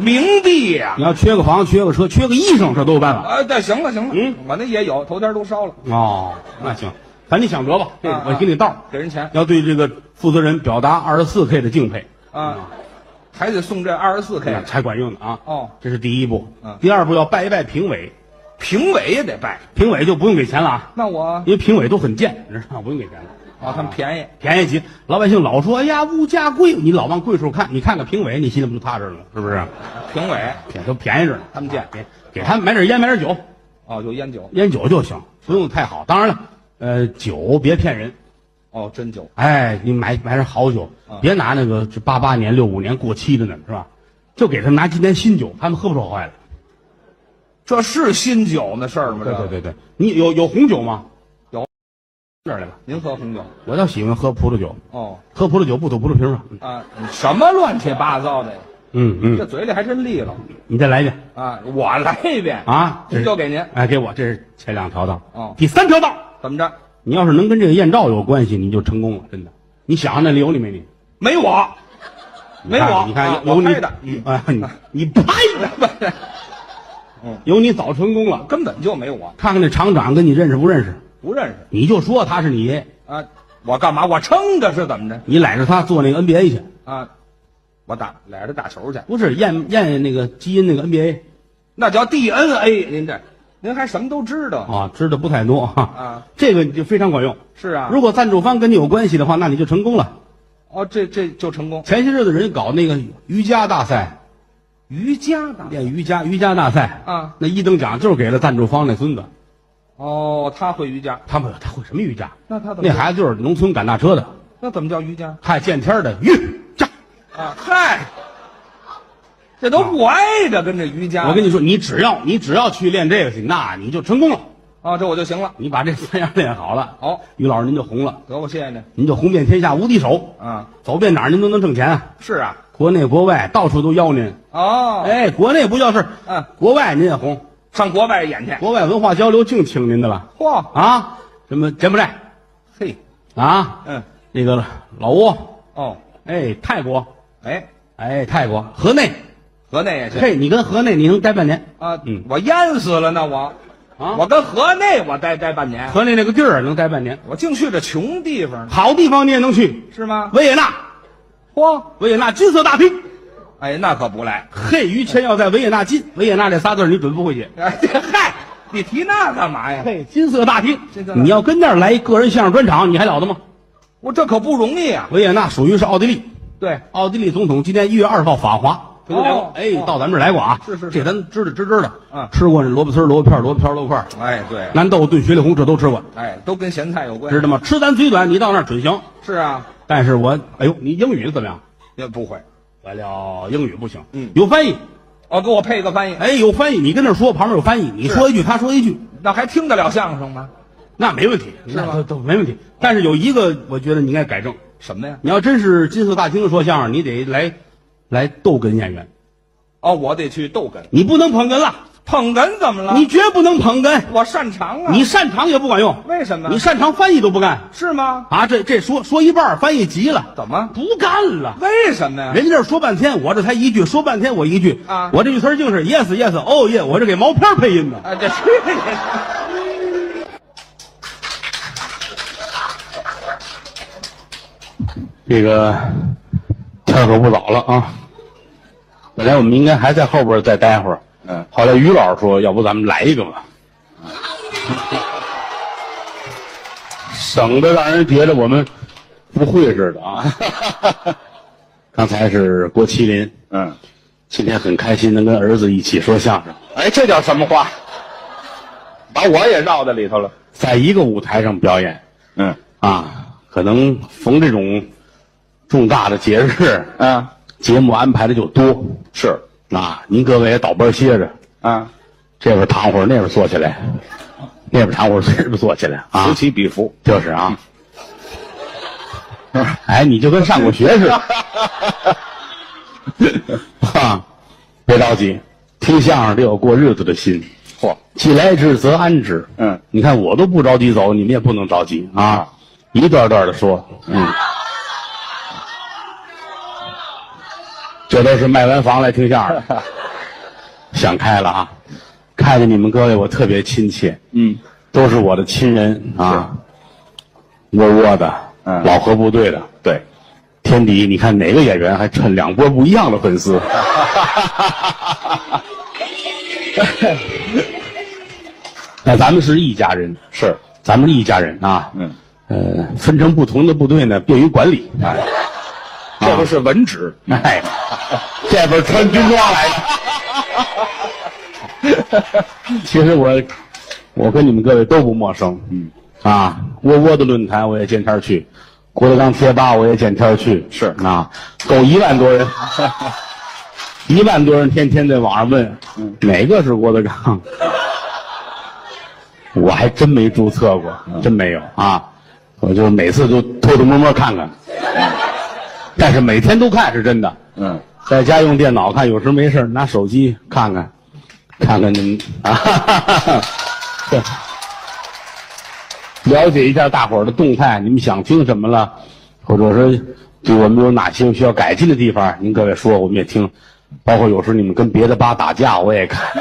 [SPEAKER 2] 冥币呀、
[SPEAKER 1] 你要缺个房，缺个车，缺个医生，这都有办法。
[SPEAKER 2] 啊！那行了行了，
[SPEAKER 1] 嗯，
[SPEAKER 2] 我那也有，头天都烧了，
[SPEAKER 1] 哦，那行，咱就想辙吧。这个
[SPEAKER 2] 啊
[SPEAKER 1] 我给你道儿，
[SPEAKER 2] 给人钱
[SPEAKER 1] 要对这个负责人表达二十四 K 的敬佩，
[SPEAKER 2] 啊，还得送这二十四
[SPEAKER 1] 那
[SPEAKER 2] K，
[SPEAKER 1] 才管用呢啊。
[SPEAKER 2] 哦，
[SPEAKER 1] 这是第一步
[SPEAKER 2] 嗯。
[SPEAKER 1] 第二步要拜一拜评委，
[SPEAKER 2] 评委也得拜。
[SPEAKER 1] 评委就不用给钱了啊，
[SPEAKER 2] 那我
[SPEAKER 1] 因为评委都很贱，你知道吗？不用给钱了。啊
[SPEAKER 2] 哦，他们便宜，
[SPEAKER 1] 便宜急，老百姓老说：“哎呀，物价贵。”你老往贵处看，你看看评委，你心里不就踏实了吗？是不是？
[SPEAKER 2] 评委
[SPEAKER 1] 给都便宜着呢，
[SPEAKER 2] 他们贱
[SPEAKER 1] 给给他们买点烟，买点酒，
[SPEAKER 2] 哦，有烟酒
[SPEAKER 1] 烟酒就行，不用太好。当然了，呃，酒别骗人，
[SPEAKER 2] 哦，真酒
[SPEAKER 1] 哎，你买买点好酒，
[SPEAKER 2] 嗯
[SPEAKER 1] 别拿那个这八八年、六五年过期的呢，是吧？就给他们拿今年新酒，他们喝不出好坏来。
[SPEAKER 2] 这是新酒的事儿吗？
[SPEAKER 1] 对
[SPEAKER 2] 这
[SPEAKER 1] 对对对，你有有红酒吗？
[SPEAKER 2] 有，
[SPEAKER 1] 这儿来吧。
[SPEAKER 2] 您喝红酒
[SPEAKER 1] 我倒喜欢喝葡萄酒，
[SPEAKER 2] 哦
[SPEAKER 1] 喝葡萄酒不吐葡萄皮儿嘛。
[SPEAKER 2] 啊，你什么乱七八糟的呀？
[SPEAKER 1] 嗯
[SPEAKER 2] 这
[SPEAKER 1] 嗯，
[SPEAKER 2] 嘴里还真利落
[SPEAKER 1] 你再来一遍。
[SPEAKER 2] 啊！我来一遍，
[SPEAKER 1] 啊，这
[SPEAKER 2] 这
[SPEAKER 1] 是
[SPEAKER 2] 就给您
[SPEAKER 1] 哎，给我，这是前两条道。
[SPEAKER 2] 哦
[SPEAKER 1] 第三条道，
[SPEAKER 2] 怎么着？
[SPEAKER 1] 你要是能跟这个艳照有关系，你就成功了，真的。你想啊想那里有你没你？
[SPEAKER 2] 没我， 没我，
[SPEAKER 1] 你看
[SPEAKER 2] 啊
[SPEAKER 1] 有
[SPEAKER 2] 我
[SPEAKER 1] 你
[SPEAKER 2] 拍的，嗯，
[SPEAKER 1] 啊，你你拍的，有你早成功了。
[SPEAKER 2] 嗯根本就没我，
[SPEAKER 1] 看看这厂长跟你认识不认识，
[SPEAKER 2] 不认识
[SPEAKER 1] 你就说他是你爷爷，
[SPEAKER 2] 啊！我干嘛？我撑着是怎么着
[SPEAKER 1] 你揽着他做那个 NBA 去，
[SPEAKER 2] 啊？我打俩人打球去，
[SPEAKER 1] 不是验验那个基因那个 NBA
[SPEAKER 2] 那叫 DNA。您这，您还什么都知道
[SPEAKER 1] 啊，知道不太多啊。
[SPEAKER 2] 啊？
[SPEAKER 1] 这个你就非常管用。
[SPEAKER 2] 是啊，
[SPEAKER 1] 如果赞助方跟你有关系的话，那你就成功了。
[SPEAKER 2] 哦，这这就成功。
[SPEAKER 1] 前些日子人搞那个瑜伽大赛，
[SPEAKER 2] 瑜伽打
[SPEAKER 1] 练瑜伽瑜伽大赛
[SPEAKER 2] 啊，
[SPEAKER 1] 那一等奖就是给了赞助方那孙子，
[SPEAKER 2] 哦，他会瑜伽，
[SPEAKER 1] 他们他会什么瑜伽？
[SPEAKER 2] 那他怎么
[SPEAKER 1] 那孩子就是农村赶大车的，
[SPEAKER 2] 那怎么叫瑜伽
[SPEAKER 1] 嗨，见天儿的瑜伽。
[SPEAKER 2] 啊？嗨，这都不挨着，啊跟这瑜伽。
[SPEAKER 1] 我跟你说，你只要你只要去练这个去，那你就成功了。
[SPEAKER 2] 啊，这我就行了。
[SPEAKER 1] 你把这三样练好了，
[SPEAKER 2] 好，
[SPEAKER 1] 于老师您就红了，
[SPEAKER 2] 得我谢谢您
[SPEAKER 1] 您就红遍天下无敌手，
[SPEAKER 2] 啊。
[SPEAKER 1] 走遍哪儿您都能挣钱啊！
[SPEAKER 2] 是啊，
[SPEAKER 1] 国内国外到处都邀您。
[SPEAKER 2] 哦，
[SPEAKER 1] 哎，国内不叫事儿，
[SPEAKER 2] 嗯，
[SPEAKER 1] 国外您也红，
[SPEAKER 2] 上国外演去。
[SPEAKER 1] 国外文化交流净请您的了
[SPEAKER 2] 嚯，
[SPEAKER 1] 啊！什么柬埔寨
[SPEAKER 2] 嘿，
[SPEAKER 1] 啊，
[SPEAKER 2] 嗯，
[SPEAKER 1] 那个老挝，
[SPEAKER 2] 哦，
[SPEAKER 1] 哎，泰国，
[SPEAKER 2] 哎，
[SPEAKER 1] 哎，泰国河内，
[SPEAKER 2] 河内也去
[SPEAKER 1] 嘿，你跟河内你能待半年
[SPEAKER 2] 啊
[SPEAKER 1] 嗯？
[SPEAKER 2] 我淹死了呢，我
[SPEAKER 1] 啊
[SPEAKER 2] 我跟河内我待待半年，
[SPEAKER 1] 河内那个地儿能待半年，
[SPEAKER 2] 我净去这穷地方
[SPEAKER 1] 好地方你也能去。
[SPEAKER 2] 是吗？
[SPEAKER 1] 维也纳，
[SPEAKER 2] 嚯，
[SPEAKER 1] 维也纳金色大厅，
[SPEAKER 2] 哎，那可不赖。
[SPEAKER 1] 嘿，于谦要在维也纳进，维也纳这仨字儿你准不会写。
[SPEAKER 2] 哎，这嗨，你提那干嘛呀？
[SPEAKER 1] 嘿，金色大厅
[SPEAKER 2] 金色大，厅
[SPEAKER 1] 你要跟那儿来一个人相声专场，你还了得吗？
[SPEAKER 2] 我这可不容易啊。
[SPEAKER 1] 维也纳属于是奥地利，
[SPEAKER 2] 对，
[SPEAKER 1] 奥地利总统今年一月二号访华，
[SPEAKER 2] 哦
[SPEAKER 1] 哎
[SPEAKER 2] 哦，
[SPEAKER 1] 到咱们这儿来过啊，
[SPEAKER 2] 是是是
[SPEAKER 1] 这咱知道知知道，
[SPEAKER 2] 嗯
[SPEAKER 1] 吃过这萝卜丝儿、萝卜片儿、萝卜条儿、萝卜块儿，
[SPEAKER 2] 哎对，
[SPEAKER 1] 南豆炖雪里红这都吃过，
[SPEAKER 2] 哎，都跟咸菜有关。
[SPEAKER 1] 知道吗？吃咱嘴短，你到那儿准行。
[SPEAKER 2] 是啊，
[SPEAKER 1] 但是我，哎呦，你英语怎么样？
[SPEAKER 2] 也不会。
[SPEAKER 1] 完了，英语不行，
[SPEAKER 2] 嗯
[SPEAKER 1] 有翻译，
[SPEAKER 2] 哦，给我配个翻译，
[SPEAKER 1] 哎，有翻译，你跟那儿说，旁边有翻译，你说一句，他说一句，
[SPEAKER 2] 那还听得了相声吗？
[SPEAKER 1] 那没问题，
[SPEAKER 2] 是吗
[SPEAKER 1] 那都都没问题。但是有一个，我觉得你应该改正。
[SPEAKER 2] 什么呀？
[SPEAKER 1] 你要真是金色大厅说相声，你得来来逗哏演员，
[SPEAKER 2] 哦，我得去逗哏，
[SPEAKER 1] 你不能捧哏了，
[SPEAKER 2] 捧哏怎么了？
[SPEAKER 1] 你绝不能捧哏，
[SPEAKER 2] 我擅长啊。
[SPEAKER 1] 你擅长也不管用。
[SPEAKER 2] 为什么
[SPEAKER 1] 你擅长翻译都不干
[SPEAKER 2] 是吗？
[SPEAKER 1] 啊？这这说说一半儿，翻译急了，
[SPEAKER 2] 怎么？
[SPEAKER 1] 不干了。
[SPEAKER 2] 为什么呀？
[SPEAKER 1] 人家这儿说半天，我这才一句，说半天我一句
[SPEAKER 2] 啊
[SPEAKER 1] 我这句词儿竟是 yes yes oh yeah，我这给毛片儿配音呢。
[SPEAKER 2] 啊，这是
[SPEAKER 1] 这个天儿可不早了啊，本来我们应该还在后边再待会儿，嗯，后来于老师说，要不咱们来一个吧，省得让人觉得我们不会似的 啊。刚才是郭麒麟，
[SPEAKER 5] 嗯，
[SPEAKER 1] 今天很开心能跟儿子一起说相声，
[SPEAKER 5] 哎，这叫什么话？把我也绕在里头了。
[SPEAKER 1] 在一个舞台上表演
[SPEAKER 5] 嗯
[SPEAKER 1] 啊，可能逢这种重大的节日，
[SPEAKER 5] 啊，
[SPEAKER 1] 节目安排的就多，
[SPEAKER 5] 是
[SPEAKER 1] 啊，您各位也倒班歇着，
[SPEAKER 5] 啊，
[SPEAKER 1] 这边躺会儿，那边坐起来，那边躺会儿，这边坐起来啊
[SPEAKER 5] 此，起彼伏。
[SPEAKER 1] 就是啊。哎，你就跟上过学似的，啊，别着急，听相声得有过日子的心，
[SPEAKER 5] 嚯，
[SPEAKER 1] 既来之则安之。
[SPEAKER 5] 嗯，
[SPEAKER 1] 你看我都不着急走，你们也不能着急啊，嗯一段段的说，嗯，这都是卖完房来听 相声的，想开了啊！看见你们各位，我特别亲切，
[SPEAKER 5] 嗯，
[SPEAKER 1] 都是我的亲人啊，窝窝的，
[SPEAKER 5] 嗯
[SPEAKER 1] 老河部队的，
[SPEAKER 5] 对，
[SPEAKER 1] 天敌，你看哪个演员还趁两波不一样的粉 丝？那咱们是一家人，
[SPEAKER 5] 是，
[SPEAKER 1] 咱们是一家人啊。
[SPEAKER 5] 嗯，
[SPEAKER 1] 呃，分成不同的部队呢，便于管理。哎，
[SPEAKER 5] 这不是文职，
[SPEAKER 1] 哎，这边穿军装来的。 其实我，我跟你们各位都不陌生。嗯，啊，窝窝的论坛我也见天儿去，郭德纲贴吧我也见天儿去。
[SPEAKER 5] 是
[SPEAKER 1] 啊，够一万多 人，一万多人天天在网上问，哪个是郭德纲？ 我还真没注册过，真没有啊！我就每次都偷偷摸摸看看，但是每天都看是真的。
[SPEAKER 5] 嗯，
[SPEAKER 1] 在家用电脑看，有时没事儿拿手机看看，看看您啊， 哈哈哈对了解一下大伙儿的动态，你们想听什么了，或者说对我们有哪些需要改进的地方，您各位说，我们也听。包括有时候你们跟别的吧打架，我也看。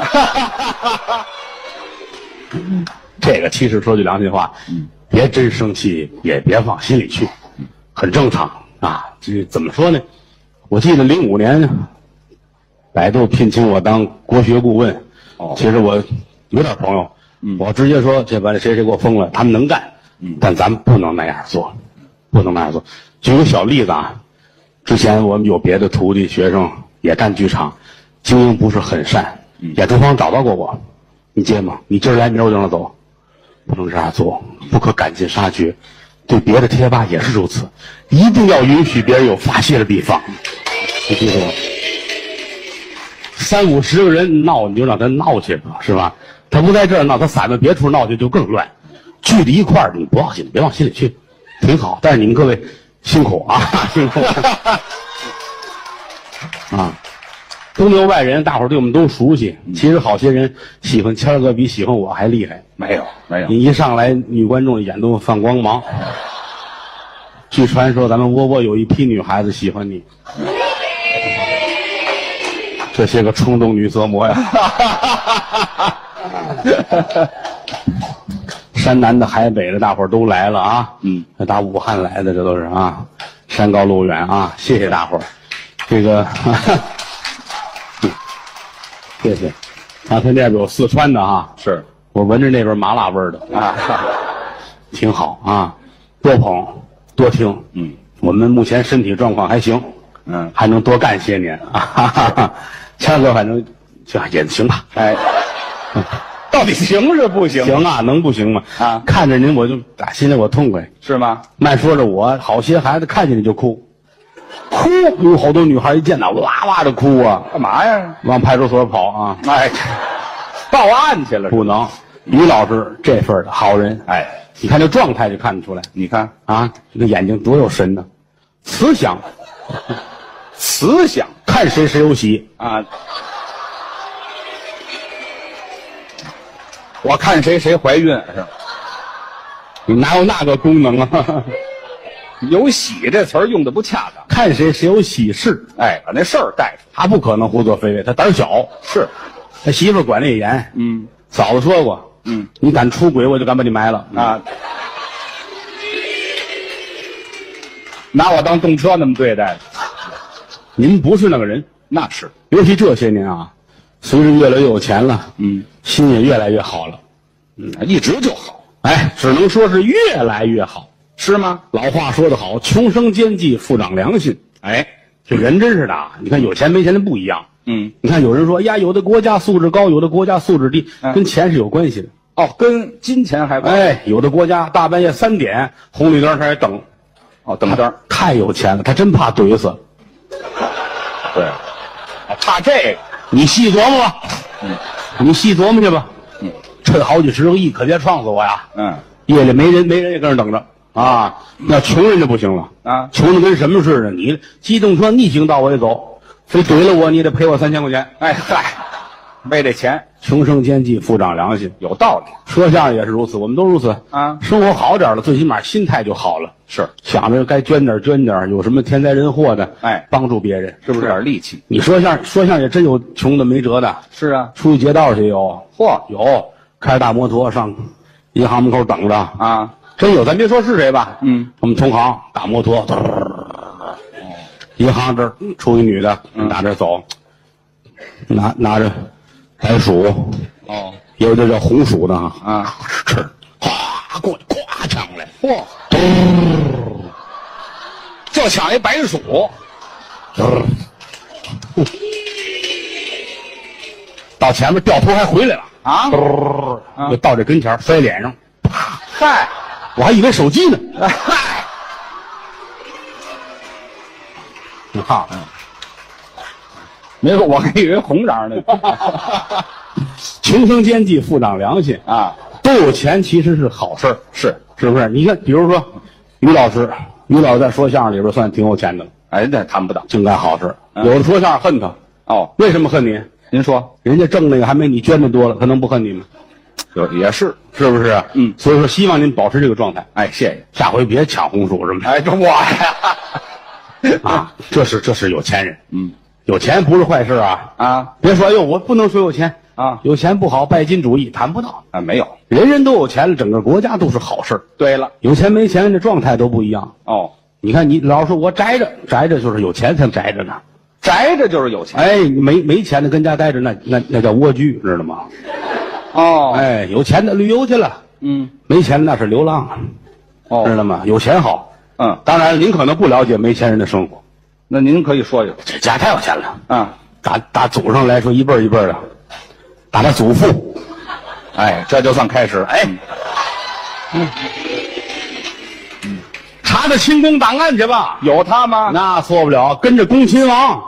[SPEAKER 1] 这个其实说句良心话，别真生气，也别往心里去，很正常啊。这怎么说呢？我记得零五年，百度聘请我当国学顾问。
[SPEAKER 5] 哦
[SPEAKER 1] 其实我有点朋友，我直接说这把谁谁给我封了，他们能干，但咱们不能那样做，不能那样做。举个小例子啊，之前我们有别的徒弟学生也干剧场，经营不是很善，演出方找到过我，你接吗？你今儿来，明儿我就让他走，不能这样做，不可赶尽杀绝。对别的贴吧也是如此，一定要允许别人有发泄的地方。你记住了，三五十个人闹，你就让他闹去吧，是吧？他不在这儿闹，他散到别处闹去就更乱。聚在一块儿，你不要紧，别往心里去，挺好。但是你们各位辛苦啊，辛苦啊！东流外人，大伙儿对我们都熟悉。其实好些人喜欢谦儿哥比喜欢我还厉害。
[SPEAKER 5] 没有，没有，
[SPEAKER 1] 你一上来，女观众眼都放光芒。据传说，咱们窝窝有一批女孩子喜欢你，这些个冲动女色魔呀！ 山南的、海北的，大伙儿都来了啊！
[SPEAKER 5] 嗯，
[SPEAKER 1] 打武汉来的，这都是啊，山高路远啊！谢谢大伙儿，这个， 谢谢。啊，他那边有四川的啊，
[SPEAKER 5] 是，
[SPEAKER 1] 我闻着那边麻辣味儿的啊， 挺好啊，多捧多听，
[SPEAKER 5] 嗯，
[SPEAKER 1] 我们目前身体状况还行，
[SPEAKER 5] 嗯
[SPEAKER 1] 还能多干些年 啊，哈哈哈谦儿哥反正就啊也行吧，
[SPEAKER 5] 哎，到底行是不行？
[SPEAKER 1] 行啊，能不行吗？
[SPEAKER 5] 啊
[SPEAKER 1] 看着您我就打心里我痛快。
[SPEAKER 5] 是吗？
[SPEAKER 1] 慢说着我，好些孩子看见你就哭，哭，有好多女孩一见到哇哇的哭啊，
[SPEAKER 5] 干嘛呀？
[SPEAKER 1] 往派出所跑啊，
[SPEAKER 5] 哎，报案去了是吧。
[SPEAKER 1] 不能。于老师这份儿的好人，
[SPEAKER 5] 哎，
[SPEAKER 1] 你看这状态就看得出来。
[SPEAKER 5] 你看
[SPEAKER 1] 啊，这个眼睛多有神呢、慈祥，
[SPEAKER 5] 慈祥
[SPEAKER 1] 看谁谁有喜。
[SPEAKER 5] 啊，我看谁谁怀孕是吧？
[SPEAKER 1] 你哪有那个功能啊？
[SPEAKER 5] 有喜这词儿用的不恰当，
[SPEAKER 1] 看谁谁有喜事，
[SPEAKER 5] 哎，把那事儿带出来
[SPEAKER 1] 他不可能胡作非为，他胆儿小，
[SPEAKER 5] 是，
[SPEAKER 1] 他媳妇儿管得也严。
[SPEAKER 5] 嗯
[SPEAKER 1] 嫂子说过，
[SPEAKER 5] 嗯
[SPEAKER 1] 你敢出轨，我就敢把你埋了。
[SPEAKER 5] 啊，拿我当动车那么对待的，
[SPEAKER 1] 您不是那个人，
[SPEAKER 5] 那是，
[SPEAKER 1] 尤其这些年啊，随着越来越有钱了，
[SPEAKER 5] 嗯，
[SPEAKER 1] 心也越来越好了。
[SPEAKER 2] 啊
[SPEAKER 5] 一直就好，
[SPEAKER 1] 哎，只能说是越来越好。
[SPEAKER 5] 是吗？
[SPEAKER 1] 老话说得好，穷生奸计，富长良心。
[SPEAKER 5] 哎，
[SPEAKER 1] 这人真是的啊，你看有钱没钱的不一样。
[SPEAKER 5] 嗯，
[SPEAKER 1] 你看，有人说，哎呀，有的国家素质高，有的国家素质低，
[SPEAKER 5] 嗯
[SPEAKER 1] 跟钱是有关系的。
[SPEAKER 5] 哦，跟金钱还关系，
[SPEAKER 1] 哎，有的国家大半夜三点红绿灯上还等，
[SPEAKER 5] 哦，等等，
[SPEAKER 1] 太有钱了，他真怕怼死。
[SPEAKER 2] 啊
[SPEAKER 5] 对，怕这个，
[SPEAKER 1] 你细琢磨吧，
[SPEAKER 5] 嗯
[SPEAKER 1] 你细琢磨去吧。趁好几十个亿，可别撞死我呀！
[SPEAKER 5] 嗯，
[SPEAKER 1] 夜里没人，没人也跟那儿等着啊。那穷人就不行了
[SPEAKER 5] 啊
[SPEAKER 1] 穷的跟什么似的？你机动车逆行道我也走，非怼了我，你也得赔我三千块钱。
[SPEAKER 5] 哎嗨，为这钱，
[SPEAKER 1] 穷生奸计，富长良心。
[SPEAKER 2] 有道理
[SPEAKER 1] 说相声也是如此，我们都如此
[SPEAKER 2] 啊
[SPEAKER 1] 生活好点了，最起码心态就好了，
[SPEAKER 2] 是
[SPEAKER 1] 想着该捐点捐点，有什么天灾人祸的，
[SPEAKER 2] 哎
[SPEAKER 1] 帮助别人，
[SPEAKER 2] 是不是有点力气？
[SPEAKER 1] 你说相声说相声也真有穷的没辙的，
[SPEAKER 2] 是啊，
[SPEAKER 1] 出去劫道去有，
[SPEAKER 2] 嚯
[SPEAKER 1] 有开着大摩托上银行门口等着啊，
[SPEAKER 2] 啊，
[SPEAKER 1] 真有，咱别说是谁吧，
[SPEAKER 2] 嗯，
[SPEAKER 1] 我们同行打摩托，银行这儿出一女的，
[SPEAKER 2] 嗯
[SPEAKER 1] 打这走，拿拿着白薯，
[SPEAKER 2] 哦
[SPEAKER 1] 也有这叫红薯的啊，
[SPEAKER 2] 啊，
[SPEAKER 1] 吃，咵过去，咵抢过来，
[SPEAKER 2] 嚯，就抢一白薯，
[SPEAKER 1] 到前面掉头还回来了，
[SPEAKER 2] 啊，
[SPEAKER 1] 就到这跟前儿摔脸上，
[SPEAKER 2] 嗨，
[SPEAKER 1] 我还以为手机呢，
[SPEAKER 2] 嗨，
[SPEAKER 1] 你看，
[SPEAKER 2] 嗯没有，我还以为红瓤 呢。
[SPEAKER 1] 穷生奸计，富长良心，
[SPEAKER 2] 啊，
[SPEAKER 1] 都有钱其实是好事儿
[SPEAKER 2] 是，
[SPEAKER 1] 是不是？你看，比如说于老师，于老师在说相声里边算挺有钱的了，
[SPEAKER 2] 哎，那谈不到。
[SPEAKER 1] 净干好事儿。
[SPEAKER 2] 嗯
[SPEAKER 1] 有的说相声恨他，
[SPEAKER 2] 哦，
[SPEAKER 1] 为什么恨你？
[SPEAKER 2] 您说
[SPEAKER 1] 人家挣那个还没你捐的多了，他能不恨你吗？
[SPEAKER 2] 有也是，
[SPEAKER 1] 是不是？
[SPEAKER 2] 嗯
[SPEAKER 1] 所以说希望您保持这个状态，
[SPEAKER 2] 哎，谢谢。
[SPEAKER 1] 下回别抢红薯什么
[SPEAKER 2] 哎，这我呀，
[SPEAKER 1] 的啊！这是这是有钱人，
[SPEAKER 2] 嗯，
[SPEAKER 1] 有钱不是坏事啊！
[SPEAKER 2] 啊
[SPEAKER 1] 别说哎呦，我不能说有钱
[SPEAKER 2] 啊
[SPEAKER 1] 有钱不好，拜金主义谈不到。
[SPEAKER 2] 啊，没有。
[SPEAKER 1] 人人都有钱了，整个国家都是好事儿
[SPEAKER 2] 对了，
[SPEAKER 1] 有钱没钱，这状态都不一样。
[SPEAKER 2] 哦，
[SPEAKER 1] 你看，你老是说我宅着，宅着就是有钱才宅着呢。
[SPEAKER 2] 宅着就是有钱。
[SPEAKER 1] 哎，你没没钱的跟家待着，那那那叫蜗居，知道吗？
[SPEAKER 2] 哦，
[SPEAKER 1] 哎，有钱的旅游去了，
[SPEAKER 2] 嗯，
[SPEAKER 1] 没钱的那是流浪，啊
[SPEAKER 2] 哦，
[SPEAKER 1] 知道吗？有钱好，
[SPEAKER 2] 嗯，
[SPEAKER 1] 当然您可能不了解没钱人的生活，
[SPEAKER 2] 那您可以说一说
[SPEAKER 1] 这家太有钱了，
[SPEAKER 2] 啊。
[SPEAKER 1] 打打祖上来说一辈儿一辈儿的，打他祖父，
[SPEAKER 2] 哎，这就算开始。哎，
[SPEAKER 1] 查查清宫档案去吧。
[SPEAKER 2] 有他吗？
[SPEAKER 1] 那错不了，跟着恭亲王，
[SPEAKER 2] 啊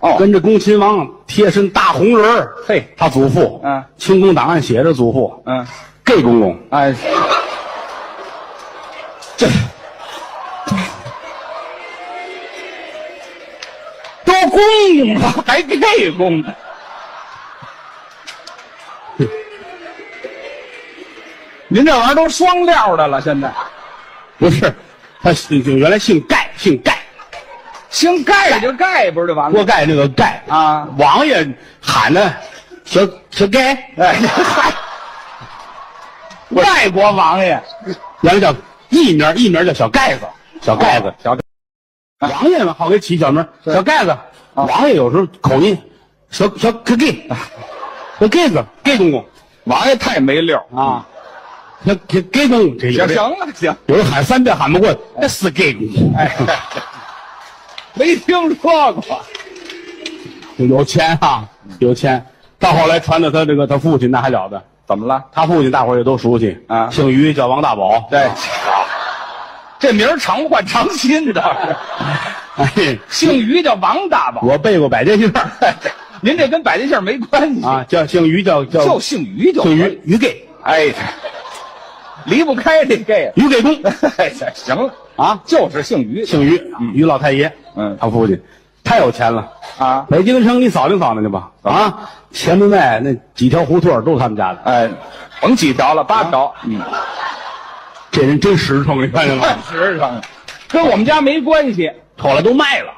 [SPEAKER 2] 哦
[SPEAKER 1] 跟着恭亲王贴身大红人儿
[SPEAKER 2] 嘿
[SPEAKER 1] 他祖父，
[SPEAKER 2] 嗯
[SPEAKER 1] 清宫档案写着祖父，
[SPEAKER 2] 嗯，
[SPEAKER 1] 这公公，
[SPEAKER 2] 哎，这都公公了，还这公呢？您这玩意儿都双料的了，现在
[SPEAKER 1] 不是， 他姓就原来姓盖，姓盖，
[SPEAKER 2] 姓盖就盖，不是就完
[SPEAKER 1] 锅？盖那个盖
[SPEAKER 2] 嗯啊
[SPEAKER 1] 王爷喊的小小盖，
[SPEAKER 2] 哎， 嗨，外国王爷
[SPEAKER 1] 原来叫艺名，艺名叫小盖子，小盖子，
[SPEAKER 2] 小
[SPEAKER 1] 啊王爷嘛，好给起小名，小盖
[SPEAKER 2] 啊
[SPEAKER 1] 子，王爷有时候口音，小小小盖，
[SPEAKER 2] 啊
[SPEAKER 1] 小盖子，盖公公
[SPEAKER 2] 王爷太没溜儿嗯
[SPEAKER 1] 啊，小小盖公公，这有
[SPEAKER 2] 行
[SPEAKER 1] 的
[SPEAKER 2] 行了，行，
[SPEAKER 1] 有人喊三遍喊不过，那是盖公公，
[SPEAKER 2] 哎，没听说过。
[SPEAKER 1] 有钱啊，有钱。到后来传到他这个他父亲，那还了得？
[SPEAKER 2] 怎么了？
[SPEAKER 1] 他父亲大伙儿也都熟悉
[SPEAKER 2] 啊
[SPEAKER 1] 姓于叫王大宝。
[SPEAKER 2] 对，这名儿常换常新的，
[SPEAKER 1] 哎，
[SPEAKER 2] 姓于叫王大宝。
[SPEAKER 1] 我背过百家姓儿
[SPEAKER 2] 您这跟百家姓没关系，
[SPEAKER 1] 啊，叫姓于叫叫
[SPEAKER 2] 哎就姓于就可
[SPEAKER 1] 姓
[SPEAKER 2] 以
[SPEAKER 1] 于。于给
[SPEAKER 2] 哎，离不开这个。
[SPEAKER 1] 于给公
[SPEAKER 2] 哎，行了，
[SPEAKER 1] 啊，
[SPEAKER 2] 就是姓于。
[SPEAKER 1] 姓于于老太爷，
[SPEAKER 2] 嗯
[SPEAKER 1] 他父亲太有钱了。
[SPEAKER 2] 啊，
[SPEAKER 1] 北京城你扫听扫听去吧啊，前门外那几条胡同儿都是他们家的。
[SPEAKER 2] 哎，甭几条了，八条。嗯，
[SPEAKER 1] 这人真实诚，你看见吗？
[SPEAKER 2] 实诚，哎啊跟我们家没关系，哦
[SPEAKER 1] 后来都卖了，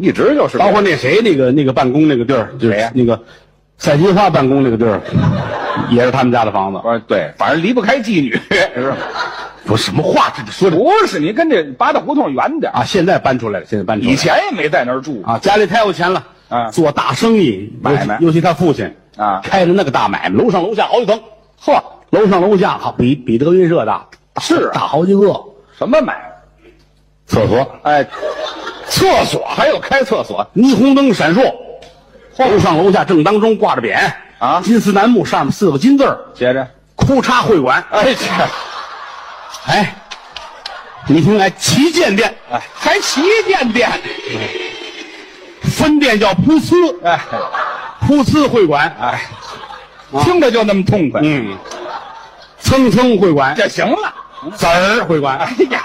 [SPEAKER 2] 一直就是
[SPEAKER 1] 包括那谁那个那个办公那个地儿，就是
[SPEAKER 2] 谁呀
[SPEAKER 1] 那个赛金花办公那个地儿，也是他们家的房子。
[SPEAKER 2] 不是对，反正离不开妓女，是吧？
[SPEAKER 1] 不是什么话，这说的
[SPEAKER 2] 不是，你跟这八大胡同远点儿
[SPEAKER 1] 啊！现在搬出来了，现在搬出来
[SPEAKER 2] 以
[SPEAKER 1] 了。
[SPEAKER 2] 前也没在那儿住
[SPEAKER 1] 啊，家里太有钱了，
[SPEAKER 2] 啊
[SPEAKER 1] 做大生意，尤其
[SPEAKER 2] 买卖
[SPEAKER 1] 尤其他父亲
[SPEAKER 2] 啊
[SPEAKER 1] 开着那个大买卖，楼上楼下好几层，
[SPEAKER 2] 嚯，
[SPEAKER 1] 楼上楼下好比比德云社大，大
[SPEAKER 2] 是啊
[SPEAKER 1] 大好几个
[SPEAKER 2] 什么买卖？
[SPEAKER 1] 厕所，
[SPEAKER 2] 哎，厕所还有开厕所，
[SPEAKER 1] 霓虹灯闪烁，楼上楼下正当中挂着匾
[SPEAKER 2] 啊
[SPEAKER 1] 金丝楠木上面四个金字儿，
[SPEAKER 2] 接着，
[SPEAKER 1] 哭嚓会馆，
[SPEAKER 2] 哎这，
[SPEAKER 5] 啊
[SPEAKER 1] 哎，你听哎，旗舰店
[SPEAKER 2] 哎，还旗舰店，
[SPEAKER 1] 分店叫噗呲
[SPEAKER 2] 哎
[SPEAKER 1] 噗呲会馆，
[SPEAKER 2] 哎，听着就那么痛 快，
[SPEAKER 1] 嗯，蹭蹭会馆，
[SPEAKER 2] 这行了。
[SPEAKER 1] 籽儿会馆，
[SPEAKER 2] 哎呀，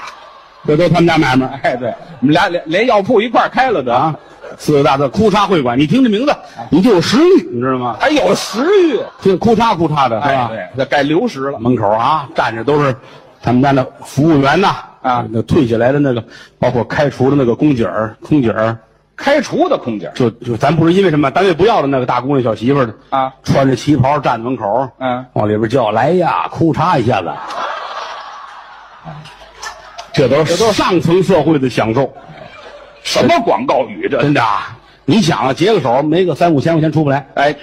[SPEAKER 1] 这都他们家买卖。
[SPEAKER 2] 哎对，我们俩连连药铺一块儿开了得
[SPEAKER 1] 啊，四个大字“哭嚓会馆”，你听这名字，你就有食欲，你知道吗？
[SPEAKER 5] 还有食欲，
[SPEAKER 1] 听哭嚓哭嚓的，是吧？
[SPEAKER 5] 对，那该流食了。
[SPEAKER 1] 门口啊，站着都是他们家的服务员呐，啊，那退下来的那个，包括开除的那个空姐儿、空姐儿，
[SPEAKER 5] 开除的空姐儿
[SPEAKER 1] 就就咱不是因为什么，单位不要的那个大姑娘、小媳妇儿的
[SPEAKER 5] 啊，
[SPEAKER 1] 穿着旗袍站门口，
[SPEAKER 5] 嗯，
[SPEAKER 1] 往里边叫来呀，哭嚓一下子，这都是上层社会的享受，
[SPEAKER 5] 什么广告语这？
[SPEAKER 1] 真的啊！你想啊，结个手没个三五千块钱出不来，
[SPEAKER 5] 哎，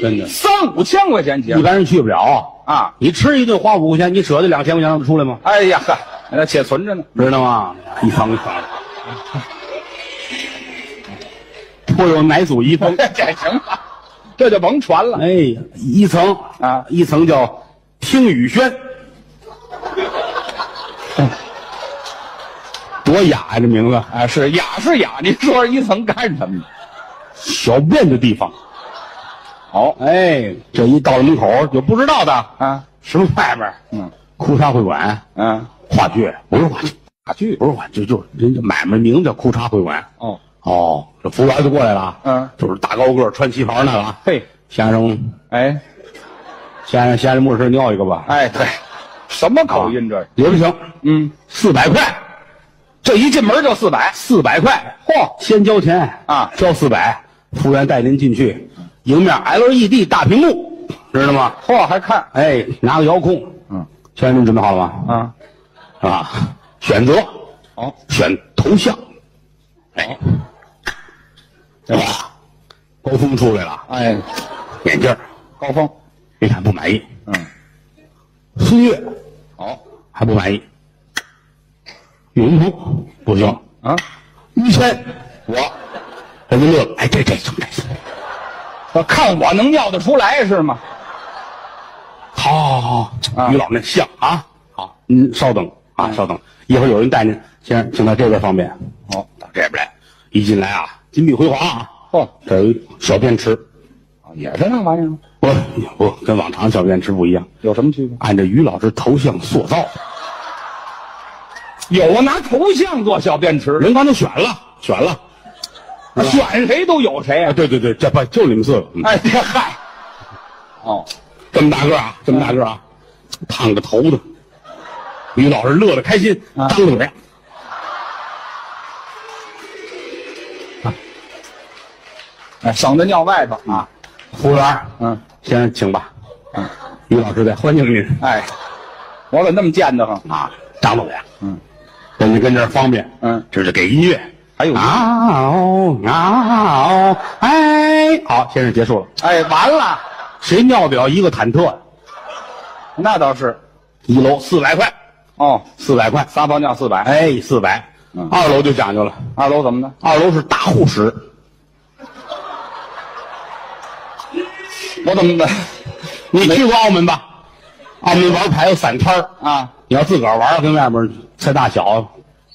[SPEAKER 1] 真的，
[SPEAKER 5] 三五千块钱结
[SPEAKER 1] 一般人去不了。
[SPEAKER 5] 哎啊！
[SPEAKER 1] 你吃一顿花五块钱，你舍得两千块钱让他出来吗？
[SPEAKER 5] 哎呀呵，那且存着呢。
[SPEAKER 1] 知道吗？一方一方，颇有乃祖遗风。
[SPEAKER 5] 这行了，这就甭传了。
[SPEAKER 1] 哎，一层
[SPEAKER 5] 啊
[SPEAKER 1] 一层叫听雨轩， 多雅呀、这名字，
[SPEAKER 5] 啊，是雅是雅，您说一层干什么？
[SPEAKER 1] 小便的地方。
[SPEAKER 5] 好
[SPEAKER 1] 哎，这一到了门口有不知道的
[SPEAKER 5] 啊，
[SPEAKER 1] 什么外边，
[SPEAKER 5] 嗯，
[SPEAKER 1] 哭嚓会馆，
[SPEAKER 5] 嗯，
[SPEAKER 1] 话剧不是话剧，
[SPEAKER 5] 话剧
[SPEAKER 1] 不是话剧，就人家买卖名叫哭嚓会馆。
[SPEAKER 5] 哦，
[SPEAKER 1] 哦，这服务员就过来了啊，
[SPEAKER 5] 嗯
[SPEAKER 1] 就是大高个儿穿旗袍那个啊。
[SPEAKER 5] 嘿，
[SPEAKER 1] 先生，
[SPEAKER 5] 哎
[SPEAKER 1] 先生，先生，牧师尿一个吧。
[SPEAKER 5] 哎，对，什
[SPEAKER 1] 啊
[SPEAKER 5] 么口音这是？
[SPEAKER 1] 也不行，
[SPEAKER 5] 嗯，
[SPEAKER 1] 四百块，
[SPEAKER 5] 这一进门就四百，
[SPEAKER 1] 四百块，
[SPEAKER 5] 嚯，
[SPEAKER 1] 先交钱
[SPEAKER 5] 啊
[SPEAKER 1] 交四百，服务员带您进去，迎面 LED 大屏幕，知道吗？
[SPEAKER 5] 嚯，还看
[SPEAKER 1] 哎，拿个遥控，
[SPEAKER 5] 嗯，
[SPEAKER 1] 先生，您准备好了吗？
[SPEAKER 5] 啊？
[SPEAKER 1] 啊，选择，
[SPEAKER 5] 哦，
[SPEAKER 1] 选头像，哎，哇，高峰出来了，
[SPEAKER 5] 哎，
[SPEAKER 1] 眼镜儿
[SPEAKER 5] 高峰，
[SPEAKER 1] 一看不满意，
[SPEAKER 5] 嗯，
[SPEAKER 1] 孙越
[SPEAKER 5] 好
[SPEAKER 1] 还不满意，岳云鹏不行，
[SPEAKER 5] 啊，
[SPEAKER 1] 于谦，我，人家乐了，哎，这这这这，
[SPEAKER 5] 我看我能尿得出来是吗？
[SPEAKER 1] 好好好好，
[SPEAKER 5] 啊
[SPEAKER 1] 于老那像啊，
[SPEAKER 5] 好，
[SPEAKER 1] 您稍等啊，稍等，一会儿有人带您，先生，请到这边方便，
[SPEAKER 5] 好，
[SPEAKER 1] 到这边来，一进来啊，金碧辉煌啊，
[SPEAKER 5] 嚯，
[SPEAKER 1] 这儿有一小便池，
[SPEAKER 5] 也是那玩意儿吗？
[SPEAKER 1] 不不跟往常小便池不一样，
[SPEAKER 5] 有什么区别？
[SPEAKER 1] 按照于老师头像塑造，
[SPEAKER 5] 有啊，拿头像做小便池，
[SPEAKER 1] 人刚才选了，选了，
[SPEAKER 5] 选谁都有谁
[SPEAKER 1] 哎，
[SPEAKER 5] 啊。
[SPEAKER 1] 对对对，这不就你们四个，嗯
[SPEAKER 5] 哎，这嗨，哦，
[SPEAKER 1] 这么大个儿啊，这么大个儿啊，烫着头的，于老师乐得开心，
[SPEAKER 5] 啊
[SPEAKER 1] 张着嘴。
[SPEAKER 5] 哎，省得尿外头啊。
[SPEAKER 1] 服务员，
[SPEAKER 5] 嗯，
[SPEAKER 1] 先生请吧。
[SPEAKER 5] 嗯，
[SPEAKER 1] 于老师在欢迎您
[SPEAKER 5] 哎，我怎么那么贱的慌？
[SPEAKER 1] 啊，张老板。
[SPEAKER 5] 嗯，
[SPEAKER 1] 跟您跟这儿方便。
[SPEAKER 5] 嗯哎
[SPEAKER 1] 这是给音乐。
[SPEAKER 5] 还有音乐
[SPEAKER 1] 啊哦啊哦，哎，好，先生结束了。
[SPEAKER 5] 哎，完了，
[SPEAKER 1] 谁尿得了一个忐忑呀？
[SPEAKER 5] 那倒是。
[SPEAKER 1] 一楼四百块，
[SPEAKER 5] 哦，
[SPEAKER 1] 四百块，
[SPEAKER 5] 撒泡尿四百，
[SPEAKER 1] 哎，四百。
[SPEAKER 5] 嗯
[SPEAKER 1] 二楼就讲究了，
[SPEAKER 5] 二楼怎么的？
[SPEAKER 1] 二楼是大户室，
[SPEAKER 5] 我怎么的？
[SPEAKER 1] 你去过澳门吧？澳门玩牌有散摊儿，
[SPEAKER 5] 啊，
[SPEAKER 1] 你要自个儿玩儿，跟外边儿猜大小，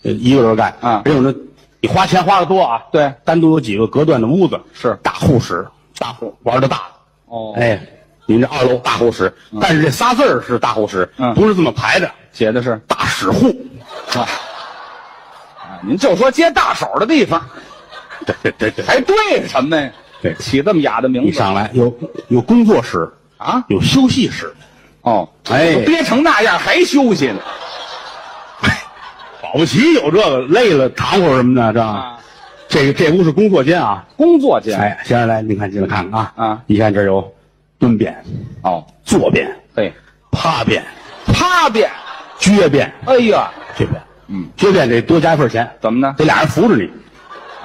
[SPEAKER 1] 呃一个人干
[SPEAKER 5] 啊
[SPEAKER 1] 人有那，你花钱花的多啊。
[SPEAKER 5] 对
[SPEAKER 1] 单独有几个隔断的屋子，
[SPEAKER 5] 是
[SPEAKER 1] 大户室，大户玩的大的。
[SPEAKER 5] 哦哎，
[SPEAKER 1] 哎，您这二楼大户室，但是这仨字儿是大户室，
[SPEAKER 5] 嗯
[SPEAKER 1] 不是这么排的。
[SPEAKER 5] 写的是，
[SPEAKER 1] 大使户，
[SPEAKER 5] 啊，啊您就说接大手的地方，
[SPEAKER 1] 对对对对，
[SPEAKER 5] 还对什么呀？
[SPEAKER 1] 对
[SPEAKER 5] 起这么雅的名
[SPEAKER 1] 一
[SPEAKER 5] 字
[SPEAKER 1] 上来有有工作室，
[SPEAKER 5] 啊？
[SPEAKER 1] 有休息室，
[SPEAKER 5] 哦，
[SPEAKER 1] 哎
[SPEAKER 5] 憋成那样还休息呢？
[SPEAKER 1] 保不齐有这个累了躺会儿什么的，这、
[SPEAKER 5] 啊，
[SPEAKER 1] 这这屋是工作间啊。
[SPEAKER 5] 工作间，
[SPEAKER 1] 哎，先生来，您看进来看看啊。
[SPEAKER 5] 啊
[SPEAKER 1] 你看这儿有蹲便、
[SPEAKER 5] 哦，
[SPEAKER 1] 坐便、
[SPEAKER 5] 对，
[SPEAKER 1] 趴便、
[SPEAKER 5] 趴便，
[SPEAKER 1] 撅便、
[SPEAKER 5] 哎呀，
[SPEAKER 1] 撅便。
[SPEAKER 5] 嗯，啊
[SPEAKER 1] 撅便得多加一份钱，
[SPEAKER 5] 怎么呢？
[SPEAKER 1] 得俩人扶着你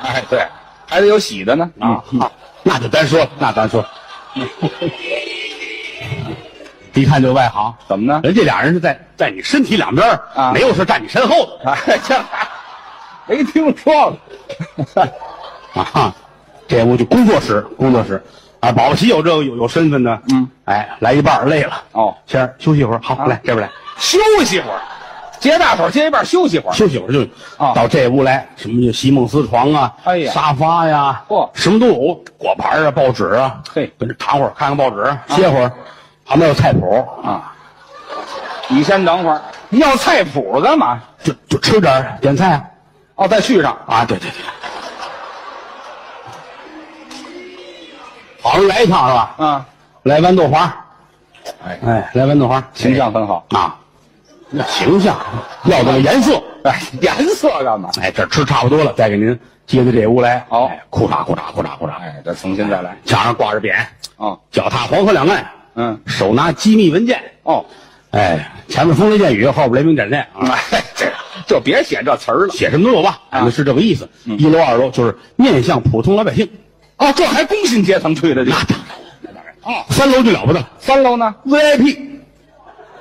[SPEAKER 5] 哎，对，还得有洗的呢。
[SPEAKER 1] 啊。啊那就单说，那咱说， 一看就外行。
[SPEAKER 5] 怎么呢？
[SPEAKER 1] 人家俩人是在在你身体两边儿
[SPEAKER 5] 啊
[SPEAKER 1] 没有是站你身后的
[SPEAKER 5] 哎，这没听说过。
[SPEAKER 1] 啊。哈这屋就工作室，工作室啊，保不齐有这个有有身份的。
[SPEAKER 5] 嗯，
[SPEAKER 1] 哎，来一半儿累了，
[SPEAKER 5] 哦，
[SPEAKER 1] 先生休息一会儿，好，
[SPEAKER 5] 啊
[SPEAKER 1] 来这边来。
[SPEAKER 5] 休息会儿，接大手接一半，休息会儿。
[SPEAKER 1] 休息会儿就
[SPEAKER 5] 啊
[SPEAKER 1] 到这屋来，什么就席梦思床啊，
[SPEAKER 5] 哎呀
[SPEAKER 1] 沙发呀，
[SPEAKER 5] 嚯
[SPEAKER 1] 什么都有，果盘啊，报纸啊，
[SPEAKER 5] 嘿
[SPEAKER 1] 跟这躺会儿看看报纸，歇会儿，旁边有菜谱，
[SPEAKER 5] 啊，你先等会儿，你要菜谱干嘛？
[SPEAKER 1] 就就吃点儿点菜啊
[SPEAKER 5] 哦，再续上。
[SPEAKER 1] 啊，对对对，好容易来一趟是吧？
[SPEAKER 5] 啊，
[SPEAKER 1] 来豌豆花，
[SPEAKER 5] 哎
[SPEAKER 1] 哎，来豌豆花，
[SPEAKER 5] 形象很好。
[SPEAKER 1] 啊，那形象要这个颜色。
[SPEAKER 5] 哎，颜色干嘛？
[SPEAKER 1] 哎，这吃差不多了，再给您接到这屋来。
[SPEAKER 5] 好
[SPEAKER 1] 哎裤衩裤衩裤衩裤衩，
[SPEAKER 5] 哎，再重新再来。
[SPEAKER 1] 墙上挂着匾，
[SPEAKER 5] 哦，
[SPEAKER 1] 脚踏黄河两岸，
[SPEAKER 5] 嗯，
[SPEAKER 1] 手拿机密文件。
[SPEAKER 5] 哦，
[SPEAKER 1] 哎，前面风雷电雨，后边雷鸣闪电啊，
[SPEAKER 5] 哎，这就别写这词儿了。
[SPEAKER 1] 写什么都有吧？咱们是这个意思。一楼、二楼就是面向普通老百姓，
[SPEAKER 5] 哦，这还工薪阶层去的地
[SPEAKER 1] 那
[SPEAKER 5] 方。
[SPEAKER 1] 当然，那当然。三楼就了不得了
[SPEAKER 5] 三楼呢？
[SPEAKER 1] ，VIP，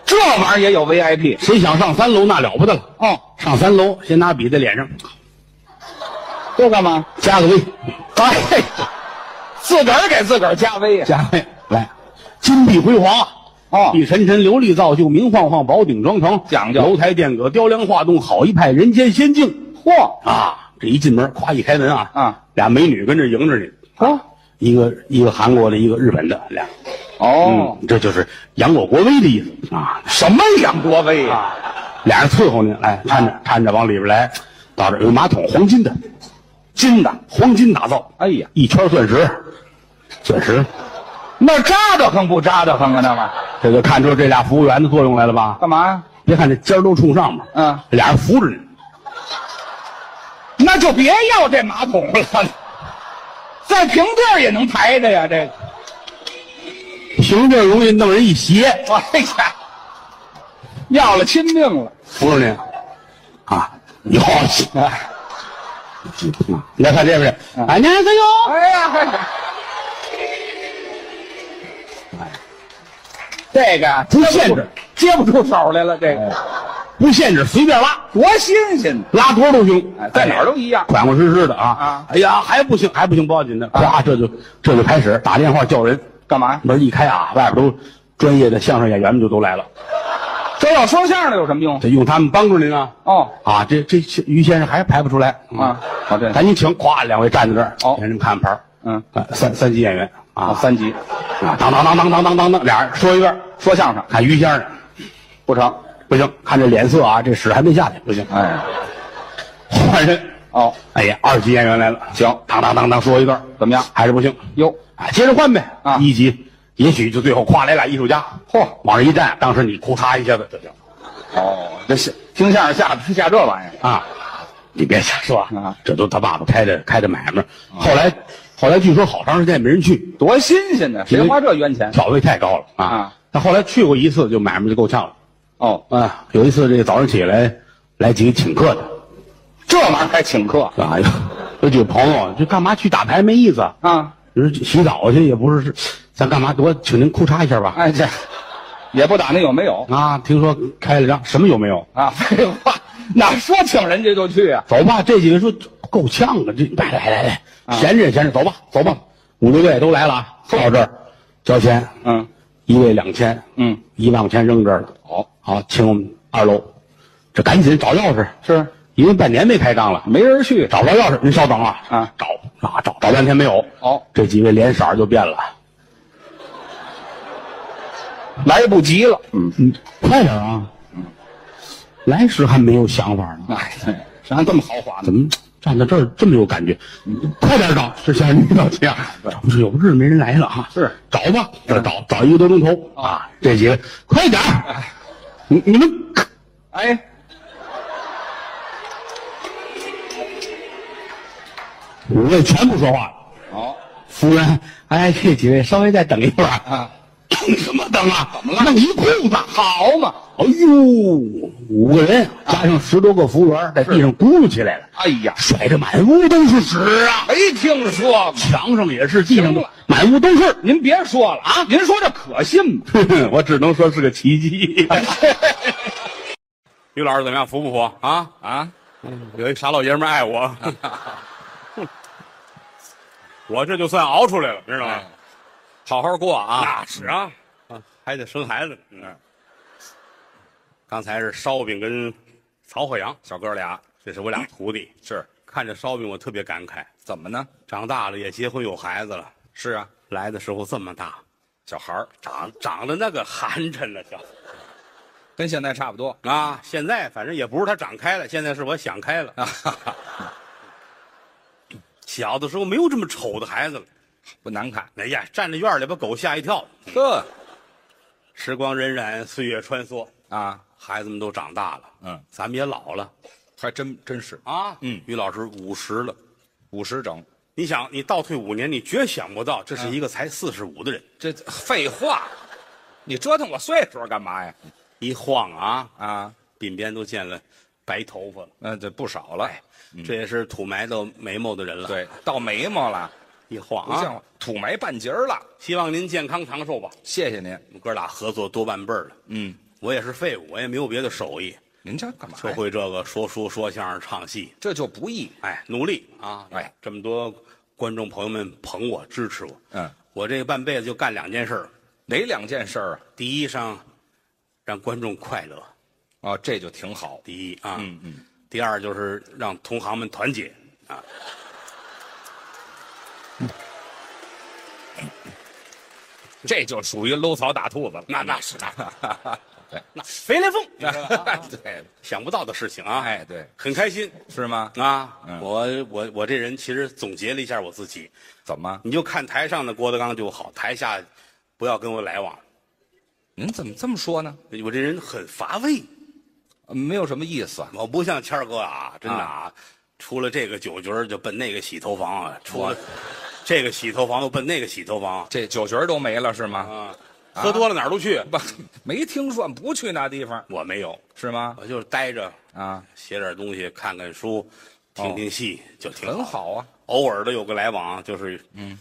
[SPEAKER 5] 这玩意儿也有 VIP。
[SPEAKER 1] 谁想上三楼那了不得了。
[SPEAKER 5] 哦，
[SPEAKER 1] 上三楼先拿笔在脸上
[SPEAKER 5] 这干嘛？
[SPEAKER 1] 加个 V，
[SPEAKER 5] 哎，自个儿给自个儿加微呀。
[SPEAKER 1] 加个 V 来，金碧辉煌啊。
[SPEAKER 5] 哦
[SPEAKER 1] 一沉沉琉璃造就，明晃晃宝鼎装成，
[SPEAKER 5] 讲究
[SPEAKER 1] 楼台殿阁，雕梁画栋，好一派人间仙境
[SPEAKER 5] 嚯，
[SPEAKER 1] 啊！这一进门，夸一开门啊，
[SPEAKER 5] 啊，
[SPEAKER 1] 俩美女跟这迎着你，
[SPEAKER 5] 嚯，
[SPEAKER 1] 一个一个韩国的，一个日本的，俩，
[SPEAKER 5] 哦
[SPEAKER 1] 嗯，，这就是扬我国威的意思啊！
[SPEAKER 5] 什么杨国威呀？
[SPEAKER 1] 俩人伺候您，哎，搀着搀着往里边来，到这儿有马桶，黄金的，
[SPEAKER 5] 金的。
[SPEAKER 1] 黄金打造，
[SPEAKER 5] 哎呀，
[SPEAKER 1] 一圈钻石，钻石，
[SPEAKER 5] 那扎得很不扎得很啊？那玩意儿
[SPEAKER 1] 这就看出这俩服务员的作用来了吧？
[SPEAKER 5] 干嘛呀？
[SPEAKER 1] 别看这尖儿都冲上面，
[SPEAKER 5] 嗯，
[SPEAKER 1] 俩人扶着你。
[SPEAKER 5] 那就别要这马桶了，在平地儿也能抬着呀，这个。
[SPEAKER 1] 平地容易弄人一斜，
[SPEAKER 5] 哎呀，要了亲命了。
[SPEAKER 1] 扶着你啊，有
[SPEAKER 5] 哎
[SPEAKER 1] 你来看这边去，哎，你看这有，
[SPEAKER 5] 哎呀，哎呀这个
[SPEAKER 1] 不限制，
[SPEAKER 5] 接不出手来了，这
[SPEAKER 1] 哎
[SPEAKER 5] 个、
[SPEAKER 1] 不限制，随便拉，
[SPEAKER 5] 多新鲜呢！
[SPEAKER 1] 拉多少都行
[SPEAKER 5] 哎，在哪儿都一样
[SPEAKER 1] 款款实实的啊
[SPEAKER 5] 啊
[SPEAKER 1] 哎呀，还不行，还不行，不要紧的，啊，这就这就开始打电话叫人，
[SPEAKER 5] 干嘛？
[SPEAKER 1] 门一开啊，外边都专业的相声演员们就都来了，
[SPEAKER 5] 这要说相声的有什么用？
[SPEAKER 1] 得用他们帮助您啊。
[SPEAKER 5] 哦
[SPEAKER 1] 啊，这这于先生还排不出来
[SPEAKER 5] 啊，好这
[SPEAKER 1] 赶紧请，咵，两位站在这儿，
[SPEAKER 5] 哦
[SPEAKER 1] 给人看牌儿
[SPEAKER 5] 嗯，
[SPEAKER 1] 哎三三级演员
[SPEAKER 5] 啊
[SPEAKER 1] 啊，
[SPEAKER 5] 三级
[SPEAKER 1] 啊，当当当当当当当当，俩人说一遍，
[SPEAKER 5] 说相声
[SPEAKER 1] 看于先生，
[SPEAKER 5] 不成？
[SPEAKER 1] 不行，看这脸色啊，这屎还没下去，不行，
[SPEAKER 5] 哎，
[SPEAKER 1] 换人。
[SPEAKER 5] 哦，
[SPEAKER 1] 哎呀，二级演员来了，行，当当当当说一段，
[SPEAKER 5] 怎么样
[SPEAKER 1] 还是不行，
[SPEAKER 5] 哟，
[SPEAKER 1] 哎，接着换呗。
[SPEAKER 5] 啊
[SPEAKER 1] 一级，也许就最后夸来俩艺术家，
[SPEAKER 5] 嚯
[SPEAKER 1] 往这一站，当时你哭嚓一下子就行
[SPEAKER 5] 哦，这是听相声下下这玩意儿，
[SPEAKER 1] 啊。你别瞎说
[SPEAKER 5] 啊
[SPEAKER 1] 这都他爸爸开的开的买卖。后来，后来据说好长时间也没人去，
[SPEAKER 5] 多新鲜呢！谁花这冤钱？
[SPEAKER 1] 挑费太高了啊
[SPEAKER 5] 啊。
[SPEAKER 1] 他后来去过一次，就买卖就够呛了。
[SPEAKER 5] 哦，
[SPEAKER 1] 啊，有一次这早上起来来几个请客的
[SPEAKER 5] 这玩意儿还请客
[SPEAKER 1] 啊， 有有几个朋友就干嘛去打牌没意思啊，
[SPEAKER 5] 啊？
[SPEAKER 1] 有人洗澡去也不是，咱干嘛？我请您裤衩一下吧。
[SPEAKER 5] 哎，这也不打那有没有
[SPEAKER 1] 啊，听说开了张，什么有没有？
[SPEAKER 5] 啊？ 废话，哪说请人家就去啊？
[SPEAKER 1] 走吧，这几个说够呛啊，这来来来来，闲着也闲着，走吧走吧，五六位都来了啊，到这儿交钱，
[SPEAKER 5] 嗯
[SPEAKER 1] 一位两千，
[SPEAKER 5] 嗯，
[SPEAKER 1] 一万块钱扔这儿了。好，好，请我们二楼，这赶紧找钥匙，
[SPEAKER 5] 是
[SPEAKER 1] 因为半年没开张了，
[SPEAKER 5] 没人去
[SPEAKER 1] 找不着钥匙，您稍等啊，
[SPEAKER 5] 啊
[SPEAKER 1] 找啊找找半天没有，
[SPEAKER 5] 哦，
[SPEAKER 1] 这几位脸色儿就变了，
[SPEAKER 5] 来不及了。
[SPEAKER 1] 嗯，快点啊，来时还没有想法呢，
[SPEAKER 5] 哎，对，谁还这么豪华呢？
[SPEAKER 1] 怎么站在这儿这么有感觉？快点找，这先生，你老这样，不是有日子没人来了哈？
[SPEAKER 5] 是嗯
[SPEAKER 1] 找吧，这找找一个多钟头啊，这几个快点儿，你你们
[SPEAKER 5] 哎，
[SPEAKER 1] 五位全部说话了。
[SPEAKER 5] 好
[SPEAKER 1] 服务员，哎，这几位稍微再等一会儿啊，
[SPEAKER 5] 啊，
[SPEAKER 1] 等什么等啊？怎么了？弄一裤子，
[SPEAKER 5] 好嘛！啊
[SPEAKER 1] 哎呦，五个人加上十多个服务员，在地上咕噜起来了，
[SPEAKER 5] 哎呀，
[SPEAKER 1] 甩得满屋都是屎啊，
[SPEAKER 5] 没听说过。
[SPEAKER 1] 墙上也是，地上都
[SPEAKER 5] 行了
[SPEAKER 1] 满屋都是。
[SPEAKER 5] 您别说了啊，您说这可信吗？
[SPEAKER 1] 我只能说是个奇迹。于老师怎么样？服不服啊？
[SPEAKER 2] 啊，
[SPEAKER 1] 有一傻老爷们儿爱我， 我这就算熬出来了，知道吗？
[SPEAKER 2] 好好过哎啊！
[SPEAKER 1] 那是啊，啊还得生孩子。嗯，刚才是烧饼跟曹鹤阳，
[SPEAKER 2] 小哥俩
[SPEAKER 1] 这是我俩徒弟。
[SPEAKER 2] 嗯是
[SPEAKER 1] 看着烧饼，我特别感慨，
[SPEAKER 2] 怎么呢？
[SPEAKER 1] 长大了也结婚有孩子了，
[SPEAKER 2] 是啊，
[SPEAKER 1] 来的时候这么大，
[SPEAKER 2] 小孩儿
[SPEAKER 1] 长长得那个寒碜了，小
[SPEAKER 2] 跟现在差不多
[SPEAKER 1] 啊！现在反正也不是他长开了，现在是我想开了。
[SPEAKER 2] 啊，哈哈
[SPEAKER 1] 小的时候没有这么丑的孩子了，
[SPEAKER 2] 不难看。
[SPEAKER 6] 哎呀，站在院里把狗吓一跳。
[SPEAKER 2] 呵
[SPEAKER 6] 时光荏苒，岁月穿梭，
[SPEAKER 2] 啊，
[SPEAKER 6] 孩子们都长大了，
[SPEAKER 2] 嗯，
[SPEAKER 6] 咱们也老了
[SPEAKER 2] 还真真是
[SPEAKER 6] 啊。
[SPEAKER 2] 嗯
[SPEAKER 6] 于老师五十了，
[SPEAKER 2] 五十整，
[SPEAKER 6] 你想，你倒退五年，你绝想不到这是一
[SPEAKER 2] 嗯
[SPEAKER 6] 个才四十五的人，
[SPEAKER 2] 这废话，你折腾我岁数干嘛呀？
[SPEAKER 6] 一晃啊，
[SPEAKER 2] 啊，
[SPEAKER 6] 鬓边都见了白头发了。
[SPEAKER 2] 那这不少了。
[SPEAKER 5] 哎
[SPEAKER 6] 这也是土埋到眉毛的人了。，
[SPEAKER 2] 嗯对，到眉毛了，
[SPEAKER 6] 一晃
[SPEAKER 2] 不像
[SPEAKER 6] 啊，
[SPEAKER 2] 话土埋半截儿了。
[SPEAKER 6] 希望您健康长寿吧。
[SPEAKER 2] 谢谢您。
[SPEAKER 6] 我们哥俩合作多半辈儿了，
[SPEAKER 2] 嗯，
[SPEAKER 6] 我也是废物，我也没有别的手艺，
[SPEAKER 2] 您这干嘛呀？
[SPEAKER 6] 就会这个说书、说相声、唱戏。
[SPEAKER 2] 这就不易。
[SPEAKER 6] 哎，努力啊！
[SPEAKER 2] 哎，
[SPEAKER 6] 这么多观众朋友们捧我、支持我，
[SPEAKER 2] 嗯，
[SPEAKER 6] 我这半辈子就干两件事儿：
[SPEAKER 2] 哪两件事儿啊？
[SPEAKER 6] 第一，上让观众快乐；
[SPEAKER 2] 哦，这就挺好。
[SPEAKER 6] 第一啊，嗯嗯；第二就是让同行们团 结啊。
[SPEAKER 2] 这就属于搂草打兔子了。
[SPEAKER 6] 那那是那
[SPEAKER 2] 对，
[SPEAKER 6] 那肥来凤，
[SPEAKER 2] 对，
[SPEAKER 6] 想不到的事情啊！
[SPEAKER 2] 啊哎，对，
[SPEAKER 6] 很开心
[SPEAKER 2] 是吗？
[SPEAKER 6] 啊！
[SPEAKER 2] 嗯
[SPEAKER 6] 我我我这人其实总结了一下我自己，
[SPEAKER 2] 怎么？
[SPEAKER 6] 你就看台上的郭德纲就好，台下不要跟我来往。
[SPEAKER 2] 您怎么这么说呢？
[SPEAKER 6] 我这人很乏味，
[SPEAKER 2] 呃没有什么意思啊。
[SPEAKER 6] 我不像谦儿哥啊，真的啊，出了这个酒局儿就奔那个洗头房啊，出了这个洗头房又奔那个洗头房
[SPEAKER 2] 这酒局儿都没了是吗？
[SPEAKER 6] 啊，喝多了哪儿都去。
[SPEAKER 2] 不，没听说，不去那地方
[SPEAKER 6] 我没有，
[SPEAKER 2] 是吗？
[SPEAKER 6] 我就是待着，
[SPEAKER 2] 啊，
[SPEAKER 6] 写点东西，看看书，听听戏，就挺
[SPEAKER 2] 哦很。好啊。
[SPEAKER 6] 偶尔的有个来往，就是嗯，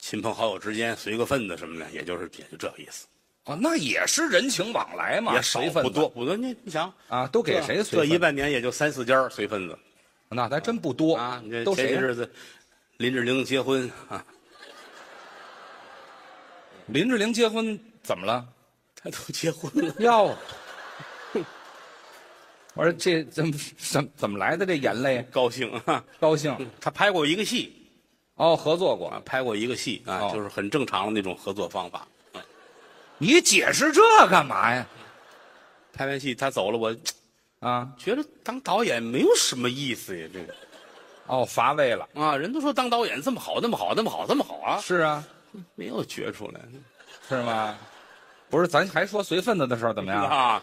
[SPEAKER 6] 亲朋好友之间随个份子什么的，也就是也就这意思，
[SPEAKER 2] 哦，那也是人情往来嘛，
[SPEAKER 6] 也少
[SPEAKER 2] 啊随份
[SPEAKER 6] 不
[SPEAKER 2] 子
[SPEAKER 6] 多不多。你你想
[SPEAKER 2] 啊，都给谁随
[SPEAKER 6] 这
[SPEAKER 2] 份子
[SPEAKER 6] 一半年也就三四家儿随份子
[SPEAKER 2] 那还真不多
[SPEAKER 6] 啊。你这
[SPEAKER 2] 都
[SPEAKER 6] 前
[SPEAKER 2] 谁
[SPEAKER 6] 些
[SPEAKER 2] 呀
[SPEAKER 6] 日子林志玲结婚啊，
[SPEAKER 2] 林志玲结婚怎么了？
[SPEAKER 6] 她都结婚了。
[SPEAKER 2] 哟， 我说这怎么怎怎么来的这眼泪？
[SPEAKER 6] 高兴啊！
[SPEAKER 2] 高兴
[SPEAKER 6] 他拍过一个戏
[SPEAKER 2] 哦，合作
[SPEAKER 6] 啊
[SPEAKER 2] 过，。
[SPEAKER 6] 拍过一个戏啊，
[SPEAKER 2] 哦
[SPEAKER 6] 就是很正常的那种合作方法。
[SPEAKER 2] 你解释这干嘛呀？
[SPEAKER 6] 拍完戏他走了，我
[SPEAKER 2] 啊，
[SPEAKER 6] 觉得当导演没有什么意思呀，这个
[SPEAKER 2] 哦，乏味了。
[SPEAKER 6] 啊，人都说当导演这么好，那么好，那么好，这么好啊，
[SPEAKER 2] 是啊，
[SPEAKER 6] 没有觉出来
[SPEAKER 2] 是吗？不是，咱还说随份子的事儿怎么样
[SPEAKER 6] 啊。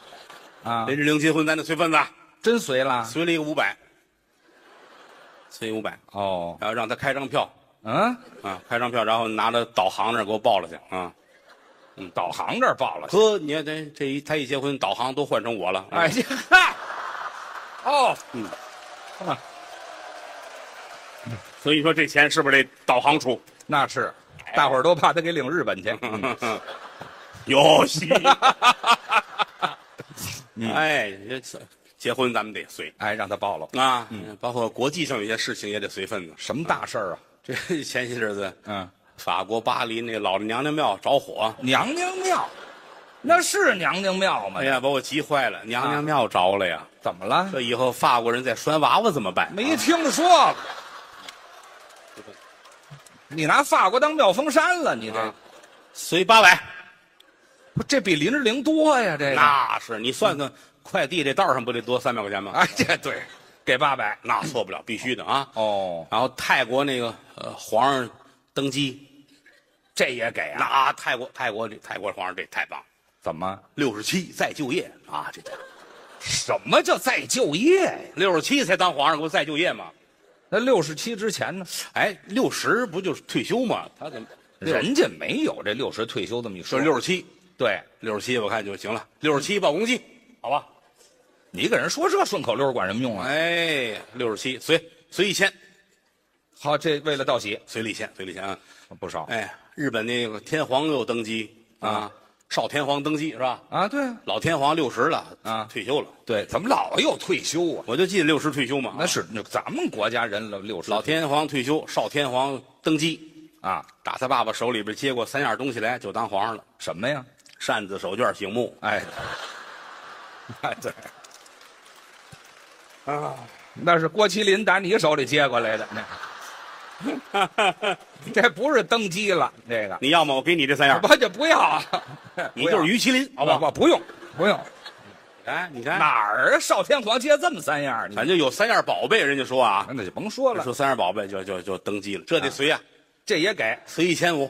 [SPEAKER 2] 啊？
[SPEAKER 6] 林志玲结婚，咱得随份子，啊
[SPEAKER 2] 真随了？
[SPEAKER 6] 随了一个五百，随五百，
[SPEAKER 2] 哦，
[SPEAKER 6] 然后让他开张票
[SPEAKER 2] 嗯，
[SPEAKER 6] 啊，开张票，然后拿到导航那儿给我报了去啊。
[SPEAKER 2] 导航这儿报了。
[SPEAKER 6] 哥，你看这这一他一结婚，导航都换成我了，啊
[SPEAKER 2] 哎，呀，嗨，哦，
[SPEAKER 6] 嗯啊所以说这钱是不是得导航出？
[SPEAKER 2] 那是，大伙儿都怕他给领日本去。嗯
[SPEAKER 6] 有戏。
[SPEAKER 2] 嗯
[SPEAKER 6] 哎，这结婚咱们得随
[SPEAKER 2] 哎，让他报了。
[SPEAKER 6] 啊，包括国际上有些事情也得随份子。
[SPEAKER 2] 什么大事儿啊？
[SPEAKER 6] 这 前些日子，
[SPEAKER 2] 嗯，
[SPEAKER 6] 法国巴黎那老娘娘庙着火，
[SPEAKER 2] 娘娘庙，那是娘娘庙吗？
[SPEAKER 6] 哎呀，把我急坏了，娘
[SPEAKER 2] 啊
[SPEAKER 6] 娘庙着了呀！
[SPEAKER 2] 怎么了？
[SPEAKER 6] 这以后法国人再拴娃娃怎么办？
[SPEAKER 2] 没听说过。你拿法国当妙峰山了？你这、
[SPEAKER 6] 啊随八百，
[SPEAKER 2] 不这比林志玲多呀？这个
[SPEAKER 6] 那是你算算，快递这道上不得多三百块钱吗？
[SPEAKER 2] 嗯哎，这对，给八百。
[SPEAKER 6] 那错不了，必须的啊！
[SPEAKER 2] 哦，
[SPEAKER 6] 然后泰国那个呃皇上登基，
[SPEAKER 2] 这也给啊？
[SPEAKER 6] 那泰国泰国这泰国皇上这太棒，
[SPEAKER 2] 怎么？
[SPEAKER 6] 六十七再就业啊，这
[SPEAKER 2] 什么叫再就业呀？
[SPEAKER 6] 六十七才当皇上，不再就业吗？
[SPEAKER 2] 那六十七之前呢？
[SPEAKER 6] 哎，六十不就是退休吗？他怎么
[SPEAKER 2] 人家没有这六十退休这么一说。
[SPEAKER 6] 说六十七？
[SPEAKER 2] 对，
[SPEAKER 6] 六十七我看就行了，六十七报公祭，好吧？
[SPEAKER 2] 你给人说这顺口溜管什么用啊？
[SPEAKER 6] 哎，六十七随随一千，
[SPEAKER 2] 好，这为了道喜
[SPEAKER 6] 随了一千，随了一千啊！
[SPEAKER 2] 不少。
[SPEAKER 6] 哎，日本那个天皇又登基啊，少天皇登基是吧？
[SPEAKER 2] 啊，对啊，
[SPEAKER 6] 老天皇六十了
[SPEAKER 2] 啊
[SPEAKER 6] 退休了，
[SPEAKER 2] 对，怎么老有退休啊？
[SPEAKER 6] 我就记得六十退休嘛。
[SPEAKER 2] 那是那咱们国家人了六十
[SPEAKER 6] 老天皇退休，少天皇登基，
[SPEAKER 2] 啊，
[SPEAKER 6] 打他爸爸手里边接过三样东西来，就当皇上了：
[SPEAKER 2] 什么呀？
[SPEAKER 6] 扇子、手绢、醒目。
[SPEAKER 2] 哎， 哎对，啊，那是郭麒麟打你手里接过来的，那 这不是登基了，这个
[SPEAKER 6] 你要么我给你这三样，
[SPEAKER 2] 不就不要啊，
[SPEAKER 6] 你就是于麒麟，好
[SPEAKER 2] 好
[SPEAKER 6] 不
[SPEAKER 2] 吧？
[SPEAKER 6] 好？
[SPEAKER 2] 不不用不用，
[SPEAKER 6] 哎，你看，
[SPEAKER 2] 哪儿啊？少天皇接这么三样儿，你
[SPEAKER 6] 反正有三样宝贝，人家说啊，
[SPEAKER 2] 那就甭说了啊
[SPEAKER 6] 说三样宝贝就就就登基了，这得随呀、啊
[SPEAKER 2] 这也给，
[SPEAKER 6] 随一千五，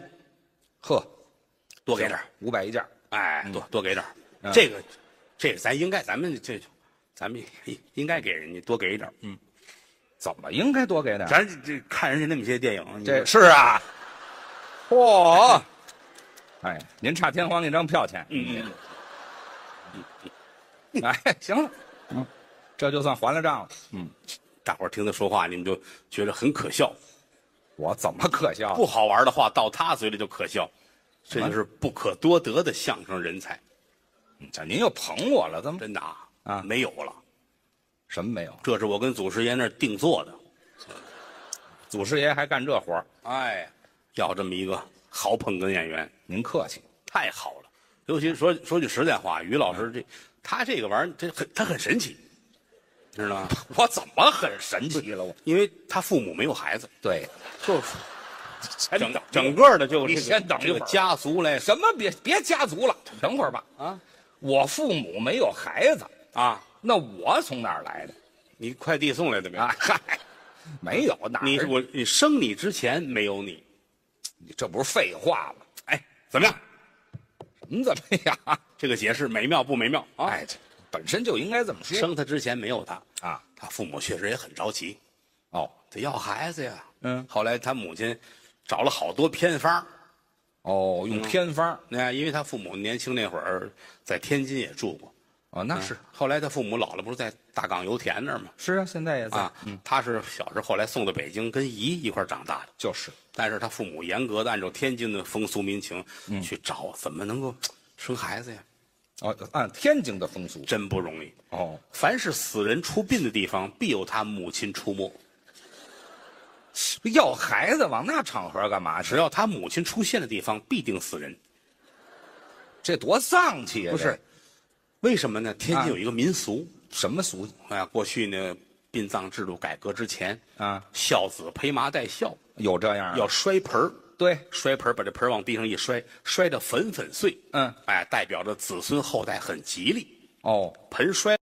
[SPEAKER 2] 呵，
[SPEAKER 6] 多给点儿
[SPEAKER 2] 五百一件儿，
[SPEAKER 6] 哎，多多给点儿
[SPEAKER 2] 嗯
[SPEAKER 6] 这个，这个咱应该，咱们这，咱们应应该给人家多给一点儿
[SPEAKER 2] 嗯怎么应该多给点儿？
[SPEAKER 6] 咱这这看人家那么些电影，
[SPEAKER 2] 这
[SPEAKER 6] 你
[SPEAKER 2] 是 啊，嚯！哎，您差天皇那张票钱。嗯嗯。 哎，行了，
[SPEAKER 6] 嗯
[SPEAKER 2] 这就算还了账了。
[SPEAKER 6] 大伙儿听他说话，你们就觉得很可笑，
[SPEAKER 2] 我怎么可笑？啊
[SPEAKER 6] 不好玩的话到他嘴里就可笑，这就是不可多得的相声人才，
[SPEAKER 2] 这您又捧我了，怎么
[SPEAKER 6] 真的啊
[SPEAKER 2] 啊
[SPEAKER 6] 没有了。
[SPEAKER 2] 什么没有？啊
[SPEAKER 6] 这是我跟祖师爷那儿定做的，
[SPEAKER 2] 祖师爷还干这活儿
[SPEAKER 6] 哎，要这么一个好捧哏演员，
[SPEAKER 2] 您客气。
[SPEAKER 6] 太好了。尤其说说句实在话，于老师这他这个玩意儿，这很他很神奇，知道吗？
[SPEAKER 2] 我怎么很神奇了？我
[SPEAKER 6] 因为他父母没有孩子，
[SPEAKER 2] 对，
[SPEAKER 6] 就是整
[SPEAKER 2] 等
[SPEAKER 6] 整个的就是
[SPEAKER 2] 你先等一
[SPEAKER 6] 这个
[SPEAKER 2] 会儿
[SPEAKER 6] 家族来
[SPEAKER 2] 什么别别家族了，等会儿吧。啊，我父母没有孩子，
[SPEAKER 6] 啊，
[SPEAKER 2] 那我从哪儿来的
[SPEAKER 6] 你快递送来的没？
[SPEAKER 2] 啊？嗨，没有哪儿
[SPEAKER 6] 你我你生你之前没有你，
[SPEAKER 2] 这不是废话吗？
[SPEAKER 6] 哎，怎么样？
[SPEAKER 2] 你怎么样？啊
[SPEAKER 6] 这个解释美妙不美妙啊？
[SPEAKER 2] 哎，这本身就应该这么说
[SPEAKER 6] 生他之前没有他
[SPEAKER 2] 啊。
[SPEAKER 6] 他父母确实也很着急，
[SPEAKER 2] 哦
[SPEAKER 6] 得要孩子呀。
[SPEAKER 2] 嗯
[SPEAKER 6] 后来他母亲找了好多偏方，
[SPEAKER 2] 哦，
[SPEAKER 6] 嗯
[SPEAKER 2] 用偏方儿
[SPEAKER 6] 那因为他父母年轻那会儿在天津也住过，
[SPEAKER 2] 哦，
[SPEAKER 6] 嗯
[SPEAKER 2] 那是
[SPEAKER 6] 后来他父母老了，不是在大港油田那儿吗？
[SPEAKER 2] 是啊，现在也在
[SPEAKER 6] 啊，，他是小时候后来送到北京，跟姨一块儿长大的。
[SPEAKER 2] 就是
[SPEAKER 6] 但是他父母严格的按照天津的风俗民情
[SPEAKER 2] 嗯
[SPEAKER 6] 去找，怎么能够生孩子呀？
[SPEAKER 2] 哦，按天津的风俗
[SPEAKER 6] 真不容易。
[SPEAKER 2] 哦，
[SPEAKER 6] 凡是死人出殡的地方，必有他母亲出没。
[SPEAKER 2] 要孩子往那场合干嘛去？
[SPEAKER 6] 只要他母亲出现的地方，必定死人。
[SPEAKER 2] 这多丧气呀！
[SPEAKER 6] 不是，为什么呢？天津有一个民俗，
[SPEAKER 2] 这什么俗
[SPEAKER 6] 哎呀，过去呢，殡葬制度改革之前，
[SPEAKER 2] 啊，
[SPEAKER 6] 孝子披麻戴孝，
[SPEAKER 2] 有这样的
[SPEAKER 6] 要摔盆儿，
[SPEAKER 2] 对
[SPEAKER 6] 摔盆儿把这盆儿往地上一摔，摔得粉粉碎。
[SPEAKER 2] 嗯
[SPEAKER 6] 哎，代表着子孙后代很吉利。
[SPEAKER 2] 哦。
[SPEAKER 6] 盆摔